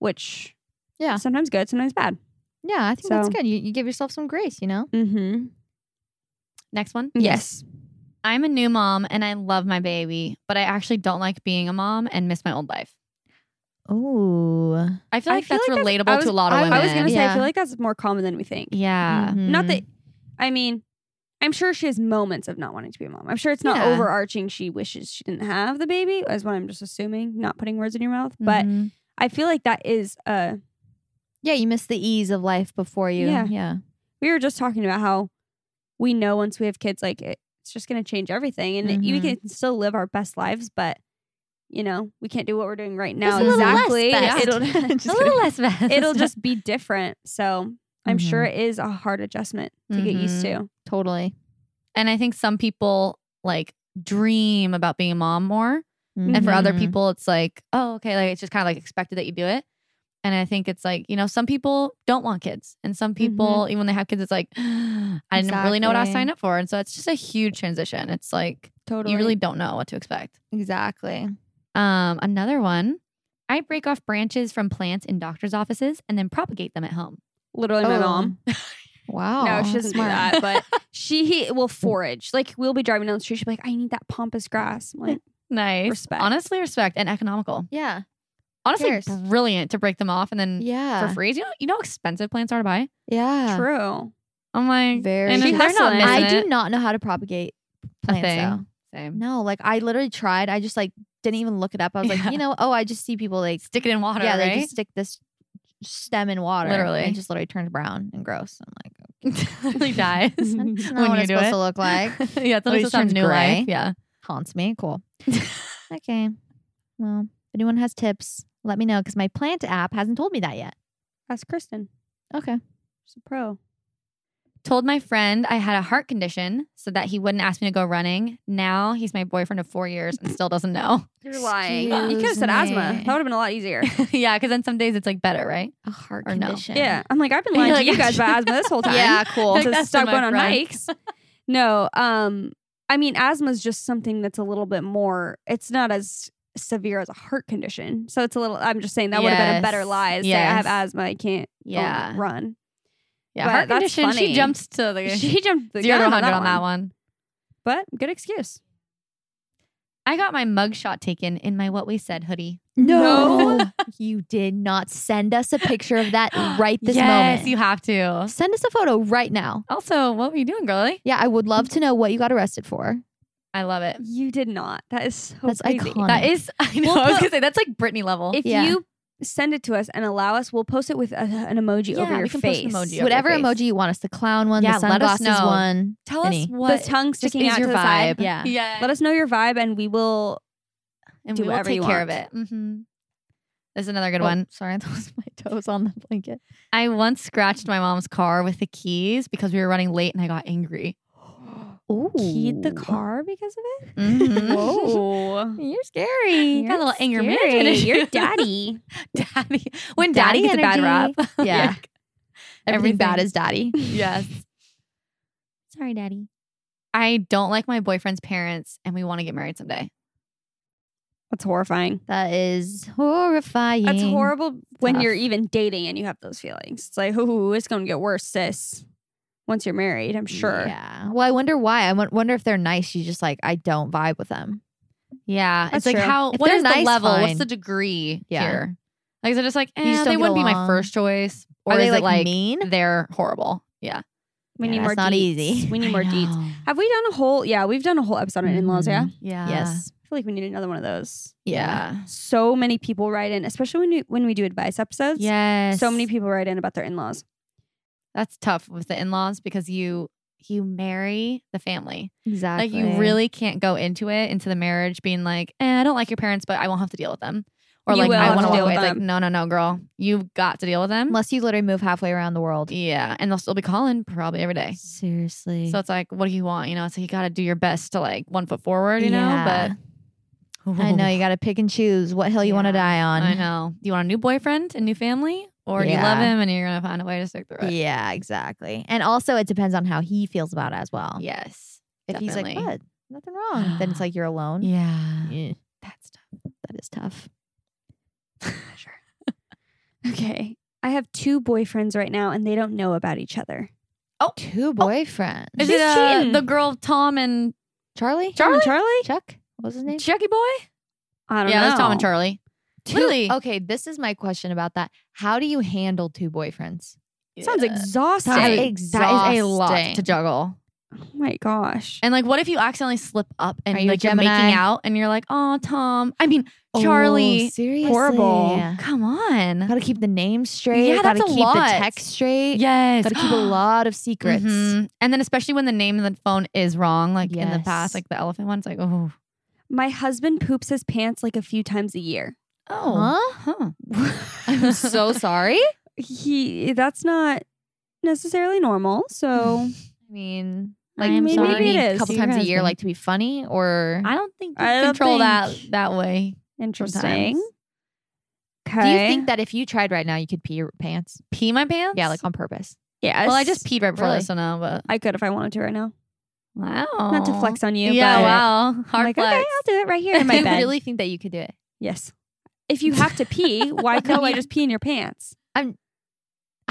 Speaker 3: which
Speaker 4: Yeah.
Speaker 3: sometimes good, sometimes bad.
Speaker 4: Yeah, I think that's
Speaker 3: So-
Speaker 4: good. You, you give yourself some grace, you know?
Speaker 3: Mm-hmm.
Speaker 5: Next one.
Speaker 3: Yes.
Speaker 5: I'm a new mom and I love my baby, but I actually don't like being a mom and miss my old life.
Speaker 4: Ooh.
Speaker 5: I feel
Speaker 3: I
Speaker 5: like
Speaker 3: feel
Speaker 5: that's
Speaker 3: like that's-
Speaker 5: relatable
Speaker 3: I was-
Speaker 5: to a lot of
Speaker 3: I,
Speaker 5: women.
Speaker 3: I was gonna say I
Speaker 4: Yeah. Mm-hmm.
Speaker 3: feel like that's more common than we think.
Speaker 5: yeah.
Speaker 3: Not
Speaker 5: Mm.
Speaker 3: that I mean, I'm sure she has moments of not wanting to be a mom. I'm sure it's not
Speaker 4: Yeah.
Speaker 3: overarching. She wishes she didn't have the baby, is what I'm just assuming. Not putting words in your mouth, but
Speaker 5: Mhm.
Speaker 3: I feel like that is uh
Speaker 4: Yeah, you miss the ease of life before you.
Speaker 3: Yeah.
Speaker 4: Yeah.
Speaker 3: we were just talking about how we know once we have kids, like it, it's just going to change everything, and it- we
Speaker 5: Mm-hmm.
Speaker 4: Mhm.
Speaker 3: can still live our best lives, but you know we can't do what we're doing right now
Speaker 5: a little less
Speaker 3: exactly. <laughs>
Speaker 5: best.
Speaker 3: It'll
Speaker 5: <laughs> a little less fast. <laughs>
Speaker 3: it'll <laughs> just be different. So I'm
Speaker 4: Mhm.
Speaker 5: Mm-hmm.
Speaker 3: sure it is a hard adjustment to get used
Speaker 5: Mhm.
Speaker 3: to.
Speaker 4: Totally.
Speaker 5: and I think some people like dream about being a mom more, and for other
Speaker 4: Mhm.
Speaker 5: people it's like, oh, okay, like it's just kind of like expected that you do it. And I think it's like you know some people don't want kids, and some people even when they have kids, it's like <gasps> I didn't really know what I was
Speaker 4: Mm-hmm. Exactly.
Speaker 5: signing up for, and so it's just a huge transition. It's like
Speaker 3: Totally.
Speaker 5: you really don't know what to expect.
Speaker 4: Exactly.
Speaker 5: Um, another one. I break off branches from plants in doctors' offices and then propagate them at home.
Speaker 3: literally
Speaker 5: Oh.
Speaker 3: my mom.
Speaker 4: Oh. <laughs> Wow.
Speaker 3: no, she doesn't
Speaker 4: Smart.
Speaker 3: do that, but
Speaker 5: <laughs>
Speaker 3: she will forage. Like we'll be driving down the street, she'll be like, "I need that pompous grass." I'm like,
Speaker 5: Nice.
Speaker 3: Respect.
Speaker 5: Honestly, respect and economical.
Speaker 4: Yeah.
Speaker 5: Honestly,
Speaker 4: cares?
Speaker 5: brilliant to break them off and then
Speaker 4: Yeah.
Speaker 5: Mm, for free. Do You know, you know how expensive plants are to buy?
Speaker 4: Yeah.
Speaker 3: "True."
Speaker 5: I'm like,
Speaker 4: Very
Speaker 5: and
Speaker 3: She
Speaker 5: they're not
Speaker 3: hustling.
Speaker 5: missing
Speaker 4: I
Speaker 5: it.
Speaker 4: do not know how to propagate
Speaker 5: a
Speaker 4: plants
Speaker 5: thing.
Speaker 4: though.
Speaker 5: Same.
Speaker 4: No, like I literally tried. I just like didn't even look it up. I was
Speaker 5: Yeah.
Speaker 4: like, you know, oh, I just see people like
Speaker 5: Stick it in water,
Speaker 4: yeah,
Speaker 5: right?
Speaker 4: they just stick this stem in water.
Speaker 5: Literally.
Speaker 4: and it just literally turns brown and gross. I'm
Speaker 5: <laughs>
Speaker 4: like, <laughs>
Speaker 5: Literally dies <laughs>
Speaker 4: that's not
Speaker 5: when
Speaker 4: what
Speaker 5: you
Speaker 4: it's
Speaker 5: do
Speaker 4: supposed
Speaker 5: it.
Speaker 4: to look like.
Speaker 5: <laughs> yeah, it's
Speaker 4: Or it
Speaker 5: always
Speaker 4: just
Speaker 5: supposed to have
Speaker 4: turns
Speaker 5: new life.
Speaker 4: gray.
Speaker 5: Yeah.
Speaker 4: Haunts me.
Speaker 5: <laughs>
Speaker 4: Cool. okay. Well, if anyone has tips, let me know because my plant app hasn't told me that yet.
Speaker 3: Ask Kristen.
Speaker 4: Okay.
Speaker 3: She's a pro.
Speaker 5: Told my friend I had a heart condition so that he wouldn't ask me to go running. Now he's my boyfriend of four years and still doesn't know. <laughs>
Speaker 3: You're lying. you could have
Speaker 4: Excuse
Speaker 3: said asthma.
Speaker 4: me.
Speaker 3: That would have been a lot easier.
Speaker 5: yeah, because then some days it's like better, right?
Speaker 4: A heart
Speaker 5: Or no.
Speaker 4: condition.
Speaker 3: yeah, I'm like, I've
Speaker 5: <laughs>
Speaker 3: been lying
Speaker 5: Like,
Speaker 3: to you guys about asthma this whole time.
Speaker 4: Yeah, cool.
Speaker 5: Like,
Speaker 3: Just
Speaker 5: that's
Speaker 3: stuck
Speaker 5: from my
Speaker 3: one on
Speaker 5: friend.
Speaker 3: mics. No, um, I mean, asthma is just something that's a little bit more. It's not as severe as a heart condition, so it's a little. I'm just saying that would have been a better
Speaker 5: Yes.
Speaker 3: lie. Is Say I have
Speaker 5: Yes.
Speaker 3: asthma. I can't. go and
Speaker 5: Yeah.
Speaker 3: run.
Speaker 5: Yeah,
Speaker 3: But
Speaker 5: heart
Speaker 3: that's
Speaker 5: condition. She
Speaker 3: funny.
Speaker 5: jumps to the
Speaker 3: <laughs>
Speaker 5: <laughs>
Speaker 3: She jumped the
Speaker 5: zero to
Speaker 3: gun on
Speaker 5: 100
Speaker 3: that,
Speaker 5: on that
Speaker 3: one.
Speaker 5: one.
Speaker 3: But good excuse.
Speaker 5: I got my
Speaker 4: <gasps>
Speaker 5: mugshot taken in my What We Said hoodie.
Speaker 4: No. <laughs> you did not send us a picture
Speaker 5: <gasps>
Speaker 4: of that right this
Speaker 5: yes,
Speaker 4: moment.
Speaker 5: you have to.
Speaker 4: send us a photo right now.
Speaker 5: Also, what were you doing, girly?
Speaker 4: Yeah, I would love to know what you got arrested for.
Speaker 5: I love it.
Speaker 3: You did not. That is so
Speaker 4: That's
Speaker 3: crazy.
Speaker 4: iconic.
Speaker 5: That is, I know.
Speaker 3: We'll
Speaker 5: I was
Speaker 3: put-
Speaker 5: gonna say that's like Britney level.
Speaker 3: If
Speaker 4: Yeah.
Speaker 3: you send it to us and allow us. We'll post it with a, an emoji
Speaker 5: Yeah,
Speaker 3: over your
Speaker 5: we can post an
Speaker 3: face.
Speaker 5: emoji over
Speaker 4: Whatever
Speaker 5: your face.
Speaker 4: emoji you want us, the clown one,
Speaker 5: Yeah,
Speaker 4: the
Speaker 5: let us
Speaker 4: sunglasses
Speaker 5: know.
Speaker 4: one.
Speaker 5: Tell
Speaker 4: Any.
Speaker 5: us what
Speaker 3: the tongue sticking
Speaker 5: is
Speaker 3: out
Speaker 5: your
Speaker 3: to the
Speaker 5: vibe.
Speaker 3: side.
Speaker 4: Yeah.
Speaker 5: Yeah.
Speaker 3: Let us know your vibe, and we will
Speaker 5: and
Speaker 3: do
Speaker 5: we will
Speaker 3: whatever
Speaker 5: take
Speaker 3: you
Speaker 5: care of
Speaker 3: want.
Speaker 5: it. Mm-hmm. This is another good
Speaker 4: Oh,
Speaker 5: one.
Speaker 4: Sorry, <laughs> that was my toes on the blanket.
Speaker 5: I once scratched my mom's car with the keys because we were running late and I got angry.
Speaker 4: Ooh.
Speaker 3: keyed the car because of it.
Speaker 5: <laughs> Mhm.
Speaker 3: Whoa.
Speaker 4: You're scary.
Speaker 5: You got a little anger management
Speaker 3: Scary.
Speaker 5: issue. <laughs>
Speaker 3: You're daddy.
Speaker 5: daddy. When daddy,
Speaker 4: Daddy
Speaker 5: gets a bad
Speaker 4: energy.
Speaker 5: rap.
Speaker 4: <laughs> Yeah.
Speaker 5: <laughs>
Speaker 4: Everything bad
Speaker 5: everything. <laughs>
Speaker 4: is daddy.
Speaker 5: yes.
Speaker 4: Sorry, daddy.
Speaker 5: I don't like my boyfriend's parents and we want to get married someday.
Speaker 3: That's horrifying.
Speaker 4: That is horrifying.
Speaker 3: That's horrible when
Speaker 4: Tough.
Speaker 3: you're even dating and you have those feelings. It's like, ooh, it's going to get worse, sis. Once you're married, I'm sure.
Speaker 4: Yeah. Well, I wonder why. I won- wonder if they're nice. She's just like, I don't vibe with them.
Speaker 5: Yeah.
Speaker 4: That's
Speaker 5: it's like
Speaker 4: true.
Speaker 5: how
Speaker 4: If
Speaker 5: what
Speaker 4: they're
Speaker 5: is the
Speaker 4: nice,
Speaker 5: level?
Speaker 4: fine.
Speaker 5: What's the degree
Speaker 4: Yeah.
Speaker 5: here? Like is it just like
Speaker 4: just
Speaker 5: eh,
Speaker 4: don't
Speaker 5: they
Speaker 4: get
Speaker 5: wouldn't be my
Speaker 4: along?
Speaker 5: first choice? Or
Speaker 4: Are
Speaker 5: is
Speaker 4: they
Speaker 5: it
Speaker 4: like,
Speaker 5: like <laughs>
Speaker 4: mean?
Speaker 5: they're horrible? Yeah.
Speaker 3: We
Speaker 4: Yeah,
Speaker 3: need
Speaker 4: that's
Speaker 3: more
Speaker 4: not
Speaker 3: deets.
Speaker 4: easy.
Speaker 3: We need more deets.
Speaker 5: deets.
Speaker 3: Have we done a whole? Yeah, we've done a whole episode on in-laws. Yeah, Uh, I
Speaker 4: Mhm.
Speaker 5: Yeah.
Speaker 4: Yes.
Speaker 3: feel like we need another one of those.
Speaker 5: Yeah.
Speaker 3: So many people write in, especially when we, when we do advice episodes.
Speaker 5: Yes.
Speaker 3: So many people write in about their in-laws.
Speaker 5: That's tough with the in-laws because you you marry the family.
Speaker 4: Exactly.
Speaker 5: Like you really can't go into it into the marriage being like, eh, I don't like your parents, but I won't have to deal with them. Or
Speaker 3: You
Speaker 5: like
Speaker 3: will
Speaker 5: I
Speaker 3: have
Speaker 5: want
Speaker 3: to
Speaker 5: to walk
Speaker 3: deal
Speaker 5: away.
Speaker 3: with
Speaker 5: It's like,
Speaker 3: them.
Speaker 5: no, no, no, girl. You've got to deal with them.
Speaker 4: Unless you literally move halfway around the world.
Speaker 5: yeah. And they'll still be calling probably every day.
Speaker 4: Seriously.
Speaker 5: So it's like, what do you want? You know, it's like you gotta do your best to like one foot forward, you know? But
Speaker 4: I know you got to pick and choose what hill you want
Speaker 5: Yeah.
Speaker 4: to die on.
Speaker 5: I know. Do you want a new boyfriend, a new family? Or do you love
Speaker 4: Yeah.
Speaker 5: him and you're gonna find a way to stick through it?
Speaker 4: Yeah, exactly. And also, it depends on how he feels about it as well.
Speaker 5: Yes.
Speaker 4: If he's like,
Speaker 5: definitely.
Speaker 4: what? Nothing wrong. <gasps> then it's like you're alone.
Speaker 5: Yeah.
Speaker 4: Eh,
Speaker 5: That's tough.
Speaker 4: That is tough.
Speaker 3: sure. okay, I have two boyfriends right now, and they don't know about each other.
Speaker 4: Two boyfriends.
Speaker 5: Is
Speaker 3: She's
Speaker 5: it uh,
Speaker 3: cheating.
Speaker 5: the girl Tom and
Speaker 4: Charlie?
Speaker 3: Tom and Charlie?
Speaker 4: Chuck? What was his name?
Speaker 5: Chucky Boy?
Speaker 3: I don't
Speaker 5: Yeah,
Speaker 3: know.
Speaker 5: that's Tom and Charlie. Literally.
Speaker 4: Okay, this is my question about that. How do you handle two boyfriends?
Speaker 3: Sounds
Speaker 5: Yeah.
Speaker 3: exhausting.
Speaker 4: That is
Speaker 5: That is a lot
Speaker 4: exhausting.
Speaker 5: to juggle.
Speaker 3: oh my gosh.
Speaker 5: And like, what if you accidentally slip up and
Speaker 4: Are you a
Speaker 5: like you're making
Speaker 4: Gemini?
Speaker 5: out and you're like, oh, Tom. I mean,
Speaker 4: Oh,
Speaker 5: Charlie.
Speaker 4: seriously.
Speaker 3: horrible.
Speaker 5: come on.
Speaker 4: Got to keep the name straight.
Speaker 5: Yeah,
Speaker 4: gotta
Speaker 5: that's a
Speaker 4: keep
Speaker 5: lot.
Speaker 4: the text straight.
Speaker 5: Yes.
Speaker 4: Got to
Speaker 5: <gasps>
Speaker 4: <gasps> keep a lot of secrets.
Speaker 5: Mhm. And then especially when the name of the phone is wrong, like in the past,
Speaker 4: Yes.
Speaker 5: like the elephant one, it's like, oh.
Speaker 3: My husband poops his pants like a few times a year.
Speaker 5: Huh?
Speaker 4: Oh.
Speaker 5: <laughs>
Speaker 4: I'm so sorry. I
Speaker 3: He that's not necessarily normal.
Speaker 5: <laughs>
Speaker 3: So
Speaker 4: mean,
Speaker 5: I am
Speaker 4: maybe,
Speaker 5: sorry.
Speaker 4: maybe
Speaker 3: Maybe it
Speaker 4: a
Speaker 3: is.
Speaker 4: couple
Speaker 5: Your
Speaker 4: times a year,
Speaker 5: husband.
Speaker 4: like to be funny or.
Speaker 5: I don't think you
Speaker 3: I don't
Speaker 5: control
Speaker 3: think-
Speaker 5: that that way.
Speaker 3: interesting.
Speaker 5: Sometimes.
Speaker 3: Okay.
Speaker 4: Do you think that if you tried right now, you could pee your pants?
Speaker 5: Pee my pants?
Speaker 4: Yeah, like on <laughs> purpose.
Speaker 3: Yes.
Speaker 5: Well, I just peed right before
Speaker 4: Really?
Speaker 5: this, so no, but
Speaker 3: I could if I wanted to right now.
Speaker 5: wow.
Speaker 3: Not to flex on you.
Speaker 5: yeah,
Speaker 3: but
Speaker 5: wow. Hard
Speaker 3: I'm like,
Speaker 5: flex.
Speaker 3: okay, I'll do it right here in <laughs> my
Speaker 4: I
Speaker 3: bed.
Speaker 4: really think that you could do it.
Speaker 3: Yes. If you have to <laughs> pee, why couldn't you just pee in your pants?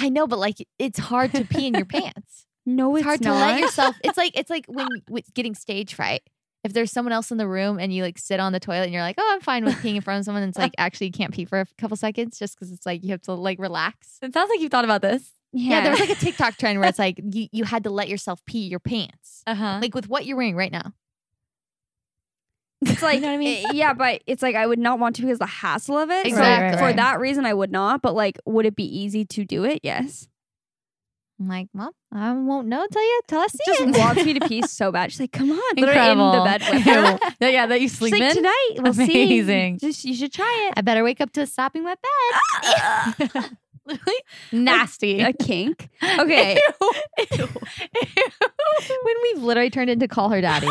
Speaker 4: I know, but like it's hard to pee in <laughs> your pants.
Speaker 3: No,
Speaker 4: Oh, It's,
Speaker 3: it's,
Speaker 4: hard
Speaker 3: not.
Speaker 4: to let <laughs> yourself. It's like it's like when with getting stage fright. If there's someone else in the room and you like sit on the toilet and you're like, oh, I'm fine with peeing in front of someone, and it's <laughs> like actually you can't pee for a couple seconds just because it's like you have to like relax.
Speaker 5: It sounds like you've thought about this.
Speaker 4: Yeah. there was like a TikTok trend <laughs> where it's like you, you had to let yourself pee your pants,
Speaker 5: Uh huh.
Speaker 4: like with what you're wearing right now.
Speaker 3: <laughs> It's like,
Speaker 4: know what I mean?
Speaker 3: eh, yeah, but it's like I would not want to because the hassle of it. So
Speaker 5: Exactly. Right, right,
Speaker 3: for
Speaker 5: right.
Speaker 3: that reason, I would not. But like, would it be easy to do it? Yes.
Speaker 4: I'm like, well, I won't know till you till I see
Speaker 3: Just
Speaker 4: it.
Speaker 3: wants <laughs> me to pee so bad. She's like, come on,
Speaker 5: Incredible.
Speaker 3: literally in the bed <laughs> with her.
Speaker 5: <laughs> yeah, yeah, that you
Speaker 3: She's
Speaker 5: sleep
Speaker 3: like,
Speaker 5: in.
Speaker 3: tonight we'll
Speaker 5: Amazing.
Speaker 3: see. Just you should try
Speaker 4: I better wake up to a sopping wet bed. <laughs>
Speaker 5: Nasty.
Speaker 3: it. A kink. <laughs> Okay.
Speaker 4: when we've literally turned into call her daddy.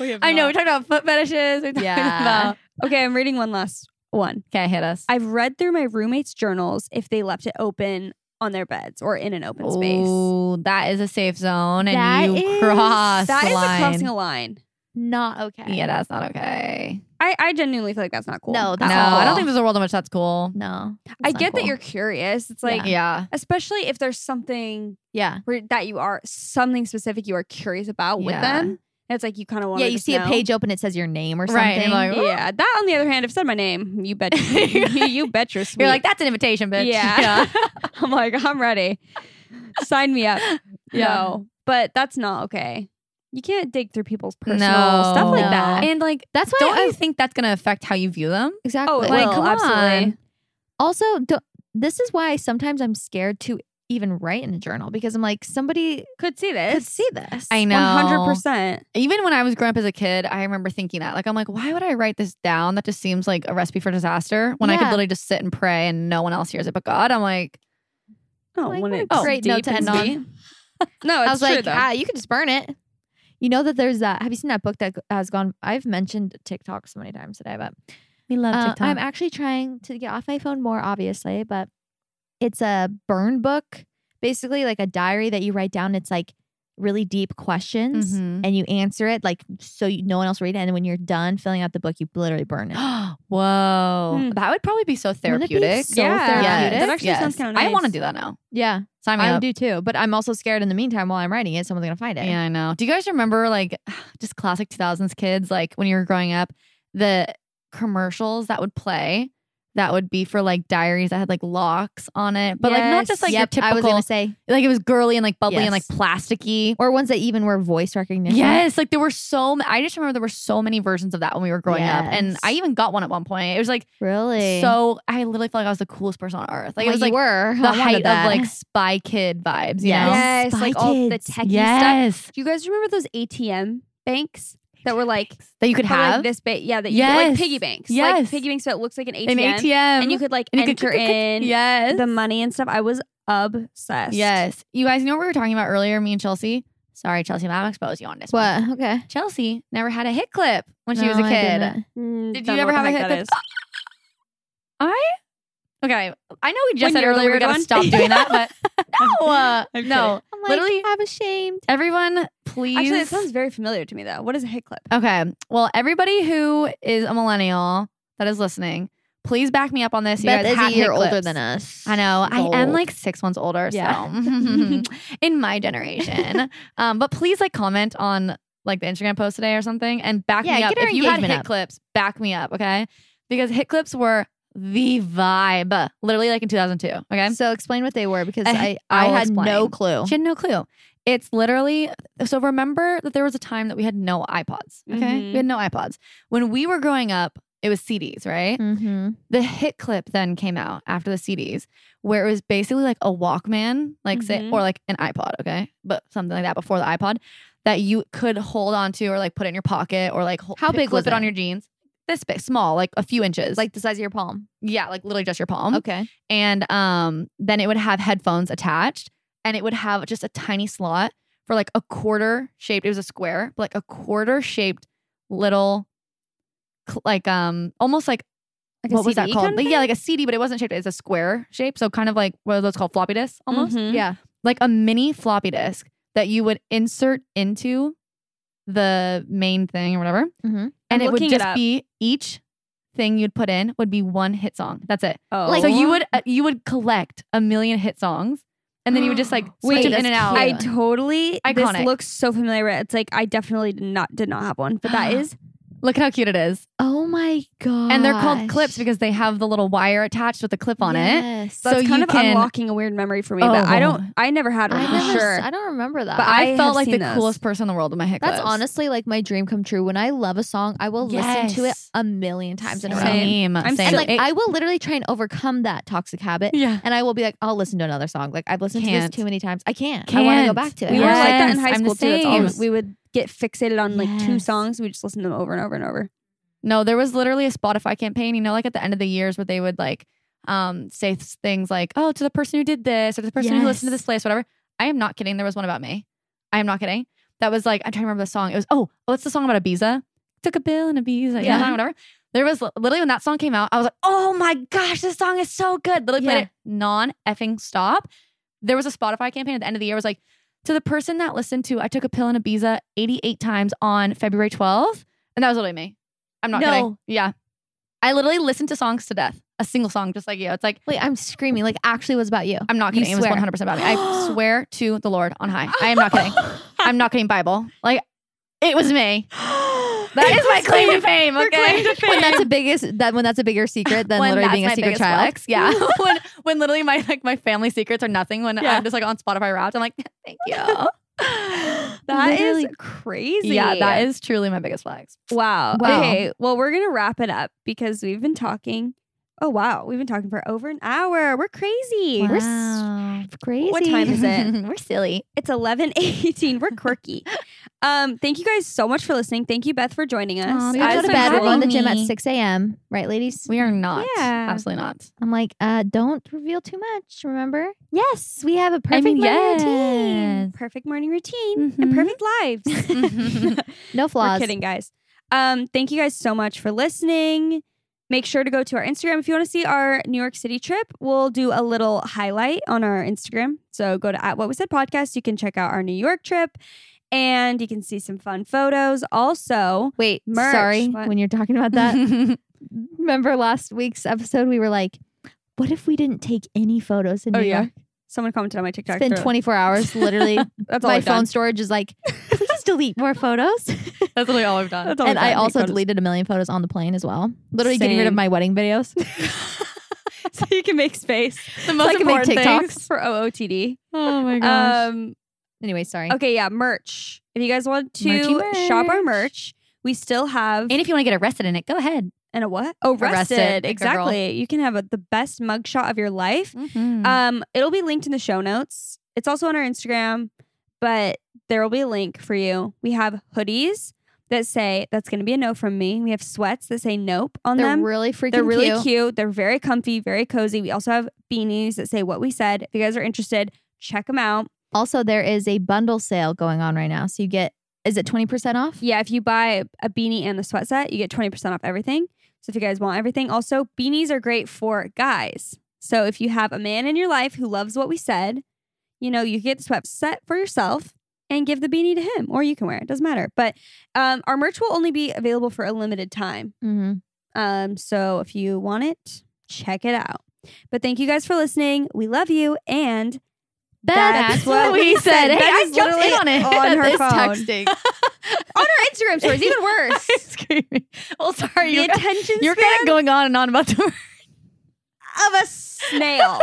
Speaker 5: I know. We're talking about foot fetishes. We're talking
Speaker 4: Yeah.
Speaker 5: about.
Speaker 3: Okay, I'm reading one last one.
Speaker 5: Okay, hit us.
Speaker 3: I've read through my roommates' journals if they left it open on their beds or in an open space.
Speaker 5: Ooh, that is a safe zone, and
Speaker 4: That
Speaker 5: you
Speaker 4: is-
Speaker 5: cross
Speaker 3: That
Speaker 5: the
Speaker 3: is
Speaker 5: line.
Speaker 3: a crossing a line.
Speaker 4: Not okay.
Speaker 5: Yeah, that's not okay.
Speaker 3: I, I genuinely feel like that's not cool.
Speaker 4: No,
Speaker 3: That's
Speaker 5: No,
Speaker 4: That's
Speaker 3: not
Speaker 5: I
Speaker 3: cool.
Speaker 5: don't think there's a world in which that's cool.
Speaker 4: No.
Speaker 3: I
Speaker 4: that's not
Speaker 3: get that
Speaker 4: cool.
Speaker 3: you're curious. It's like,
Speaker 5: Yeah.
Speaker 3: especially if there's something
Speaker 4: Yeah.
Speaker 3: where, that you are something specific you are curious about with
Speaker 5: Yeah.
Speaker 3: them. And it's like you kind of want.
Speaker 4: <laughs> Yeah,
Speaker 3: to
Speaker 4: you
Speaker 3: just
Speaker 4: see a
Speaker 3: know.
Speaker 4: page open, it says your name or something.
Speaker 5: Right, and you're like,
Speaker 3: Yeah, that on the other hand, if said my name, you
Speaker 4: <laughs>
Speaker 3: bet, you bet you're sweet.
Speaker 5: You're like, that's an invitation, bitch.
Speaker 4: <laughs>
Speaker 3: Yeah. <laughs> I'm like, I'm ready. Sign me up.
Speaker 5: Yeah.
Speaker 3: No, but that's not okay. You can't dig through people's personal
Speaker 5: No.
Speaker 3: stuff like
Speaker 4: No.
Speaker 3: that.
Speaker 5: And like,
Speaker 4: That's why
Speaker 5: don't
Speaker 4: I,
Speaker 5: you think that's going to affect how you view them?
Speaker 4: exactly
Speaker 3: it
Speaker 5: Like,
Speaker 3: will,
Speaker 5: come
Speaker 3: Oh, absolutely.
Speaker 5: on.
Speaker 4: Also, don't, this is why sometimes I'm scared to even write in a journal because I'm like, somebody
Speaker 3: Could see this.
Speaker 4: could see this.
Speaker 5: I know.
Speaker 3: One hundred percent.
Speaker 5: Even when I was growing up as a kid, I remember thinking that. Like, I'm like, why would I write this down? That just seems like a recipe for disaster when I could
Speaker 4: Yeah.
Speaker 5: literally just sit and pray and no one else hears it but God. I'm like,
Speaker 3: Oh,
Speaker 4: Like,
Speaker 3: when
Speaker 4: what a
Speaker 3: it's
Speaker 4: great
Speaker 3: deep
Speaker 4: note to
Speaker 3: and
Speaker 4: end on.
Speaker 3: deep. No, it's
Speaker 4: I was
Speaker 3: true
Speaker 4: like,
Speaker 3: though.
Speaker 4: ah, you could just burn it. You know that there's that. Have you seen that book that has gone? I've mentioned TikTok so many times today, but
Speaker 5: we love
Speaker 4: Uh, I'm actually trying to get off my phone more, obviously, but it's a burn book, basically like a diary that you write down. It's like really deep questions
Speaker 5: Mhm.
Speaker 4: and you answer it like so you, no one else read it. And when you're done filling out the book, you
Speaker 3: <gasps>
Speaker 4: literally burn it.
Speaker 5: <gasps> Whoa.
Speaker 3: Hmm.
Speaker 5: That would probably be so
Speaker 4: Wouldn't it be
Speaker 5: therapeutic.
Speaker 4: so
Speaker 3: Yeah.
Speaker 4: therapeutic?
Speaker 3: That actually sounds kinda
Speaker 5: I want to
Speaker 3: nice.
Speaker 5: do that now.
Speaker 4: <gasps> yeah,
Speaker 5: Sign me
Speaker 4: I
Speaker 5: up.
Speaker 4: do too. But I'm also scared in the meantime while I'm writing it, someone's gonna find it.
Speaker 5: Yeah, I know. Do you guys remember like <sighs> just classic 2000s kids like when you were growing up, the commercials that would play that would be for like diaries that had like locks on it, but like not just like your
Speaker 4: Yep,
Speaker 5: typical
Speaker 4: I was gonna say,
Speaker 5: like it was girly and like bubbly and like
Speaker 4: Yes.
Speaker 5: plasticky.
Speaker 4: or ones that even were voice recognition.
Speaker 5: Yes, like there were so ma- I just remember there were so many versions of that when we were growing up, and
Speaker 4: Yes.
Speaker 5: I even got one at one point. It was like
Speaker 4: really.
Speaker 5: so I literally felt like I was the coolest person on earth. Like
Speaker 4: like,
Speaker 5: it was
Speaker 4: you
Speaker 3: <laughs>
Speaker 5: like
Speaker 4: were I
Speaker 5: the
Speaker 4: wanted
Speaker 5: height
Speaker 4: that.
Speaker 5: of like Spy Kid vibes. You
Speaker 4: Yes.
Speaker 5: know?
Speaker 3: yes,
Speaker 4: Spy
Speaker 3: like all the
Speaker 4: Kids.
Speaker 3: techie stuff.
Speaker 5: yes,
Speaker 3: Do you guys remember those ATM banks that were like
Speaker 5: that you could
Speaker 3: that were, like,
Speaker 5: have
Speaker 3: this big? Yeah, that you could-
Speaker 5: Yes.
Speaker 3: like piggy banks.
Speaker 5: Yes.
Speaker 3: like piggy banks that looks like an ATM,
Speaker 5: an ATM,
Speaker 3: and you could like
Speaker 5: And you could
Speaker 3: enter
Speaker 5: click, click,
Speaker 3: in
Speaker 5: click. yes,
Speaker 3: the money and stuff. I was obsessed.
Speaker 5: Yes, you guys know what we were talking about earlier. Me and Chelsea. Sorry, Chelsea, but I'm exposed you on this. one.
Speaker 4: what? Okay.
Speaker 5: Chelsea never had a hit clip when she was a
Speaker 4: No, I
Speaker 5: kid.
Speaker 4: didn't.
Speaker 3: Mm,
Speaker 5: Did
Speaker 3: don't
Speaker 5: you
Speaker 3: know
Speaker 5: ever
Speaker 3: what
Speaker 5: have
Speaker 3: the
Speaker 5: a
Speaker 3: heck that
Speaker 5: hit clip?
Speaker 3: is.
Speaker 5: I okay. <gasps> I know we just
Speaker 3: When
Speaker 5: said
Speaker 3: you're the
Speaker 5: earlier we
Speaker 3: weird
Speaker 5: gotta
Speaker 3: one? <laughs>
Speaker 5: stop doing that, but <laughs> no, uh,
Speaker 3: I'm
Speaker 5: no.
Speaker 4: I'm like,
Speaker 5: Literally-
Speaker 4: I'm ashamed.
Speaker 5: Everyone, please.
Speaker 3: Actually, it sounds very familiar to me though. What is a hit
Speaker 5: <laughs>
Speaker 3: clip?
Speaker 5: okay. Well, everybody who is a millennial that is listening, please back me up on this. You
Speaker 4: Beth
Speaker 5: guys
Speaker 4: is
Speaker 5: had
Speaker 4: a year
Speaker 5: hit
Speaker 4: older
Speaker 5: clips.
Speaker 4: than us.
Speaker 5: I know.
Speaker 4: She's
Speaker 5: I am
Speaker 4: old.
Speaker 5: like six months older,
Speaker 4: Yeah. <laughs>
Speaker 5: so <laughs> in my generation. um, but please like comment on like the Instagram post today or something and back
Speaker 4: Yeah,
Speaker 5: me up.
Speaker 4: get our
Speaker 5: if you had
Speaker 4: engagement
Speaker 5: hit
Speaker 4: up.
Speaker 5: clips, back me up, okay? Because hit clips were the vibe, literally like in 2002. Okay. Eh,
Speaker 4: So explain what they were because I
Speaker 5: I-
Speaker 4: I,
Speaker 5: I'll
Speaker 4: had no
Speaker 5: explain.
Speaker 4: clue.
Speaker 5: She had no clue. It's literally so remember that there was a time that we had no iPods. Okay.
Speaker 3: Mhm.
Speaker 4: Mm-hmm.
Speaker 5: We had no iPods. When we were growing up, it was CDs, right?
Speaker 4: Mm-hmm.
Speaker 5: The hit clip then came out after the CDs, where it was basically like a Walkman, like say,
Speaker 3: Mhm.
Speaker 5: or like an iPod, okay? But something like that before the iPod that you could hold onto or like put in your pocket or like hol-
Speaker 4: How
Speaker 5: pick-
Speaker 4: big
Speaker 5: clip
Speaker 4: was
Speaker 5: it on
Speaker 4: it?
Speaker 5: your jeans. This big, small, like a few inches.
Speaker 4: Like the size of your palm.
Speaker 5: yeah, like literally just your palm
Speaker 4: Okay.
Speaker 5: and um then it would have headphones attached and it would have just a tiny slot for like a quarter shaped it was a square but like a quarter shaped little cl- like um almost like,
Speaker 3: Like a
Speaker 5: what was that
Speaker 3: CD
Speaker 5: called
Speaker 3: kind of
Speaker 5: Like, yeah like a cd but it wasn't shaped it's a square shape so kind of like what are those called floppy disk almost
Speaker 3: Mhm.
Speaker 4: Yeah.
Speaker 5: like a mini floppy disk that you would insert into the main thing or whatever and
Speaker 4: Mhm.
Speaker 3: Mm-hmm. I'm
Speaker 5: it would
Speaker 3: looking it
Speaker 5: just
Speaker 3: up.
Speaker 5: be each thing you'd put in would be one hit song that's it
Speaker 3: Oh,
Speaker 5: so you would uh, you would collect a million hit songs, and then you would just like switch
Speaker 3: <gasps> Wait,
Speaker 5: them in
Speaker 4: that's
Speaker 5: and out.
Speaker 3: I
Speaker 4: cute.
Speaker 3: totally.
Speaker 5: Iconic.
Speaker 3: This looks so familiar. It's like I definitely did not did not have one, but
Speaker 5: <gasps>
Speaker 3: that is
Speaker 5: Look at how cute it is,
Speaker 4: Oh my god.
Speaker 5: and they're called clips because they have the little wire attached with a clip on it.
Speaker 4: yes.
Speaker 5: So
Speaker 3: that's kind
Speaker 5: you
Speaker 3: of
Speaker 5: can-
Speaker 3: unlocking a weird memory for me. but I
Speaker 5: Oh.
Speaker 3: don't. I never had one
Speaker 4: I
Speaker 3: for
Speaker 4: never,
Speaker 3: sure.
Speaker 4: s- I don't remember that.
Speaker 5: But I,
Speaker 3: I have
Speaker 5: felt like the
Speaker 3: seen those.
Speaker 5: coolest person in the world with my hit
Speaker 4: that's
Speaker 5: clips.
Speaker 4: honestly like my dream come true. When I love a song, I will listen to it
Speaker 5: Yes.
Speaker 4: a million times in a row.
Speaker 5: Same.
Speaker 3: I'm
Speaker 5: Same.
Speaker 4: And
Speaker 3: So
Speaker 4: like
Speaker 5: It-
Speaker 4: I will literally try and overcome that toxic habit.
Speaker 5: yeah.
Speaker 4: And I will be like, I'll listen to another song. Like I've listened to
Speaker 5: Can't.
Speaker 4: this too many times. I can't. I want to go
Speaker 5: Can't.
Speaker 4: back to it.
Speaker 3: We
Speaker 5: Yeah.
Speaker 3: were like that in
Speaker 5: Yes,
Speaker 3: high
Speaker 5: I'm the
Speaker 3: school too. It's all-
Speaker 5: same.
Speaker 3: we would get fixated on like two
Speaker 4: Yes.
Speaker 3: songs. We just listened to them over and over and over.
Speaker 5: No, there was literally a Spotify campaign, you know, like at the end of the years where they would like um say s- things like, oh, to the person who did this or to the person who listened to
Speaker 4: Yes.
Speaker 5: this place, whatever. I am not kidding. There was one about me. I am not kidding. That was like, I'm trying to remember the song. It was, oh, what's the song about Ibiza? Took a bill and Ibiza. Yeah.
Speaker 4: Yeah.
Speaker 5: yeah. Whatever. There was li- literally when that song came out, I was like, oh my gosh, this song is so good. Literally
Speaker 4: Yeah.
Speaker 5: played it non effing stop. There was a Spotify campaign at the end of the year. It was like, to the person that listened to I Took a Pill in Ibiza 88 times on February 12th. And that was literally me. I'm not
Speaker 4: No.
Speaker 5: kidding. Yeah. I literally listened to songs to death. A single song, just like you. It's like,
Speaker 4: Wait, I'm screaming. Like actually was
Speaker 5: <laughs>
Speaker 4: about you.
Speaker 5: I'm not
Speaker 4: You
Speaker 5: kidding. It was
Speaker 4: swear.
Speaker 5: 100% about me. <gasps> I swear to the Lord on high. I am not kidding. I'm not kidding Bible. Like, it was <gasps> me. That is my claim to fame,
Speaker 4: Your claim
Speaker 5: okay? <laughs>
Speaker 4: to fame. When that's a biggest that when that's a bigger secret than
Speaker 5: When
Speaker 4: literally
Speaker 5: that's
Speaker 4: being a
Speaker 5: my
Speaker 4: secret
Speaker 5: biggest
Speaker 4: child.
Speaker 5: flex, Yeah. <laughs> when when literally my like my family secrets are nothing when
Speaker 4: Yeah.
Speaker 5: I'm just like on Spotify wrapped, I'm like, thank you.
Speaker 4: <laughs>
Speaker 3: That is
Speaker 4: Literally.
Speaker 3: crazy.
Speaker 5: Yeah, that is truly my biggest flex.
Speaker 3: Wow.
Speaker 4: Wow.
Speaker 3: Okay. Well, we're gonna wrap it up because we've been talking Oh wow, we've been talking for over an hour. We're crazy. We're s-
Speaker 4: crazy.
Speaker 3: What time is it?
Speaker 5: Hmm,
Speaker 4: We're silly.
Speaker 3: it's 11:18. We're
Speaker 5: <laughs>
Speaker 3: quirky. um thank you guys so much for listening. Thank you Beth for joining us.
Speaker 5: Aw,
Speaker 4: <laughs> We
Speaker 5: Guys,
Speaker 4: go to
Speaker 5: for
Speaker 4: bed. We're going to the gym at
Speaker 5: having me.
Speaker 4: 6 a.m. Right, ladies?
Speaker 5: We are not.
Speaker 3: Yeah.
Speaker 5: Absolutely not.
Speaker 4: I'm like, uh, don't reveal too much, remember? Yes, we have a perfect
Speaker 5: mean,
Speaker 4: morning
Speaker 5: yes.
Speaker 4: routine.
Speaker 3: Perfect morning routine and
Speaker 5: Mhm.
Speaker 3: perfect
Speaker 5: <laughs>
Speaker 3: <laughs>
Speaker 5: Mm-hmm.
Speaker 3: lives.
Speaker 4: No flaws.
Speaker 3: We're kidding, guys. Um, thank you guys so much for listening. Make sure to go to our Instagram if you want to see our New York City trip. We'll do a little highlight on our Instagram. So go to at what we said podcast. You can check out our New York trip, and you can see some fun photos. Also,
Speaker 4: Wait,
Speaker 3: Merch.
Speaker 4: sorry.
Speaker 3: What?
Speaker 4: When you're talking
Speaker 5: <laughs>
Speaker 4: about that, remember last week's episode? We were like, what if we didn't take any photos in
Speaker 3: Oh,
Speaker 4: New
Speaker 3: yeah.
Speaker 4: York?
Speaker 3: someone commented on my TikTok.
Speaker 4: It's been
Speaker 3: through- <laughs>
Speaker 4: 24 hours, literally.
Speaker 3: That's all
Speaker 4: My
Speaker 3: I've
Speaker 4: phone
Speaker 3: done.
Speaker 4: storage is like, please delete more photos.
Speaker 5: That's literally all I've
Speaker 3: <laughs>
Speaker 5: done.
Speaker 3: That's all
Speaker 4: and
Speaker 3: I've done.
Speaker 4: I
Speaker 3: Make
Speaker 4: also
Speaker 3: photos.
Speaker 4: deleted a million photos on the plane as well. Literally getting rid of
Speaker 3: Same.
Speaker 4: my wedding videos.
Speaker 3: <laughs> so you can make space.
Speaker 5: the
Speaker 3: so
Speaker 5: most
Speaker 3: I can make
Speaker 5: important things.
Speaker 3: TikToks for OOTD.
Speaker 5: Oh my
Speaker 3: Um,
Speaker 4: anyway, sorry.
Speaker 3: okay, yeah, merch. If you guys want to
Speaker 5: Merchy
Speaker 3: shop our
Speaker 5: merch.
Speaker 3: merch, we still have
Speaker 5: and if you want to get arrested in it, go ahead.
Speaker 3: and a what? Oh, arrested.
Speaker 5: Arrested, like a
Speaker 3: Exactly. You can have a, the best mugshot of your life.
Speaker 5: Mm-hmm. Uh,
Speaker 3: Um, it'll be linked in the show notes. It's also on our Instagram, but there will be a link for you. We have hoodies that say that's going to be a no from me. We have sweats that say nope on
Speaker 4: They're
Speaker 3: them.
Speaker 4: really freaking
Speaker 3: They're really
Speaker 4: cute.
Speaker 3: cute. They're very comfy, very cozy. We also have beanies that say what we said. If you guys are interested, check them out.
Speaker 4: Also, there is a bundle sale going on right now. So you get, is it 20% off?
Speaker 3: Yeah, if you buy a beanie and the sweat set, you get 20% off everything. So if you guys want everything, also beanies are great for guys. So if you have a man in your life who loves what we said, you know, you get the sweat set for yourself and give the beanie to him or you can wear it, doesn't matter. But um, our merch will only be available for a limited time.
Speaker 4: Mm-hmm.
Speaker 3: Um, so if you want it, check it out. But thank you guys for listening. We love you and That's what we said.
Speaker 5: Hey,
Speaker 3: That
Speaker 5: I
Speaker 3: is
Speaker 5: jumped
Speaker 3: literally
Speaker 5: in on it.
Speaker 4: <laughs>
Speaker 3: on her
Speaker 5: <laughs> This
Speaker 3: phone.
Speaker 5: texting.
Speaker 3: on our Instagram stories, even
Speaker 5: <laughs>
Speaker 3: worse.
Speaker 5: I'm screaming. Well, sorry.
Speaker 3: the
Speaker 5: You guys,
Speaker 3: attention
Speaker 5: you're kind of going on and on about the
Speaker 3: span of a snail.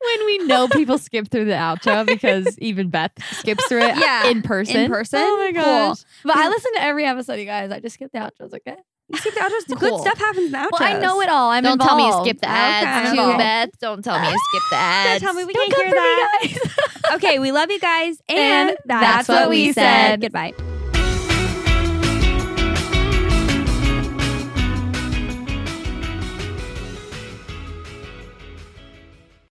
Speaker 4: when we know people skip through the outro because even Beth skips through
Speaker 5: <laughs>
Speaker 4: it
Speaker 3: Yeah,
Speaker 4: in person.
Speaker 3: in person. Cool.
Speaker 5: Oh But I listen to every episode, you guys. I just skip the outros, okay?
Speaker 3: You skip the outros. The Good
Speaker 4: Cool.
Speaker 3: stuff happens in the outros.
Speaker 5: Well, I know it all. I'm
Speaker 4: Don't tell me you
Speaker 5: involved.
Speaker 4: skip the
Speaker 3: Okay.
Speaker 4: ads
Speaker 3: I'm
Speaker 4: too,
Speaker 3: involved.
Speaker 4: Beth. Don't tell me you skip the
Speaker 3: Don't
Speaker 4: ads.
Speaker 3: tell me we
Speaker 5: Don't
Speaker 3: can't
Speaker 5: come
Speaker 3: hear
Speaker 5: for me,
Speaker 3: <laughs> that.
Speaker 5: guys.
Speaker 3: okay, we love you guys, and,
Speaker 5: And that's what we said.
Speaker 3: Goodbye.